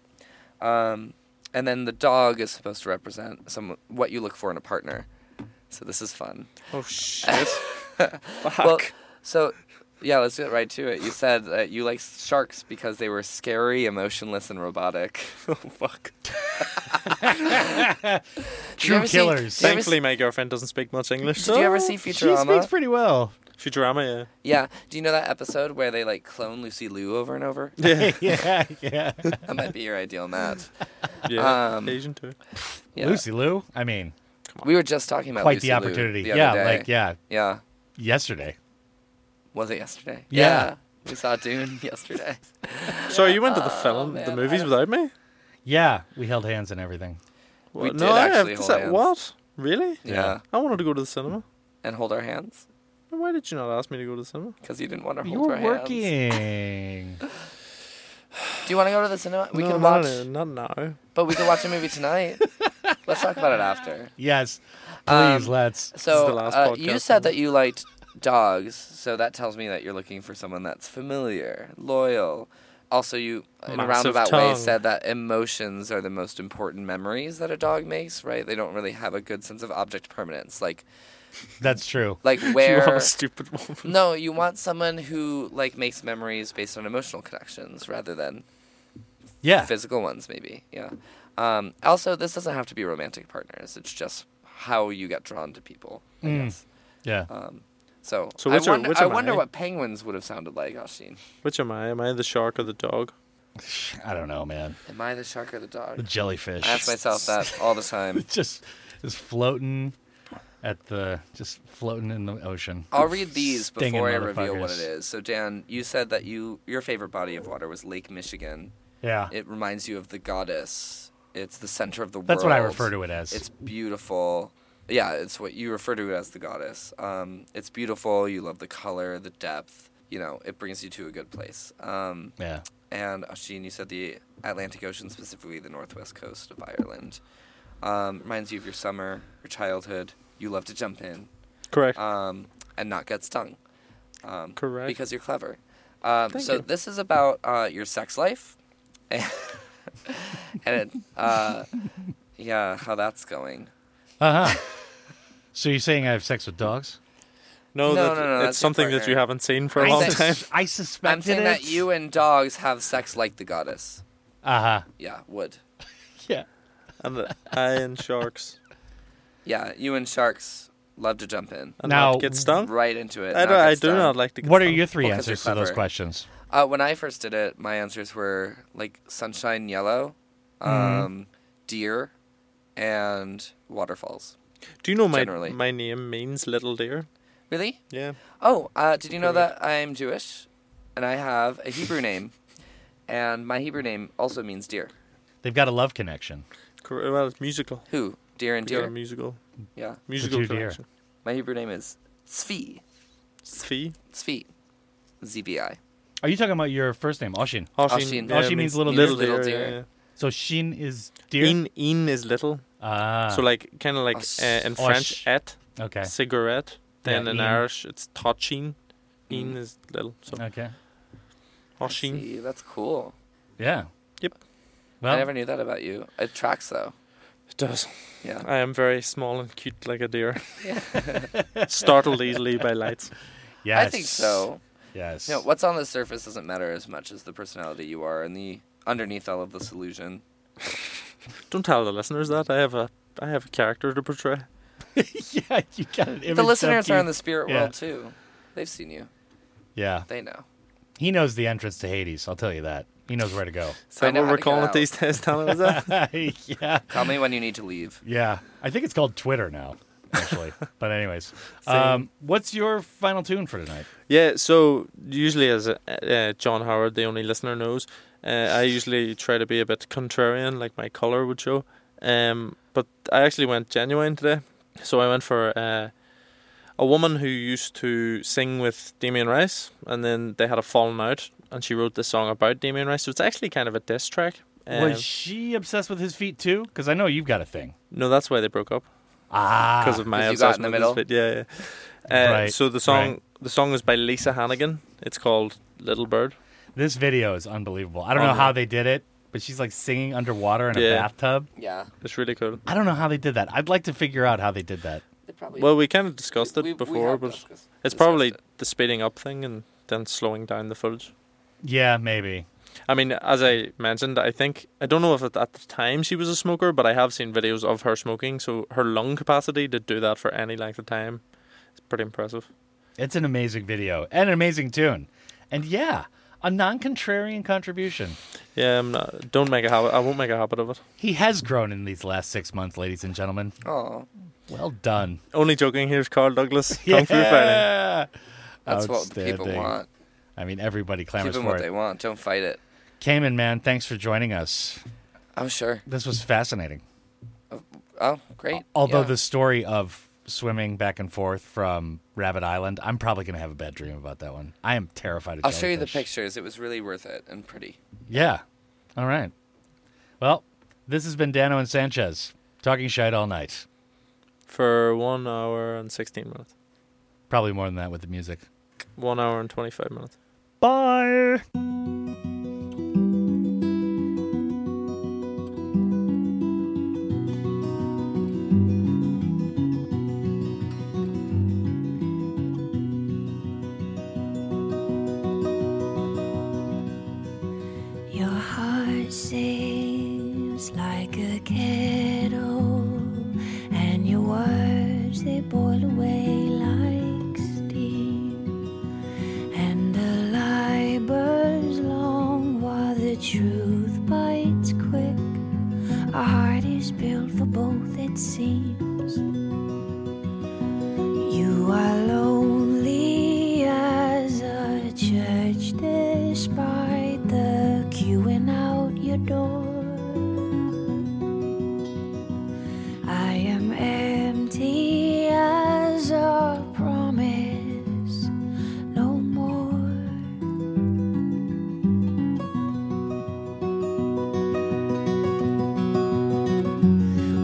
Speaker 8: Um, and then the dog is supposed to represent some what you look for in a partner. So this is fun.
Speaker 5: Oh shit! Fuck.
Speaker 8: Well, so Yeah, let's get right to it. You said that you like sharks because they were scary, emotionless, and robotic. oh fuck.
Speaker 6: True
Speaker 8: ever
Speaker 6: killers.
Speaker 8: see- Did you ever
Speaker 5: Thankfully, my girlfriend doesn't speak much English.
Speaker 8: Did you ever
Speaker 5: so-
Speaker 8: see
Speaker 6: She speaks
Speaker 8: Futurama?
Speaker 6: pretty well.
Speaker 5: Futurama?
Speaker 8: yeah. Do you know that episode where they like clone Lucy Liu over and over?
Speaker 5: Yeah, yeah,
Speaker 6: yeah, yeah.
Speaker 8: that might be your ideal match.
Speaker 5: yeah.
Speaker 8: Um,
Speaker 5: Asian too.
Speaker 8: Yeah.
Speaker 6: Lucy Lou. I mean,
Speaker 8: We were just talking about
Speaker 6: quite
Speaker 8: Lucy
Speaker 6: the
Speaker 8: Liu
Speaker 6: opportunity.
Speaker 8: the other
Speaker 6: yeah,
Speaker 8: day.
Speaker 6: like yeah,
Speaker 8: Yeah.
Speaker 6: yesterday.
Speaker 8: Was it yesterday?
Speaker 6: Yeah.
Speaker 8: We saw Dune yesterday.
Speaker 5: So you went to the film,
Speaker 8: Oh, man,
Speaker 5: the
Speaker 8: I
Speaker 5: movies
Speaker 8: don't-
Speaker 5: without me?
Speaker 6: Yeah, we held hands and everything.
Speaker 8: We
Speaker 5: What?
Speaker 8: did
Speaker 5: no, I have
Speaker 8: actually
Speaker 5: to
Speaker 8: hold
Speaker 5: say-
Speaker 8: hands.
Speaker 5: What? Really?
Speaker 8: Yeah.
Speaker 5: I wanted to go to the cinema.
Speaker 8: And hold our hands
Speaker 5: Why did you not ask me to go to the cinema?
Speaker 8: because you didn't want to hold
Speaker 6: You
Speaker 8: our
Speaker 6: were
Speaker 8: hands.
Speaker 6: working.
Speaker 8: Do you want to go to the cinema? We
Speaker 5: no,
Speaker 8: can
Speaker 5: not,
Speaker 8: watch,
Speaker 5: Not now.
Speaker 8: but we can watch a movie tonight. Let's talk about it after.
Speaker 6: yes, please
Speaker 8: Um,
Speaker 6: let's.
Speaker 8: So
Speaker 5: the last
Speaker 8: uh, you
Speaker 5: podcast
Speaker 8: said
Speaker 5: ever.
Speaker 8: that you liked dogs, so that tells me that you're looking for someone that's familiar, loyal. Also, you in a
Speaker 5: Massive
Speaker 8: roundabout way
Speaker 5: tongue.
Speaker 8: said that emotions are the most important memories that a dog makes. Right? They don't really have a good sense of object permanence. Like,
Speaker 6: That's true.
Speaker 8: like
Speaker 5: You are
Speaker 8: where
Speaker 5: a stupid woman.
Speaker 8: No, you want someone who like makes memories based on emotional connections rather than
Speaker 6: Yeah,
Speaker 8: physical ones, maybe. Yeah. Um, also, this doesn't have to be romantic partners. It's just how you get drawn to people. I
Speaker 5: Hmm.
Speaker 8: guess.
Speaker 6: yeah.
Speaker 8: uh, So,
Speaker 5: So
Speaker 8: I
Speaker 5: which are-
Speaker 8: wonder,
Speaker 5: which
Speaker 8: I
Speaker 5: am
Speaker 8: wonder
Speaker 5: I?
Speaker 8: what penguins would have sounded like, Oshin.
Speaker 5: Which am I? Am I the shark or the dog?
Speaker 6: I don't know, man.
Speaker 8: Am I the shark or the
Speaker 6: The
Speaker 8: dog?
Speaker 6: jellyfish.
Speaker 8: I ask myself that all the time.
Speaker 6: just is floating at the just floating in the ocean.
Speaker 8: I'll read these
Speaker 6: Stinging
Speaker 8: before I reveal what it
Speaker 6: motherfuckers.
Speaker 8: is. So, Dan, you said that you your favorite body of water was Lake Michigan.
Speaker 6: Yeah,
Speaker 8: It reminds you of the goddess. It's the center of the world.
Speaker 6: that's what I refer to it as.
Speaker 8: It's beautiful. Yeah, it's what you refer to it as the goddess. Um, it's beautiful. You love the color, the depth. You know, it brings you to a good place. Um,
Speaker 6: yeah,
Speaker 8: and Ashin, you said the Atlantic Ocean, specifically the northwest coast of Ireland, um, reminds you of your summer, your childhood. You love to jump in
Speaker 5: Correct.
Speaker 8: um, and not get stung. Um,
Speaker 5: Correct.
Speaker 8: Because you're clever. Um,
Speaker 5: Thank
Speaker 8: so
Speaker 5: you.
Speaker 8: this is about uh, your sex life, and it, uh, yeah, how that's going.
Speaker 6: uh huh. so you're saying I have sex with dogs?
Speaker 5: no, that,
Speaker 8: no, no, no, that's your
Speaker 5: it's something that you
Speaker 8: partner.
Speaker 5: haven't seen for a
Speaker 8: I
Speaker 5: long time.
Speaker 8: said-
Speaker 6: I
Speaker 8: I'm
Speaker 6: suspected
Speaker 8: saying
Speaker 6: it.
Speaker 8: that you and dogs have sex like the goddess.
Speaker 6: Uh huh.
Speaker 8: Yeah, would.
Speaker 6: Yeah.
Speaker 5: And the, I and sharks.
Speaker 8: Yeah, you and sharks love to jump in
Speaker 5: And
Speaker 6: Now-
Speaker 5: not get stung.
Speaker 8: right into it.
Speaker 5: I,
Speaker 8: not
Speaker 5: do,
Speaker 8: get
Speaker 5: I do
Speaker 8: stung.
Speaker 5: not like to get
Speaker 6: What are
Speaker 5: stung.
Speaker 6: your three
Speaker 8: Well, 'cause
Speaker 6: answers
Speaker 8: you're
Speaker 6: to those
Speaker 8: clever.
Speaker 6: questions?
Speaker 8: Uh, when I first did it, my answers were like sunshine yellow, um, deer, and waterfalls.
Speaker 5: Do you know my
Speaker 8: Generally.
Speaker 5: my name means little deer?
Speaker 8: Really?
Speaker 5: Yeah.
Speaker 8: Oh, uh, did you know that I'm Jewish, and I have a Hebrew name, and my Hebrew name also means deer.
Speaker 6: They've got a love connection.
Speaker 5: Cor- Well, it's musical.
Speaker 8: Who? Deer and
Speaker 5: We got a
Speaker 8: deer.
Speaker 5: musical.
Speaker 8: Yeah.
Speaker 5: Musical
Speaker 6: two deer.
Speaker 5: collection.
Speaker 8: My Hebrew name is Tzvi.
Speaker 5: Tzvi.
Speaker 8: Tzvi. ZBI.
Speaker 6: Are you talking about your first name, Oshin?
Speaker 8: Oshin.
Speaker 5: yeah,
Speaker 6: Oshin means little
Speaker 8: deer.
Speaker 5: deer.
Speaker 8: Little deer.
Speaker 5: yeah, yeah.
Speaker 6: So Shin is deer.
Speaker 5: In in is little.
Speaker 6: Ah.
Speaker 5: So like kind of like
Speaker 8: Osh.
Speaker 5: uh, in
Speaker 6: Osh.
Speaker 5: French et
Speaker 8: eh.
Speaker 6: okay.
Speaker 5: cigarette. Then
Speaker 6: Yeah,
Speaker 5: in
Speaker 6: in.
Speaker 5: Irish it's tachin. In is little. So
Speaker 6: Okay.
Speaker 5: oshin.
Speaker 8: Mm. See, that's cool.
Speaker 6: Yeah.
Speaker 5: Yep.
Speaker 6: Well,
Speaker 8: I never knew that about you. It tracks though.
Speaker 5: It does.
Speaker 8: Yeah.
Speaker 5: I am very small and cute like a deer. Startled easily by lights.
Speaker 6: yes.
Speaker 8: I think so.
Speaker 6: Yes.
Speaker 8: No, what's on the surface doesn't matter as much as the personality you are and the underneath all of this illusion.
Speaker 5: Don't tell the listeners that I have a I have a character to portray.
Speaker 6: yeah, you got an image
Speaker 8: the
Speaker 6: of
Speaker 8: listeners are
Speaker 6: you-
Speaker 8: in the spirit
Speaker 6: Yeah.
Speaker 8: world too. They've seen you.
Speaker 6: Yeah.
Speaker 8: They know.
Speaker 6: He knows the entrance to Hades. I'll tell you that. He knows where to go.
Speaker 5: Is
Speaker 8: I
Speaker 5: that
Speaker 8: know
Speaker 5: what
Speaker 8: how
Speaker 5: we're
Speaker 8: to get
Speaker 5: calling it
Speaker 8: out.
Speaker 5: these days, Tommy? Is that?
Speaker 6: yeah.
Speaker 8: Tell me when you need to leave.
Speaker 6: Yeah. I think it's called Twitter now, actually. but anyways, um, what's your final tune for tonight?
Speaker 5: Yeah, so usually, as uh, uh, John Howard, the only listener, knows, uh, I usually try to be a bit contrarian, like my color would show. Um, but I actually went genuine today. So I went for uh, a woman who used to sing with Damien Rice, and then they had a falling out, and she wrote this song about Damien Rice. So it's actually kind of a diss track.
Speaker 8: Uh,
Speaker 5: Um,
Speaker 6: Was she obsessed with his feet too? Because I know you've got a thing.
Speaker 5: no, that's why they broke up.
Speaker 6: Ah.
Speaker 5: because of my
Speaker 8: 'cause you got
Speaker 5: obsession
Speaker 8: in the
Speaker 5: with this bit. Yeah, yeah. Uh,
Speaker 6: Right,
Speaker 5: So the song,
Speaker 6: right.
Speaker 5: the song is by Lisa Hannigan. It's called Little Bird.
Speaker 6: This video is unbelievable. I don't know how they did it, but she's like singing underwater in a
Speaker 5: Yeah.
Speaker 6: bathtub.
Speaker 8: Yeah.
Speaker 5: It's really cool.
Speaker 6: I don't know how they did that. I'd like to figure out how they did that.
Speaker 8: They probably
Speaker 5: Well, we kind of discussed it
Speaker 8: We- we
Speaker 5: before,
Speaker 8: have
Speaker 5: but
Speaker 8: discussed-
Speaker 5: it's
Speaker 8: discussed
Speaker 5: probably
Speaker 8: it.
Speaker 5: the speeding up thing and than slowing down the footage.
Speaker 6: Yeah, maybe.
Speaker 5: I mean, as I mentioned, I think I don't know if at at the time she was a smoker, but I have seen videos of her smoking. So her lung capacity to do that for any length of time is pretty impressive.
Speaker 6: It's an amazing video and an amazing tune. And yeah, a non contrarian contribution.
Speaker 5: Yeah, I'm not, don't make a habit. I won't make a habit of it.
Speaker 6: He has grown in these last six months, ladies and gentlemen.
Speaker 8: Oh,
Speaker 6: Well done.
Speaker 5: Only joking. Here's Carl Douglas. Kung Fu Fighting.
Speaker 8: that's what people
Speaker 6: Outstanding.
Speaker 8: want.
Speaker 6: I mean, everybody
Speaker 8: Give
Speaker 6: clamors
Speaker 8: them
Speaker 6: for
Speaker 8: what they
Speaker 6: it.
Speaker 8: want. Don't fight it.
Speaker 6: Cayman, man, thanks for joining us.
Speaker 8: I'm sure.
Speaker 6: This was fascinating.
Speaker 8: Oh, great.
Speaker 6: Although
Speaker 8: Yeah.
Speaker 6: the story of swimming back and forth from Rabbit Island, I'm probably going to have a bad dream about that one. I am terrified of
Speaker 8: I'll show you the
Speaker 6: jellyfish.
Speaker 8: pictures. It was really worth it and pretty.
Speaker 6: Yeah. All right. Well, this has been Dano and Sanchez talking shite all night.
Speaker 5: for one hour and sixteen minutes.
Speaker 6: Probably more than that with the music.
Speaker 5: One hour and twenty five minutes.
Speaker 6: Bye.
Speaker 9: Your heart sings like a kettle, and your words they boil away like steam. And the lie burns long while the truth bites quick. Our heart is built for both, it seems. You are lonely as a church despite the queuing out your door. I am empty as a promise, no more.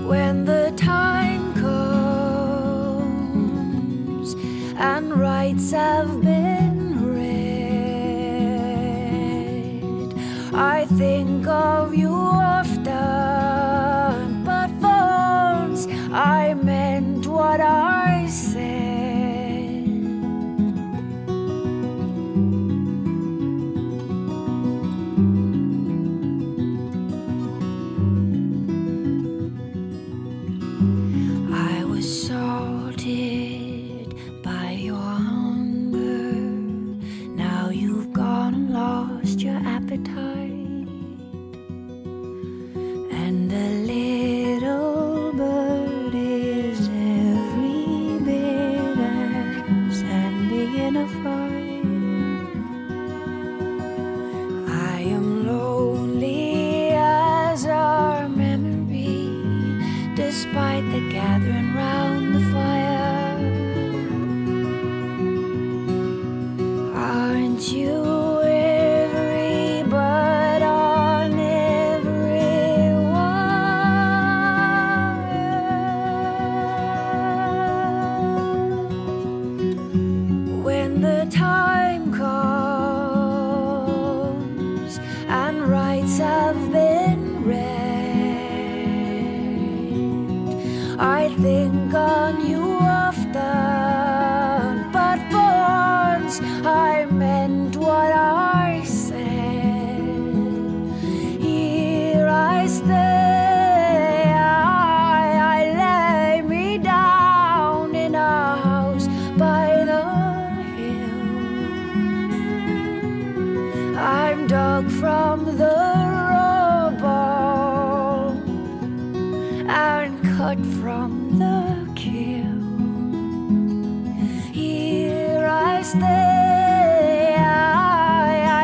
Speaker 9: when the time comes and rights have been read. I think of you often, but for once I meant what I said. I was salted by your hunger. Now you've gone and lost your appetite. And a little bird is every bit as handy in a fight. I am lonely as our memory despite the gathering round the fire. Aren't you every bird on every wire? when the time comes and rights have been read. I think on you often, but for once I meant what I said. Here I stay. I, I lay me down in a house by the hill. I'm dug from the rubble and cut from the kill. Here I stay. I,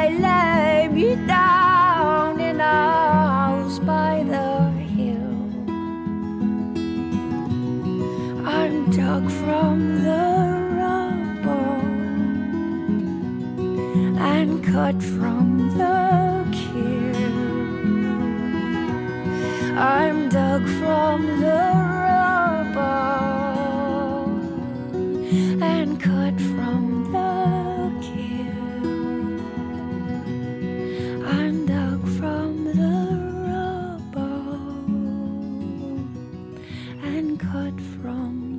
Speaker 9: I lay me down in a house by the hill. I'm dug from the rubble and cut from the kill. I'm dug from the rubble and cut from the kill. I'm dug from the rubble and cut from